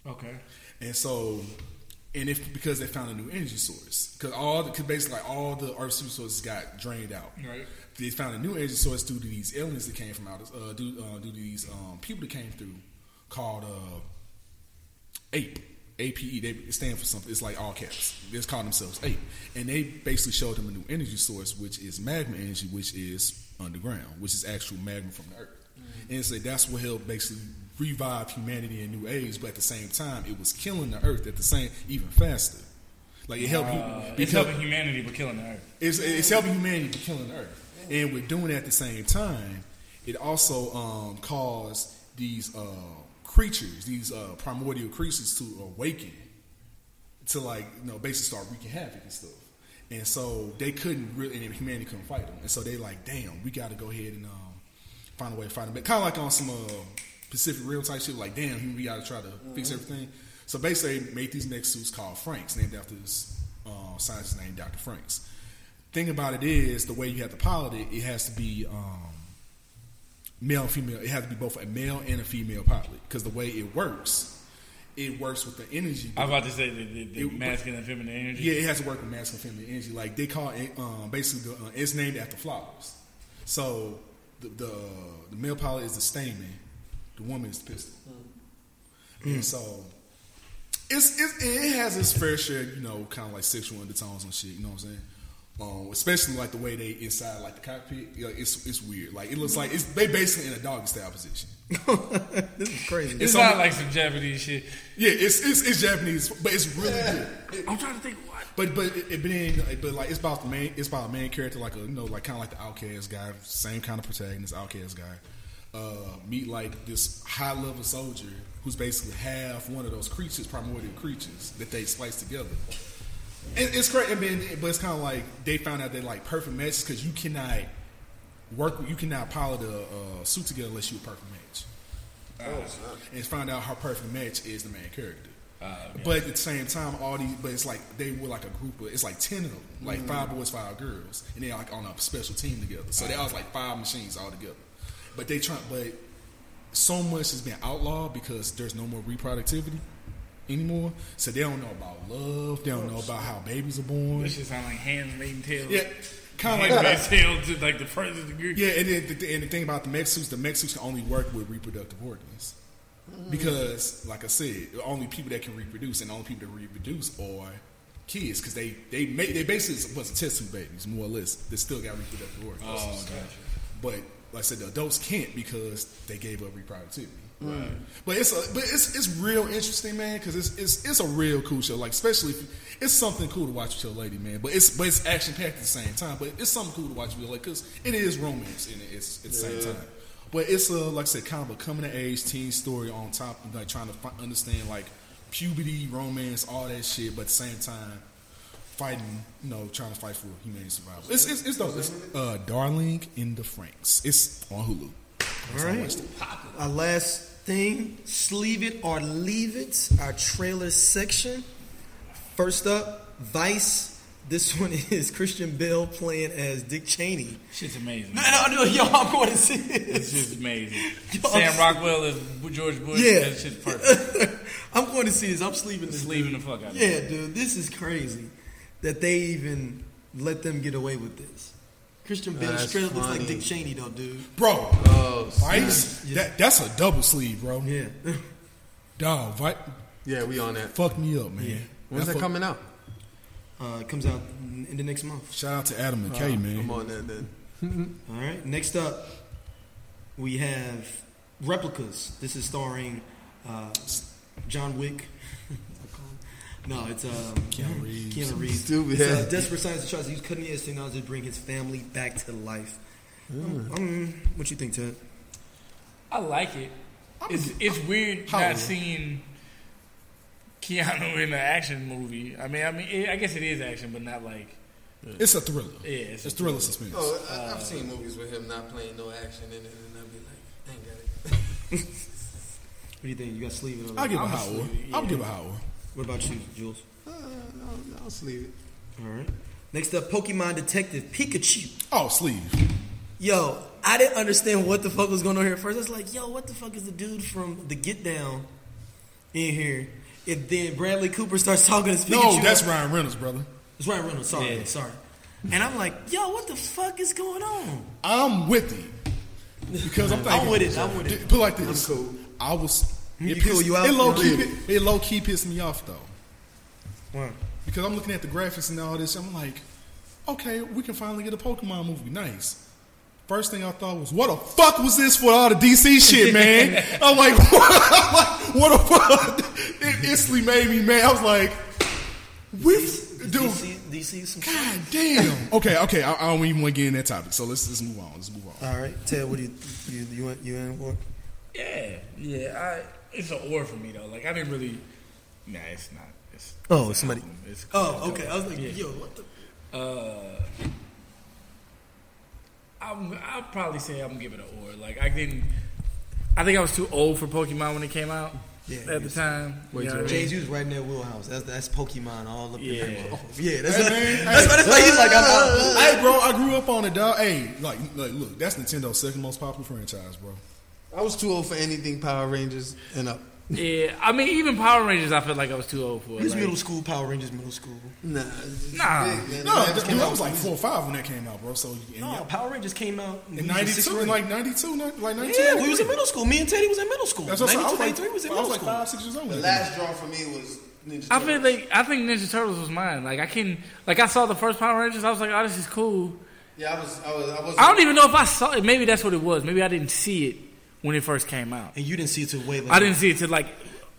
Speaker 4: Okay.
Speaker 3: And so, and if because they found a new energy source, because all the 'cause basically like all the Earth's resources got drained out.
Speaker 4: Right.
Speaker 3: They found a new energy source due to these aliens that came from out, of- uh, due, uh, due to these um, people that came through, called uh, ape. APE, they stand for something. It's like all caps. They just call themselves ape. And they basically showed them a new energy source, which is magma energy, which is underground, which is actual magma from the earth.
Speaker 4: Mm-hmm.
Speaker 3: And so that's what helped basically revive humanity in new age, but at the same time, it was killing the earth at the same, even faster. Like it helped you
Speaker 4: it's helping humanity but killing the earth.
Speaker 3: it's, it's helping humanity to killing the earth. And with doing it at the same time, it also um, caused these uh, creatures, these uh, primordial creatures, to awaken to like you know basically start wreaking havoc and stuff. And so they couldn't really, and humanity couldn't fight them. And so they like, damn, we got to go ahead and um, find a way to fight them. Kind of like on some uh, Pacific Rail type shit. Like, damn, we got to try to fix everything. So basically, they made these next suits called Franks, named after this uh, scientist named Dr. Franks. Thing about it is, the way you have to pilot it, it has to be um, male and female. It has to be both a male and a female pilot because the way it works, it works with the energy.
Speaker 4: I was about to say the, the, the
Speaker 3: It-
Speaker 4: masculine and feminine energy.
Speaker 3: Yeah, it has to work with masculine and feminine energy. Like they call it um, basically, the, uh, it's named after flowers. So the, the the male pilot is the stamen, the woman is the pistol.
Speaker 4: Hmm.
Speaker 3: And so it's, it's it has its fair share, you know, kind of like sexual undertones and shit. You know what I'm saying? Um, especially like the way they inside like the cockpit, you know, it's it's weird. Like it looks like it's they basically in a doggy style position.
Speaker 4: it's,
Speaker 3: it's
Speaker 4: not
Speaker 3: only-
Speaker 4: like some Japanese shit.
Speaker 3: Yeah, it's it's, it's Japanese, but it's
Speaker 4: [laughs]
Speaker 3: really good.
Speaker 4: I'm trying to think what.
Speaker 3: But but it, it been but like it's about the main it's about a main character like a you know like kind of like the outcast guy same kind of protagonist outcast guy uh, meet like this high level soldier who's basically half one of those creatures primordial creatures that they splice together. And it's great, I mean, but it's kind of like they found out they like perfect matches because you cannot work you cannot pilot a, a suit together unless you a perfect match and find out her perfect match is the main character. But at the same time, all these, but it's like they were like a group of, it's like 10 of them, like five boys, five girls, and they're like on a special team together. So they was like five machines all together. But they try, but so much has been outlawed because there's no more reproductivity anymore. So they don't know about love, they don't know about how babies are born.
Speaker 4: This shit sound like hands made and tails.
Speaker 3: Yeah, kind of like
Speaker 4: Hands
Speaker 3: that.
Speaker 4: made tails to like the furthest degree.
Speaker 3: Yeah, and, then the, and the thing about the mech suits, the mech suits can only work with reproductive organs. Because, like I said, the only people that can reproduce and the only people that reproduce are kids because they they make they basically was a test tube babies more or less. They still got reproductive organs.
Speaker 4: Oh, gotcha.
Speaker 3: But like I said, the adults can't because they gave up reproductivity. Right. But it's a, but it's it's real interesting, man. Because it's it's it's a real cool show. Like especially if you- it's something cool to watch with your lady, man. But it's but it's action packed at the same time. But it's something cool to watch with your lady because it is romance and it's at the same time. But it's a like I said, kind of a coming of age teen story on top of like trying to fi- understand like puberty, romance, all that shit. But at the same time, fighting, you know, trying to fight for human survival. It's it's, it's dope. It's uh, Darling in the Franks. It's on Hulu.
Speaker 2: All right. Our last thing, sleeve it or leave it. Our trailer section. First up, Vice. This [laughs] one is Christian Bale playing as Dick Cheney.
Speaker 4: Shit's amazing.
Speaker 2: No, no, no, yo, I'm going to see this.
Speaker 4: It's just amazing.
Speaker 2: Yo, I'm-
Speaker 4: Sam Rockwell is George Bush.
Speaker 2: [laughs] Yeah.
Speaker 4: That shit's perfect.
Speaker 2: [laughs] I'm going to see this. I'm sleeping this.
Speaker 4: Just
Speaker 2: dude.
Speaker 4: leaving the fuck out of it.
Speaker 2: Yeah, dude, this is crazy that they even let them get away with this. Christian Bale
Speaker 5: That's
Speaker 2: straight up looks like
Speaker 5: funny.
Speaker 2: Dick Cheney, though, dude.
Speaker 3: Bro, Vice? That, that's a double sleeve, bro. [laughs]
Speaker 2: Yeah.
Speaker 3: Dog, Vi-
Speaker 5: Yeah, we on that.
Speaker 3: fuck me up, man.
Speaker 5: When's that
Speaker 3: fuck-
Speaker 5: coming out?
Speaker 2: Uh, it comes out in in the next month.
Speaker 3: Shout out to Adam and Kay, man.
Speaker 5: I'm on that then.
Speaker 2: All right. Next up, we have Replicas. This is starring uh, John Wick. [laughs] What's that called? no, it's um,
Speaker 3: Keanu Reeves.
Speaker 2: Keanu Reeves.
Speaker 5: Stupid.
Speaker 2: It's a desperate science tries to use cutting edge technology to bring his family back to life. Um, um, what you think, Ted?
Speaker 4: I like it. It's it's weird
Speaker 3: How
Speaker 4: not
Speaker 3: old?
Speaker 4: seeing Keanu in an action movie. I mean, I mean, it, I guess it is action, but not like
Speaker 3: It's a thriller.
Speaker 4: yeah. It's,
Speaker 3: It's thriller suspense.
Speaker 5: Oh, I, I've seen movies with him not playing no action in it, and I'd be like, I ain't got it.
Speaker 2: What do you think? You got sleeve it or
Speaker 3: I'll give it a
Speaker 4: I'm a
Speaker 3: hot one.
Speaker 4: sleeve,
Speaker 3: I'll
Speaker 4: yeah.
Speaker 3: give it a hot one.
Speaker 2: What about you, Jules?
Speaker 5: Uh, I'll, I'll sleep it.
Speaker 2: All right. Next up, Pokemon Detective Pikachu.
Speaker 3: Oh, sleeve.
Speaker 2: Yo, I didn't understand what the fuck was going on here at first. I was like, yo, what the fuck is the dude from the Get Down in here? And then Bradley Cooper starts talking to Pikachu.
Speaker 3: No, that's Ryan Reynolds, brother.
Speaker 2: It's Ryan Reynolds. Sorry, sorry. And I'm like, yo, what the fuck is going on?
Speaker 3: I'm with it. Because I'm thinking.
Speaker 2: I'm with it. I'm with it.
Speaker 3: Put it like this. I'm cool. I was. It,
Speaker 2: You cool,
Speaker 3: pissed-
Speaker 2: you out,
Speaker 3: it low
Speaker 2: you
Speaker 3: key.
Speaker 2: ready?
Speaker 3: pi- It low key pissed me off though.
Speaker 2: Why?
Speaker 3: Because I'm looking at the graphics and all this, I'm like, okay, we can finally get a Pokemon movie. Nice. First thing I thought was, what the fuck was this for all the DC shit,
Speaker 2: [laughs]
Speaker 3: man? I'm like, [laughs] what, I'm like, what the fuck? It instantly made me mad. I was like, we, dude,
Speaker 2: DC, DC some shit.
Speaker 3: god damn. Okay, okay, I, I don't even want to get in that topic. So let's let's move on. Let's move on.
Speaker 2: All right, Ted, what do you you you, in- you in for?
Speaker 4: yeah, yeah. I it's an or for me though. Like I didn't really
Speaker 11: Nah, it's not. It's,
Speaker 2: Oh,
Speaker 11: it's an
Speaker 2: somebody-
Speaker 11: album. It's
Speaker 2: Oh, okay. I was like, yo, what the?
Speaker 4: I'm, I'll probably say I'm gonna give it an or. Like I didn't. I think I was too old for Pokemon when it came out.
Speaker 2: Yeah,
Speaker 4: at the
Speaker 2: yes.
Speaker 4: time. You know what I mean?
Speaker 2: James, you was right in their wheelhouse. That's that's Pokemon all up
Speaker 4: Yeah.
Speaker 2: in there. Yeah, that's
Speaker 6: [laughs]
Speaker 3: man,
Speaker 2: that's why that's why he's like, I'm out.
Speaker 3: Hey, bro, I grew up on it, dog. Hey, like, like, look, that's Nintendo's second most popular franchise, bro.
Speaker 6: I was too old for anything Power Rangers and up.
Speaker 4: Yeah, I mean, even Power Rangers, I felt like I was too old for.
Speaker 2: He was
Speaker 4: Like,
Speaker 2: middle school, Power Rangers middle school.
Speaker 6: Nah,
Speaker 4: nah,
Speaker 3: No, that- dude, I was like four or five when that came out, bro. So and
Speaker 2: No,
Speaker 3: y'all-
Speaker 2: Power Rangers came out
Speaker 3: in
Speaker 2: we was in
Speaker 3: ninety
Speaker 2: sixth
Speaker 3: two,
Speaker 2: grade.
Speaker 3: like ninety two, like ninety two.
Speaker 2: Yeah, we was in middle school. Me and Teddy was in middle school.
Speaker 3: That's what I'm saying. I
Speaker 2: 92,
Speaker 3: was like,
Speaker 2: 93 was in
Speaker 3: I was
Speaker 2: middle
Speaker 3: like
Speaker 2: school.
Speaker 3: five, six years old.
Speaker 5: The last draw for me was Ninja
Speaker 4: I
Speaker 5: Turtles.
Speaker 4: feel like I think Ninja Turtles was mine. Like I can, like I saw the first Power Rangers, I was like, oh, this is cool.
Speaker 5: yeah, I was, I was, I was.
Speaker 4: I don't even know if I saw it. Maybe that's what it was. Maybe I didn't see it when it first came out.
Speaker 2: And you didn't see it till way later.
Speaker 4: I didn't see it till like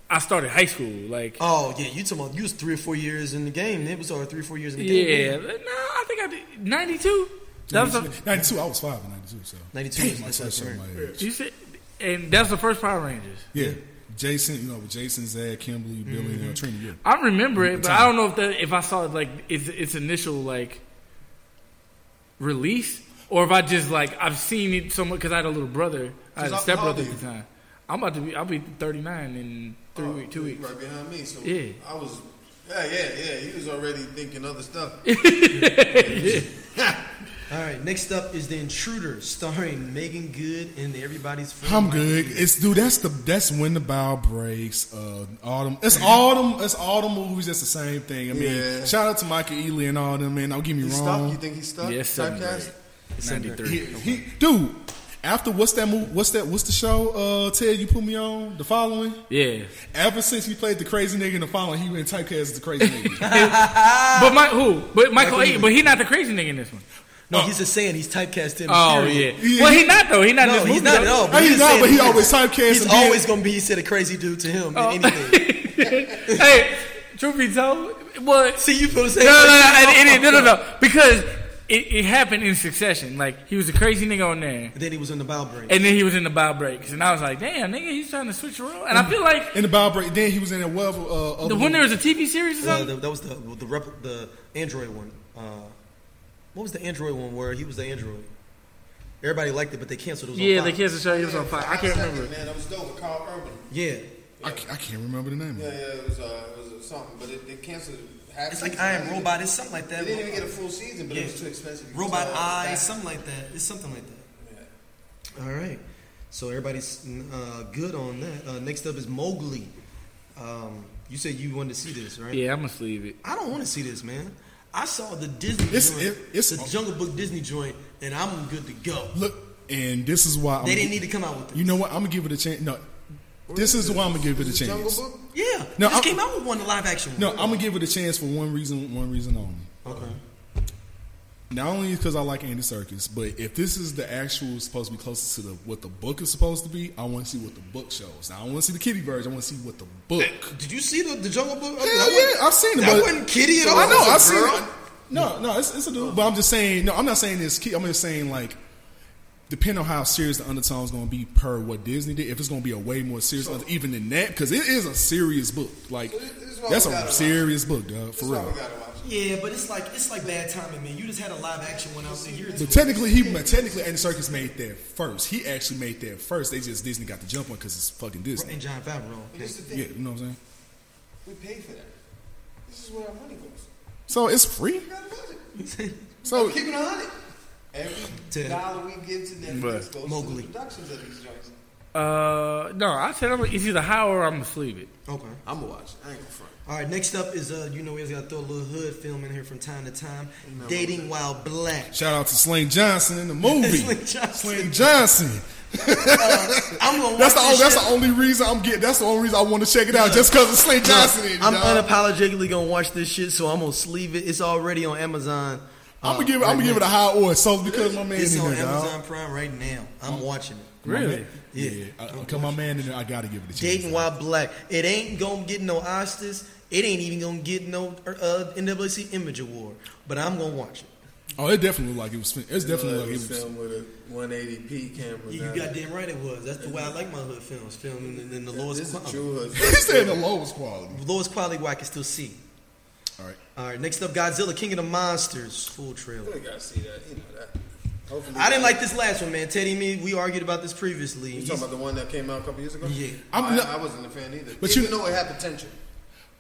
Speaker 4: I started high school. Like
Speaker 2: Oh yeah, you talking about you was three or four years in the game. It was over three or four years in the game.
Speaker 4: yeah, no, I think I did ninety two. That was the,
Speaker 3: ninety two. I was five in ninety two. So
Speaker 2: 92
Speaker 3: Damn,
Speaker 2: is-
Speaker 3: my
Speaker 2: that's
Speaker 3: son
Speaker 2: like-
Speaker 3: my age.
Speaker 4: you said, and that's the first Power Rangers.
Speaker 3: Yeah. Jason, you know, with Jason, Zad, Kimberly, Billy,
Speaker 2: Mm-hmm.
Speaker 3: and uh, Trini. Yeah.
Speaker 4: I remember it, but I don't know if that if I saw it like its, its initial like release, or if I just like I've seen it so much because I had a little brother, I had a
Speaker 5: How-
Speaker 4: stepbrother at
Speaker 5: how old
Speaker 4: the time. I'm about to be I'll be 39 in three weeks, two weeks.
Speaker 2: Oh,
Speaker 4: [laughs]
Speaker 5: Right behind me. So
Speaker 4: Yeah.
Speaker 5: I was. Yeah, yeah, yeah. He was already thinking other stuff.
Speaker 2: All right, next up is The Intruder, starring Megan Good and everybody's friend.
Speaker 3: I'm
Speaker 2: Michael
Speaker 3: good. It's dude. That's the that's when the bow breaks. Uh, all them. It's all them. It's all the movies. That's the same thing. I mean,
Speaker 5: Yeah.
Speaker 3: shout out to Michael Ealy and all them. Man, don't get me
Speaker 5: He stuck. You
Speaker 3: wrong.
Speaker 5: think he stuck?
Speaker 4: Yeah, it's seven
Speaker 5: Typecast?
Speaker 3: He- he- dude, after what's that movie? What's that? What's the show? Uh, Ted, you put me on the following.
Speaker 4: Yeah,
Speaker 3: Ever since he played the crazy nigga in the following, he been typecast as the
Speaker 2: [laughs]
Speaker 3: crazy nigga.
Speaker 4: but my who? But Michael, A, but he not the crazy nigga in this one.
Speaker 2: No, he's just saying he's typecast in.
Speaker 4: Oh yeah.
Speaker 2: period.
Speaker 4: Well, he not though. He not. in
Speaker 2: No,
Speaker 4: this
Speaker 2: he's
Speaker 4: movie,
Speaker 2: not
Speaker 4: though.
Speaker 2: at all.
Speaker 3: He's
Speaker 2: just
Speaker 3: not,
Speaker 2: saying-
Speaker 3: but he always typecast
Speaker 2: He's
Speaker 3: and being-
Speaker 2: always gonna be. He said a crazy dude to him.
Speaker 4: Oh.
Speaker 2: In anything.
Speaker 4: [laughs] hey, truth be told, what?
Speaker 2: See, you feel the
Speaker 4: No,
Speaker 2: same.
Speaker 4: no,
Speaker 2: way?
Speaker 4: no, no, no, no, no, no, because it, it happened in succession. Like he was a crazy nigga on there,
Speaker 2: And then he was in the bow break.
Speaker 4: and then he was in the bow breaks, and I was like, damn, nigga, he's trying to switch the role. And I feel like
Speaker 3: in the bow break. Then he was in that well. Uh, other
Speaker 4: the when there
Speaker 3: movie.
Speaker 4: was a TV series or
Speaker 2: Uh,
Speaker 4: something.
Speaker 2: the- that was the the rep, the Android one. Uh, what was the Android one where he was the Android? Everybody liked it, but they canceled it. it was on
Speaker 4: Yeah, the
Speaker 2: Fox.
Speaker 4: kids are showing he was on fire. I can't remember.
Speaker 5: Man, that was dope. with Carl Urban.
Speaker 2: Yeah,
Speaker 3: I, ca- I can't remember the name.
Speaker 5: Yeah,
Speaker 3: of it.
Speaker 5: yeah. It was, uh, it was something, but it, it canceled. half
Speaker 2: it's like
Speaker 5: season.
Speaker 2: Iron Robot. It's something like
Speaker 5: They
Speaker 2: that.
Speaker 5: didn't even get a full season, but
Speaker 2: Yeah.
Speaker 5: it was too expensive.
Speaker 2: Robot
Speaker 5: So,
Speaker 2: Eye,
Speaker 5: that-
Speaker 2: something like that. It's something like that. All right. So everybody's uh, good on that. Uh, next up is Mowgli. Um, you said you wanted to see this, right?
Speaker 4: Yeah, I'm gonna sleeve it.
Speaker 2: I don't want to see this, man. I saw the Disney
Speaker 3: It's-
Speaker 2: joint,
Speaker 3: it- it's-
Speaker 2: the Jungle Book Disney joint, and I'm good to go.
Speaker 3: Look, and this is why
Speaker 2: They
Speaker 3: I'm-
Speaker 2: didn't need to come out with it.
Speaker 3: You know what? I'm gonna give it a chance. No, this is why I'm gonna give it a chance.
Speaker 2: Yeah,
Speaker 3: No,
Speaker 2: just
Speaker 3: I'm-
Speaker 2: came out with one, the live action one.
Speaker 3: No, I'm gonna give it a chance for one reason, one reason only.
Speaker 2: Okay.
Speaker 3: Not only because I like Andy Circus, but if this is the actual supposed to be closest to the what the book is supposed to be, I want to see what the book shows. Now, I want to see the kitty version. I want to see what the book.
Speaker 2: Did you see the, the Jungle Book?
Speaker 3: Hell yeah, I've seen it.
Speaker 2: That
Speaker 3: but-
Speaker 2: wasn't kitty at all.
Speaker 3: I know.
Speaker 2: That's a
Speaker 3: I've seen
Speaker 2: girl.
Speaker 3: it. No, no, it's, it's a dude. But I'm just saying. No, I'm not saying this. I'm just saying like. Depending on how serious the undertone is going to be per what Disney did, if it's going to be a way more serious, under- even than that, because it is a serious book. Like
Speaker 5: this is what
Speaker 3: that's
Speaker 5: we gotta
Speaker 3: a
Speaker 5: watch.
Speaker 3: serious book, dog, for
Speaker 5: That's why
Speaker 3: real.
Speaker 5: we gotta watch it.
Speaker 2: Yeah, but it's like it's like bad timing, man. You just had a live action one out there. You're
Speaker 3: But technically, he technically Andy Circus made that first. He actually made that first. They just Disney got the jump on because it's fucking Disney.
Speaker 2: and John Favreau.
Speaker 5: But this is the
Speaker 3: Yeah,
Speaker 5: thing.
Speaker 3: you know what I'm saying.
Speaker 5: We pay for that. This is where our money goes.
Speaker 3: So it's free.
Speaker 5: We gotta watch it.
Speaker 3: So
Speaker 5: Keep it on it. Every
Speaker 2: [laughs] Ted.
Speaker 5: dollar we give to them goes to
Speaker 2: Mowgli.
Speaker 5: the productions of these joints.
Speaker 4: Uh, no, I said I'm gonna, it's either high or I'm gonna sleeve it.
Speaker 2: Okay.
Speaker 5: I'm gonna watch. it. I ain't gonna front.
Speaker 2: All right. Next up is uh, you know, we always got to throw a little hood film in here from time to time. Dating while black.
Speaker 3: shout out to Sling Johnson in
Speaker 2: [laughs]
Speaker 3: the movie.
Speaker 5: [laughs]
Speaker 2: Sling Johnson.
Speaker 3: Sling [laughs] Johnson.
Speaker 2: Uh, I'm gonna.
Speaker 3: That's the
Speaker 2: watch
Speaker 3: only,
Speaker 2: this
Speaker 3: that's
Speaker 2: shit.
Speaker 3: the only reason I'm getting. That's the only reason I want to check it out, just because it's Slay Johnson. in it,
Speaker 2: I'm
Speaker 3: dawg.
Speaker 2: unapologetically gonna watch this shit, so I'm gonna sleeve it. It's already on Amazon.
Speaker 3: I'm
Speaker 2: uh,
Speaker 3: gonna give.
Speaker 2: right
Speaker 3: I'm gonna give it a
Speaker 2: now.
Speaker 3: high order solely because my man's
Speaker 2: It's
Speaker 3: in
Speaker 2: on
Speaker 3: there, dog.
Speaker 2: Amazon Prime right now. I'm watching it.
Speaker 4: Really?
Speaker 3: Yeah,
Speaker 2: Yeah.
Speaker 3: because my man in there, I gotta give it a chance.
Speaker 2: Dating while black. It ain't gonna get no Oscars. It ain't even gonna get no uh, NAACP Image Award. But I'm gonna watch it.
Speaker 3: Oh, it definitely looked like it was. fin- It's definitely
Speaker 5: it
Speaker 3: like it
Speaker 5: was
Speaker 3: was.
Speaker 5: filmed with a 180p camera.
Speaker 2: You,
Speaker 5: now.
Speaker 2: you goddamn right it was. That's the way I like my hood films. Filming in, in the lowest [laughs]
Speaker 5: This is
Speaker 2: quality.
Speaker 5: true. hood.
Speaker 3: [laughs] He said the lowest quality.
Speaker 2: Lowest quality where I can still see.
Speaker 3: All right.
Speaker 2: All right, next up, Godzilla, King of the Monsters, full trailer.
Speaker 5: I gotta see that. You know that. Hopefully,
Speaker 2: I didn't like this last one, man. Teddy and me, we argued about this previously.
Speaker 5: You talking about the one that came out a couple years ago?
Speaker 2: Yeah.
Speaker 5: I'm
Speaker 3: I'm
Speaker 5: I,
Speaker 3: not-
Speaker 5: I wasn't a fan either.
Speaker 3: But
Speaker 5: But
Speaker 3: you-
Speaker 5: you know it had potential.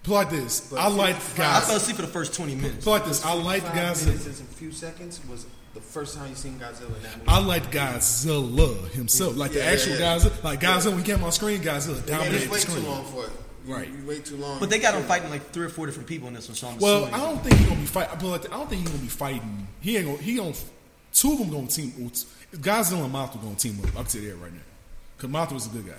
Speaker 3: Put it like this. I like
Speaker 2: I
Speaker 3: guys.
Speaker 2: fell asleep for the first 20 minutes.
Speaker 3: Put it like this. I like
Speaker 5: Five
Speaker 3: Godzilla.
Speaker 5: minutes and some few seconds was the first time you seen Godzilla in that movie.
Speaker 3: I liked Godzilla himself, like the
Speaker 5: Yeah,
Speaker 3: actual
Speaker 5: yeah.
Speaker 3: Godzilla. Like Godzilla, when he came on screen, Godzilla
Speaker 5: You
Speaker 3: dominated
Speaker 5: just
Speaker 3: the
Speaker 5: wait too
Speaker 3: screen.
Speaker 5: long for it. You,
Speaker 3: Right.
Speaker 5: You wait too long.
Speaker 2: But they got him fighting like three or four different people in this one, so I'm
Speaker 3: Well,
Speaker 2: assuming.
Speaker 3: I don't think he's gonna be fight. But I don't think he's gonna be fighting. He ain't gonna. He gonna. Two of them gonna team. well, t- Godzilla and Mothra gonna team up. I'll tell you that right now. Cause Mothra's a good guy.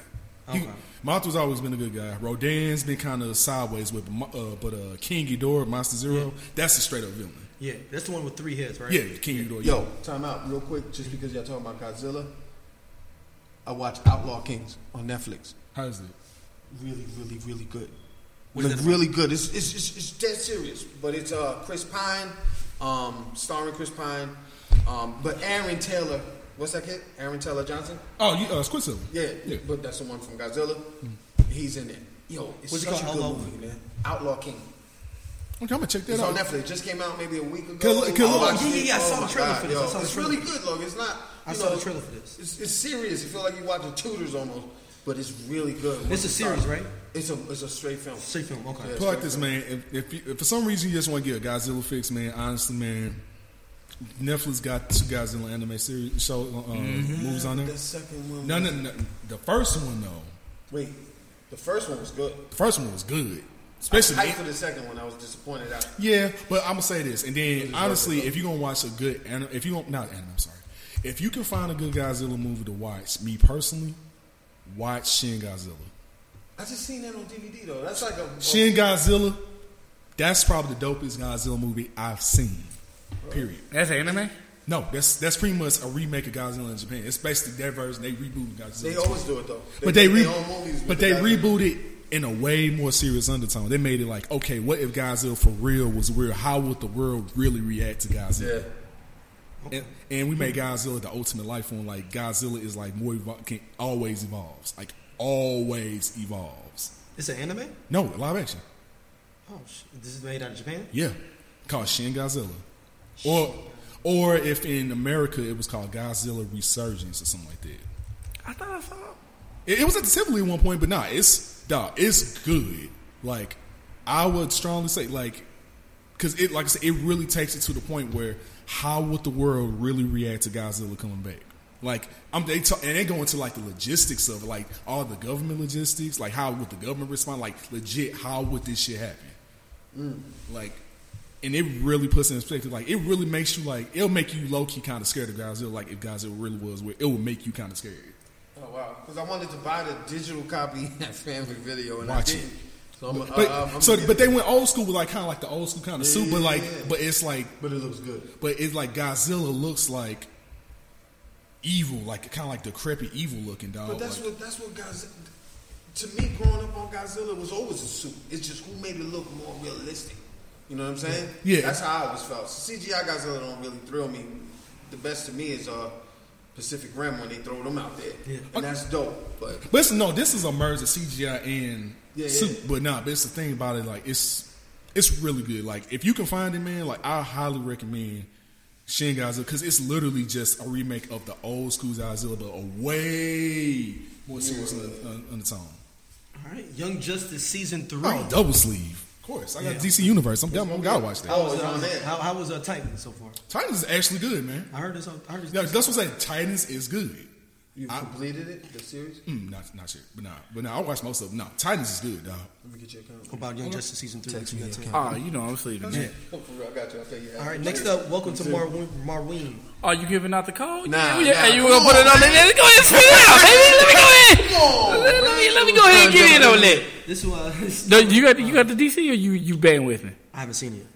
Speaker 3: He,
Speaker 2: Okay.
Speaker 3: Mothra's always been a good guy. Rodan's been kind of sideways with, him, uh, but uh, King Ghidorah, Monster Zero, that's a straight up villain.
Speaker 2: Yeah, that's the one with three heads, right?
Speaker 3: Yeah, King Ghidorah.
Speaker 5: Yo, time out real quick, just because y'all talking about Godzilla. I watched Outlaw Kings on Netflix.
Speaker 3: how is it?
Speaker 5: Really, really, really good.
Speaker 2: What is
Speaker 5: like
Speaker 2: that
Speaker 5: really good. It's it's, it's it's dead serious, but it's uh Chris Pine, um starring Chris Pine, um but Aaron Taylor. What's that kid? Aaron Taylor Johnson.
Speaker 3: Oh, you, uh, it's Quicksilver.
Speaker 5: Yeah,
Speaker 3: Yeah.
Speaker 5: but that's the one from Godzilla. He's in it. Yo, it's
Speaker 2: Hmm. What's it
Speaker 5: such
Speaker 2: called?
Speaker 5: a good
Speaker 2: Outlaw?
Speaker 5: movie, man. Outlaw King.
Speaker 3: Okay, I'm gonna check that
Speaker 5: It's on
Speaker 3: out.
Speaker 5: Netflix. Just came out maybe a week ago.
Speaker 3: Cause- cause-
Speaker 5: I
Speaker 3: oh,
Speaker 5: watched
Speaker 2: yeah,
Speaker 5: it.
Speaker 2: yeah, yeah, I saw
Speaker 5: Oh
Speaker 2: the
Speaker 5: my
Speaker 2: trailer
Speaker 5: God,
Speaker 2: for this. I
Speaker 5: yo.
Speaker 2: saw the
Speaker 5: it's
Speaker 2: trailer.
Speaker 5: really good, Logan. It's not.
Speaker 2: I
Speaker 5: you
Speaker 2: saw the
Speaker 5: know,
Speaker 2: trailer for this.
Speaker 5: It's, it's serious. You feel like you're watching Tutors almost, but it's really good.
Speaker 2: It's a series, right?
Speaker 5: It's a it's a straight film.
Speaker 2: Straight film, okay.
Speaker 5: Yeah.
Speaker 3: Put it like this, man. If, if, you, if for some reason you just want to get a Godzilla fix, man, honestly, man, Netflix got two Godzilla anime series show uh,
Speaker 5: Mm-hmm.
Speaker 3: movies on there.
Speaker 5: The second one.
Speaker 3: No, no, no. The first one though,
Speaker 5: Wait, the first one was good.
Speaker 3: the first one was good,
Speaker 5: I
Speaker 3: especially.
Speaker 5: hyped for the second one. I was disappointed. I,
Speaker 3: yeah, but I'm gonna say this, and then
Speaker 5: is
Speaker 3: honestly,
Speaker 5: worth it,
Speaker 3: if you're gonna watch a good anime, if you don't not anime, I'm sorry, if you can find a good Godzilla movie to watch, me personally, watch Shin Godzilla.
Speaker 5: I just seen that on DVD though. That's like a.
Speaker 3: Shin Godzilla, that's probably the dopest Godzilla movie I've seen. Period.
Speaker 4: That's anime.
Speaker 3: No, that's that's pretty much a remake of Godzilla in Japan. It's basically their version. They rebooted Godzilla,
Speaker 5: They always do it though.
Speaker 3: but they
Speaker 5: do
Speaker 3: re-
Speaker 5: their own movies with
Speaker 3: but
Speaker 5: the
Speaker 3: they
Speaker 5: guy-
Speaker 3: rebooted in a way more serious undertone. They made it like, okay, what if Godzilla for real was real? How would the world really react to Godzilla?
Speaker 5: Yeah.
Speaker 3: And, and we made Godzilla the ultimate life form. Like Godzilla is like more evol- can, always evolves, like always evolves.
Speaker 2: It's an anime?
Speaker 3: No live action,
Speaker 2: Oh, shit. This is made out of Japan?
Speaker 3: yeah, called Shin Godzilla, or or if in America it was called Godzilla Resurgence or something like that.
Speaker 4: I thought I saw.
Speaker 3: It, it was at the Tivoli at one point, but nah, it's dog, it's good. Like I would strongly say, like, because it, like I said, it really takes it to the point where how would the world really react to Godzilla coming back? Like I'm, they talk, and they go into like the logistics of like all the government logistics, like how would the government respond? Like legit, how would this shit happen? Like, and it really puts it in perspective. Like it really makes you like it'll make you low key kind of scared of Godzilla. Like if Godzilla really was, where it would make you kind of scared.
Speaker 5: Oh wow! Because I wanted to buy the digital copy at Family Video and
Speaker 3: Watch
Speaker 5: I
Speaker 3: it.
Speaker 5: didn't. So I'm,
Speaker 3: But
Speaker 5: uh, I'm
Speaker 3: so,
Speaker 5: gonna
Speaker 3: but
Speaker 5: get
Speaker 3: they went old school with like kind of like the old school kind of suit, but like,
Speaker 5: Yeah.
Speaker 3: but it's like,
Speaker 5: it. but it looks good.
Speaker 3: but it's like Godzilla looks like evil, like kind of like decrepit evil looking dog.
Speaker 5: But that's
Speaker 3: like-
Speaker 5: what that's what Godzilla. To me, growing up on Godzilla was always a suit. It's just who made it look more realistic. You know what I'm saying?
Speaker 3: Yeah.
Speaker 5: That's how I always felt. So CGI Godzilla don't really thrill me. The best to me is uh, Pacific Rim when they throw them out there, yeah. and that's dope. But
Speaker 3: but it's- no, this is a merge of CGI and
Speaker 5: Yeah,
Speaker 3: suit,
Speaker 5: yeah.
Speaker 3: but nah, but it's the thing about it, like it's it's really good. Like if you can find it, man, like I highly recommend Shin Godzilla because it's literally just a remake of the old school Godzilla, but a way more serious on, on, on its own.
Speaker 2: All right. Young Justice Season 3.
Speaker 3: Oh, double sleeve. Of course, I got DC Universe. I'm, I'm, I'm gotta watch that.
Speaker 5: I
Speaker 2: How was,
Speaker 5: was
Speaker 2: uh,
Speaker 5: on there.
Speaker 2: how, how was uh, Titan so far?
Speaker 3: Titans is actually good, man.
Speaker 2: I heard this. on- I heard this.
Speaker 3: Yeah, that's what I'm saying. Titans is good.
Speaker 5: You
Speaker 3: I-
Speaker 5: completed it, the series.
Speaker 3: Mm, not not shit, but nah, but nah. I watch most of them. No, Titans is good, dog.
Speaker 5: Let me get your account.
Speaker 2: About Young Justice Season 3. What you got time?
Speaker 4: Oh, you know I'm sleeping. man.
Speaker 5: Oh, [laughs] for real, I got you. I'll tell you.
Speaker 2: All right, next up, welcome to Marween. Marween.
Speaker 4: Are you giving out the code?
Speaker 5: Nah,
Speaker 4: yeah, yeah.
Speaker 5: nah.
Speaker 4: Are you gonna put it on? Let me go ahead and spit it out, baby. Let me go ahead. let, me, let me go ahead and get in on that.
Speaker 2: [laughs] This was.
Speaker 4: No, you got you got the DC or you you bang with me?
Speaker 2: I haven't seen it.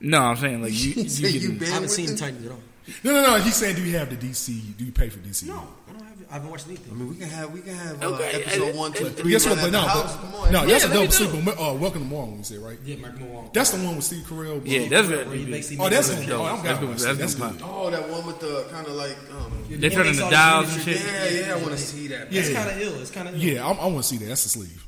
Speaker 4: No, I'm saying like
Speaker 5: [laughs]
Speaker 4: you.
Speaker 5: You
Speaker 4: you
Speaker 5: you
Speaker 4: can,
Speaker 2: I
Speaker 5: been
Speaker 2: haven't
Speaker 5: with
Speaker 2: seen
Speaker 5: it?
Speaker 2: Titans at all.
Speaker 3: No, no, no. He's saying, do you have the DC? Do you pay for DC?
Speaker 2: No, I don't have it. I haven't watched anything.
Speaker 5: I mean, we can have we can have
Speaker 4: Okay,
Speaker 5: uh, episode
Speaker 4: I-
Speaker 5: one, two,
Speaker 4: I-
Speaker 5: and three.
Speaker 3: Guess
Speaker 5: run
Speaker 3: what? But
Speaker 5: at
Speaker 3: no,
Speaker 5: the house. Come
Speaker 3: but,
Speaker 5: on.
Speaker 3: no, that's
Speaker 4: Yeah,
Speaker 3: a
Speaker 4: let me
Speaker 3: dope sleep. Uh, Welcome to Marvel, we said, right?
Speaker 2: Yeah, Mark Millar.
Speaker 3: That's the one with Steve Carell. bro.
Speaker 4: Yeah, that's
Speaker 2: Where he
Speaker 4: very.
Speaker 2: basically
Speaker 3: Oh, that's
Speaker 2: makes-
Speaker 3: gonna. Oh, I'm gonna
Speaker 4: That's gonna-
Speaker 3: watch
Speaker 4: that's
Speaker 3: that. That's
Speaker 4: gonna
Speaker 3: good.
Speaker 5: Oh, that one with the kind of like um.
Speaker 4: They turning
Speaker 2: makes
Speaker 4: the
Speaker 2: all
Speaker 4: dials
Speaker 2: these
Speaker 4: and
Speaker 2: miniature-
Speaker 4: shit.
Speaker 5: Yeah, yeah, I want to see that.
Speaker 2: That's
Speaker 3: Yeah.
Speaker 2: kind of ill. It's kind of ill.
Speaker 3: Yeah, I, I want to see that. That's a sleeve.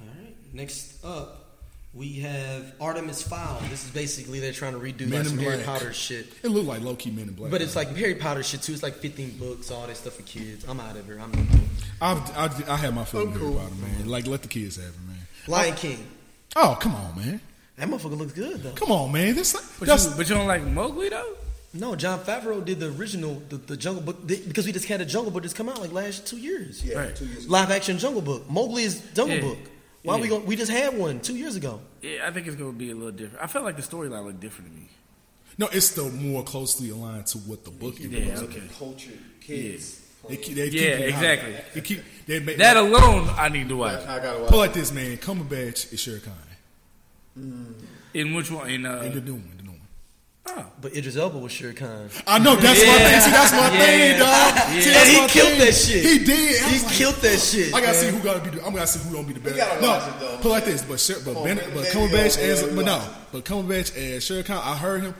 Speaker 2: All right. Next up, we have Artemis Fowl. This is basically they're trying to redo
Speaker 3: Men
Speaker 2: like
Speaker 3: in
Speaker 2: some Harry
Speaker 3: Black.
Speaker 2: Potter shit.
Speaker 3: It looked like low key Men in Black.
Speaker 2: But it's like uh, Harry Potter shit too. It's like 15 books, all that stuff for kids. I'm out of here. I'm not doing it.
Speaker 3: I've, I've, I have my feeling here about it, man. Like let the kids have it, man.
Speaker 2: Lion King.
Speaker 3: Oh come on, man.
Speaker 2: That motherfucker looks good though.
Speaker 3: Come on, man. That's like,
Speaker 4: But
Speaker 3: that's
Speaker 4: you, but you don't like Mowgli though?
Speaker 2: No, John Favreau did the original, the, the Jungle Book, the, because we just had a Jungle Book just come out like last two years.
Speaker 5: Yeah,
Speaker 4: Right.
Speaker 5: two years.
Speaker 2: Live action Jungle Book. Mowgli is Jungle
Speaker 4: Yeah.
Speaker 2: Book. Why we
Speaker 4: Yeah.
Speaker 2: going We just had one two years ago.
Speaker 4: Yeah, I think it's gonna be a little different. I felt like the storyline looked different to me.
Speaker 3: no. It's still more closely aligned to what the book is.
Speaker 4: Yeah, okay.
Speaker 5: Cultured kids.
Speaker 3: They, keep- they keep
Speaker 4: Yeah,
Speaker 3: it high.
Speaker 4: exactly.
Speaker 3: They keep they make
Speaker 4: That alone, I need to watch.
Speaker 5: I gotta
Speaker 3: Put
Speaker 5: watch.
Speaker 3: like this, man. Cumberbatch is Shere Khan.
Speaker 4: In which one? In
Speaker 3: And the
Speaker 4: uh,
Speaker 3: new one, the new one.
Speaker 4: oh,
Speaker 2: But Idris Elba was sure kind.
Speaker 3: I know that's my
Speaker 4: Yeah.
Speaker 3: thing. See, that's my
Speaker 4: Yeah.
Speaker 3: thing, dog. See, that's
Speaker 2: And he
Speaker 3: my
Speaker 2: killed
Speaker 3: thing.
Speaker 2: that shit.
Speaker 3: He did. I
Speaker 2: He
Speaker 3: was like,
Speaker 2: killed that shit.
Speaker 3: I gotta see who gotta be. The, I'm gotta see who gonna be the best.
Speaker 5: gotta
Speaker 3: no,
Speaker 5: watch it, though.
Speaker 3: put like this, but Sher, but
Speaker 5: on,
Speaker 3: ben,
Speaker 5: man,
Speaker 3: but
Speaker 5: baby,
Speaker 3: Cumberbatch
Speaker 5: yo,
Speaker 3: as
Speaker 5: man, we
Speaker 3: but no,
Speaker 5: watch it.
Speaker 3: but Cumberbatch as Shere Khan. I heard him.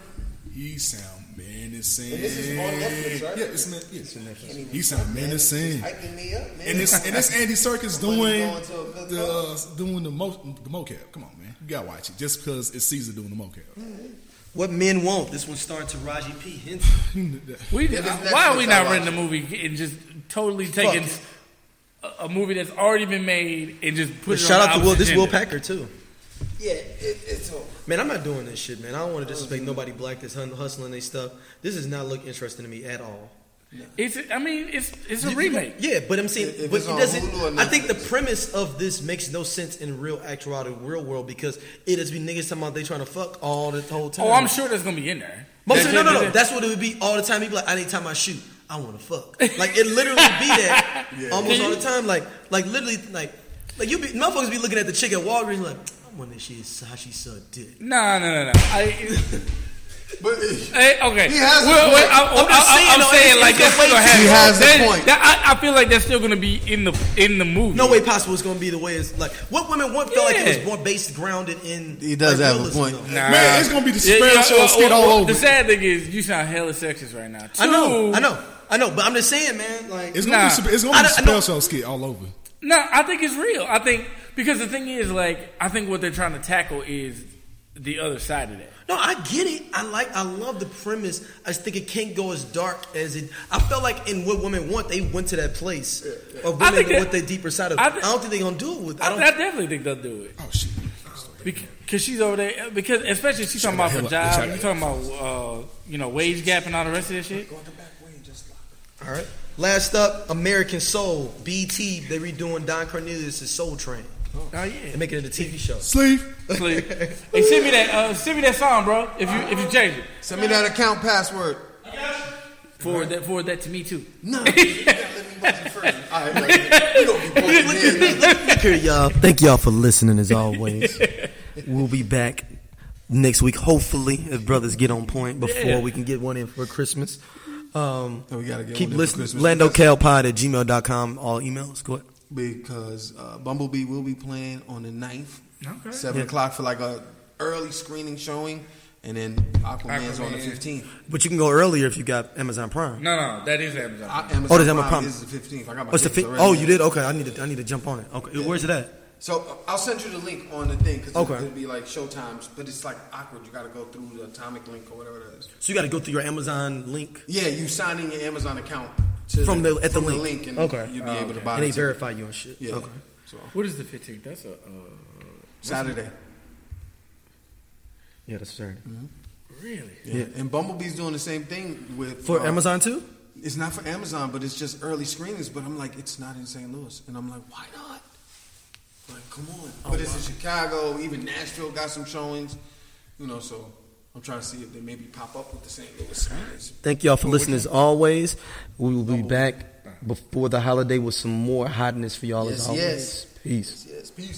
Speaker 3: He sound menacing.
Speaker 5: And this is on Netflix, right?
Speaker 3: Yeah, it's, men, yeah. He sound menacing.
Speaker 5: Hyping me up, man.
Speaker 3: And it's and
Speaker 5: [laughs]
Speaker 3: it's Andy Serkis
Speaker 5: When you
Speaker 3: doing
Speaker 5: go into a good
Speaker 3: the uh, doing the mo the mocap. Come on, man, you gotta watch it just because it's Caesar doing the mocap.
Speaker 2: What men want. This one's starring Taraji P. Henson.
Speaker 4: we
Speaker 5: that's
Speaker 4: why are
Speaker 5: Netflix,
Speaker 4: we
Speaker 5: I
Speaker 4: not
Speaker 5: watch
Speaker 4: renting the movie and just totally taking
Speaker 2: Fuck.
Speaker 4: a, a movie that's already been made and just putting it
Speaker 2: Shout
Speaker 4: on the
Speaker 2: out to Will.
Speaker 4: opposite
Speaker 2: This Will
Speaker 4: gender?
Speaker 2: Packer too.
Speaker 5: yeah, it, it's all.
Speaker 2: Man, I'm not doing this shit, man. I don't want to disrespect nobody black that's hun- hustling they stuff. This does not look interesting to me at all.
Speaker 4: It's I mean it's it's a remake.
Speaker 2: Yeah, but I'm saying,
Speaker 5: If- if
Speaker 2: but
Speaker 5: it's
Speaker 2: it
Speaker 5: on
Speaker 2: doesn't.
Speaker 5: Hulu or
Speaker 2: I think the
Speaker 5: Netflix.
Speaker 2: premise of this makes no sense in real actuality, real world, because it is be niggas talking about they trying to fuck all the whole time.
Speaker 4: Oh, I'm sure that's gonna be in there.
Speaker 2: Most of, no,
Speaker 4: That-
Speaker 2: no, no.
Speaker 4: that-
Speaker 2: That's what it would be all the time. He'd be like, "I anytime I shoot, I want to fuck." Like it literally be
Speaker 4: [laughs]
Speaker 2: that almost all the time. Like, like literally, like, like you be motherfuckers be looking at the chick at Walgreens like, "I wonder if she is how she suck dick."
Speaker 4: No, no, no, no. I,
Speaker 2: [laughs]
Speaker 5: But
Speaker 4: Hey, okay.
Speaker 5: He has a
Speaker 4: Well, well, I, am
Speaker 5: point.
Speaker 2: I'm just saying,
Speaker 4: saying,
Speaker 2: though, it's
Speaker 4: like
Speaker 2: gonna
Speaker 4: that's still gonna
Speaker 2: wait
Speaker 4: happen.
Speaker 5: till- He has a
Speaker 4: That-
Speaker 5: point.
Speaker 4: that- I, I feel like that's still gonna be in the in the movie.
Speaker 2: No way possible it's gonna be the way it's like. What women want felt like it
Speaker 4: Yeah.
Speaker 2: was more based grounded in.
Speaker 5: He does
Speaker 2: like,
Speaker 5: have a
Speaker 2: realism,
Speaker 5: point.
Speaker 2: though.
Speaker 4: Nah.
Speaker 3: Man, it's gonna be the Spanish show
Speaker 4: well,
Speaker 3: skit
Speaker 4: well,
Speaker 3: all
Speaker 4: well,
Speaker 3: over.
Speaker 4: The sad thing is, you sound hella sexist right now. Two,
Speaker 2: I know, I know, I know. But I'm just saying, man. Like,
Speaker 3: It's gonna
Speaker 4: Nah.
Speaker 3: be Sp- it's gonna be
Speaker 2: I don't- I
Speaker 3: spell show skit all over.
Speaker 4: No, I think it's real. I think because the thing is, like, I think what they're trying to tackle is the other side of that.
Speaker 2: no, I get it. I like, I love the premise. I just think it can't go as dark as it. I felt like in what women want, they went to that place of
Speaker 4: I
Speaker 2: women
Speaker 4: think that-
Speaker 2: with the deeper side of.
Speaker 4: I
Speaker 2: I,
Speaker 4: thi-
Speaker 2: don't think they're gonna do it with. I
Speaker 4: I,
Speaker 2: don't.
Speaker 4: I definitely think they'll do it
Speaker 3: Oh shit.
Speaker 4: because she's over there. Because especially she's talking
Speaker 3: Shout
Speaker 4: about her
Speaker 3: out hella-
Speaker 4: job. You talking about uh, you know wage gap and all the rest of that shit.
Speaker 2: all right. Last up, American Soul, BT. They redoing Don Cornelius' Soul Train.
Speaker 4: Oh yeah.
Speaker 2: They making it a TV show.
Speaker 3: Sleeve.
Speaker 4: Please. hey, send me that. Uh, send me that song, bro. If you if you change it,
Speaker 5: Send me that account password.
Speaker 4: forward that forward that to me too.
Speaker 5: No, you gotta let me watch it first. [laughs] All right, like, you [laughs] don't be posting in.
Speaker 2: Here, y'all. Thank y'all for listening as always. we'll be back next week, hopefully, if brothers get on point before
Speaker 4: Yeah.
Speaker 2: we can get one in for Christmas. Um,
Speaker 5: we gotta get
Speaker 2: keep
Speaker 5: one in for
Speaker 2: listening.
Speaker 5: Christmas.
Speaker 2: LandoCalPod at gmail.com. All emails. Go ahead.
Speaker 5: because uh, Bumblebee will be playing on the 9th,
Speaker 4: Okay.
Speaker 5: seven
Speaker 2: Yeah.
Speaker 5: o'clock for like a early screening showing, and then Aquaman's on the
Speaker 4: Aquaman.
Speaker 5: fifteenth.
Speaker 2: But you can go earlier if you got Amazon Prime.
Speaker 4: No, no, that is Amazon.
Speaker 5: I- Amazon
Speaker 2: Oh, there's Amazon Prime.
Speaker 5: is the fifteenth. I got my.
Speaker 2: Oh, it's the
Speaker 5: tickets
Speaker 2: fi-
Speaker 5: already.
Speaker 2: oh, you did? Okay, I need to I need to jump on it. Okay, where's it at?
Speaker 5: So uh, I'll send you the link on the thing because
Speaker 2: Okay.
Speaker 5: it'll be like showtimes, but it's like awkward. You got to go through the atomic link or whatever that is.
Speaker 2: So you got to go through your Amazon link,
Speaker 5: Yeah, you sign in your Amazon account to,
Speaker 2: From the- at the
Speaker 5: from
Speaker 2: link.
Speaker 5: and
Speaker 2: Okay.
Speaker 5: you'll be able to buy
Speaker 2: and they
Speaker 5: it.
Speaker 2: verify you and shit.
Speaker 5: Yeah.
Speaker 2: Okay.
Speaker 5: So
Speaker 4: What is the 15th? That's a. Uh,
Speaker 5: Saturday.
Speaker 2: Yeah, that's fair.
Speaker 4: really?
Speaker 5: Yeah. And Bumblebee's doing the same thing with
Speaker 2: For
Speaker 5: uh,
Speaker 2: Amazon too?
Speaker 5: It's not for Amazon, but it's just early screenings. But I'm like, it's not in St. Louis, and I'm like, why not? Like, come on. but it's in Chicago. Even Nashville got some showings. You know, so I'm trying to see if they maybe pop up with the St. Louis screenings.
Speaker 2: Thank y'all for listening as always. We will be back before the holiday with some more hotness for y'all as
Speaker 5: Yes,
Speaker 2: always.
Speaker 5: yes.
Speaker 2: Peace.
Speaker 5: Yes, peace.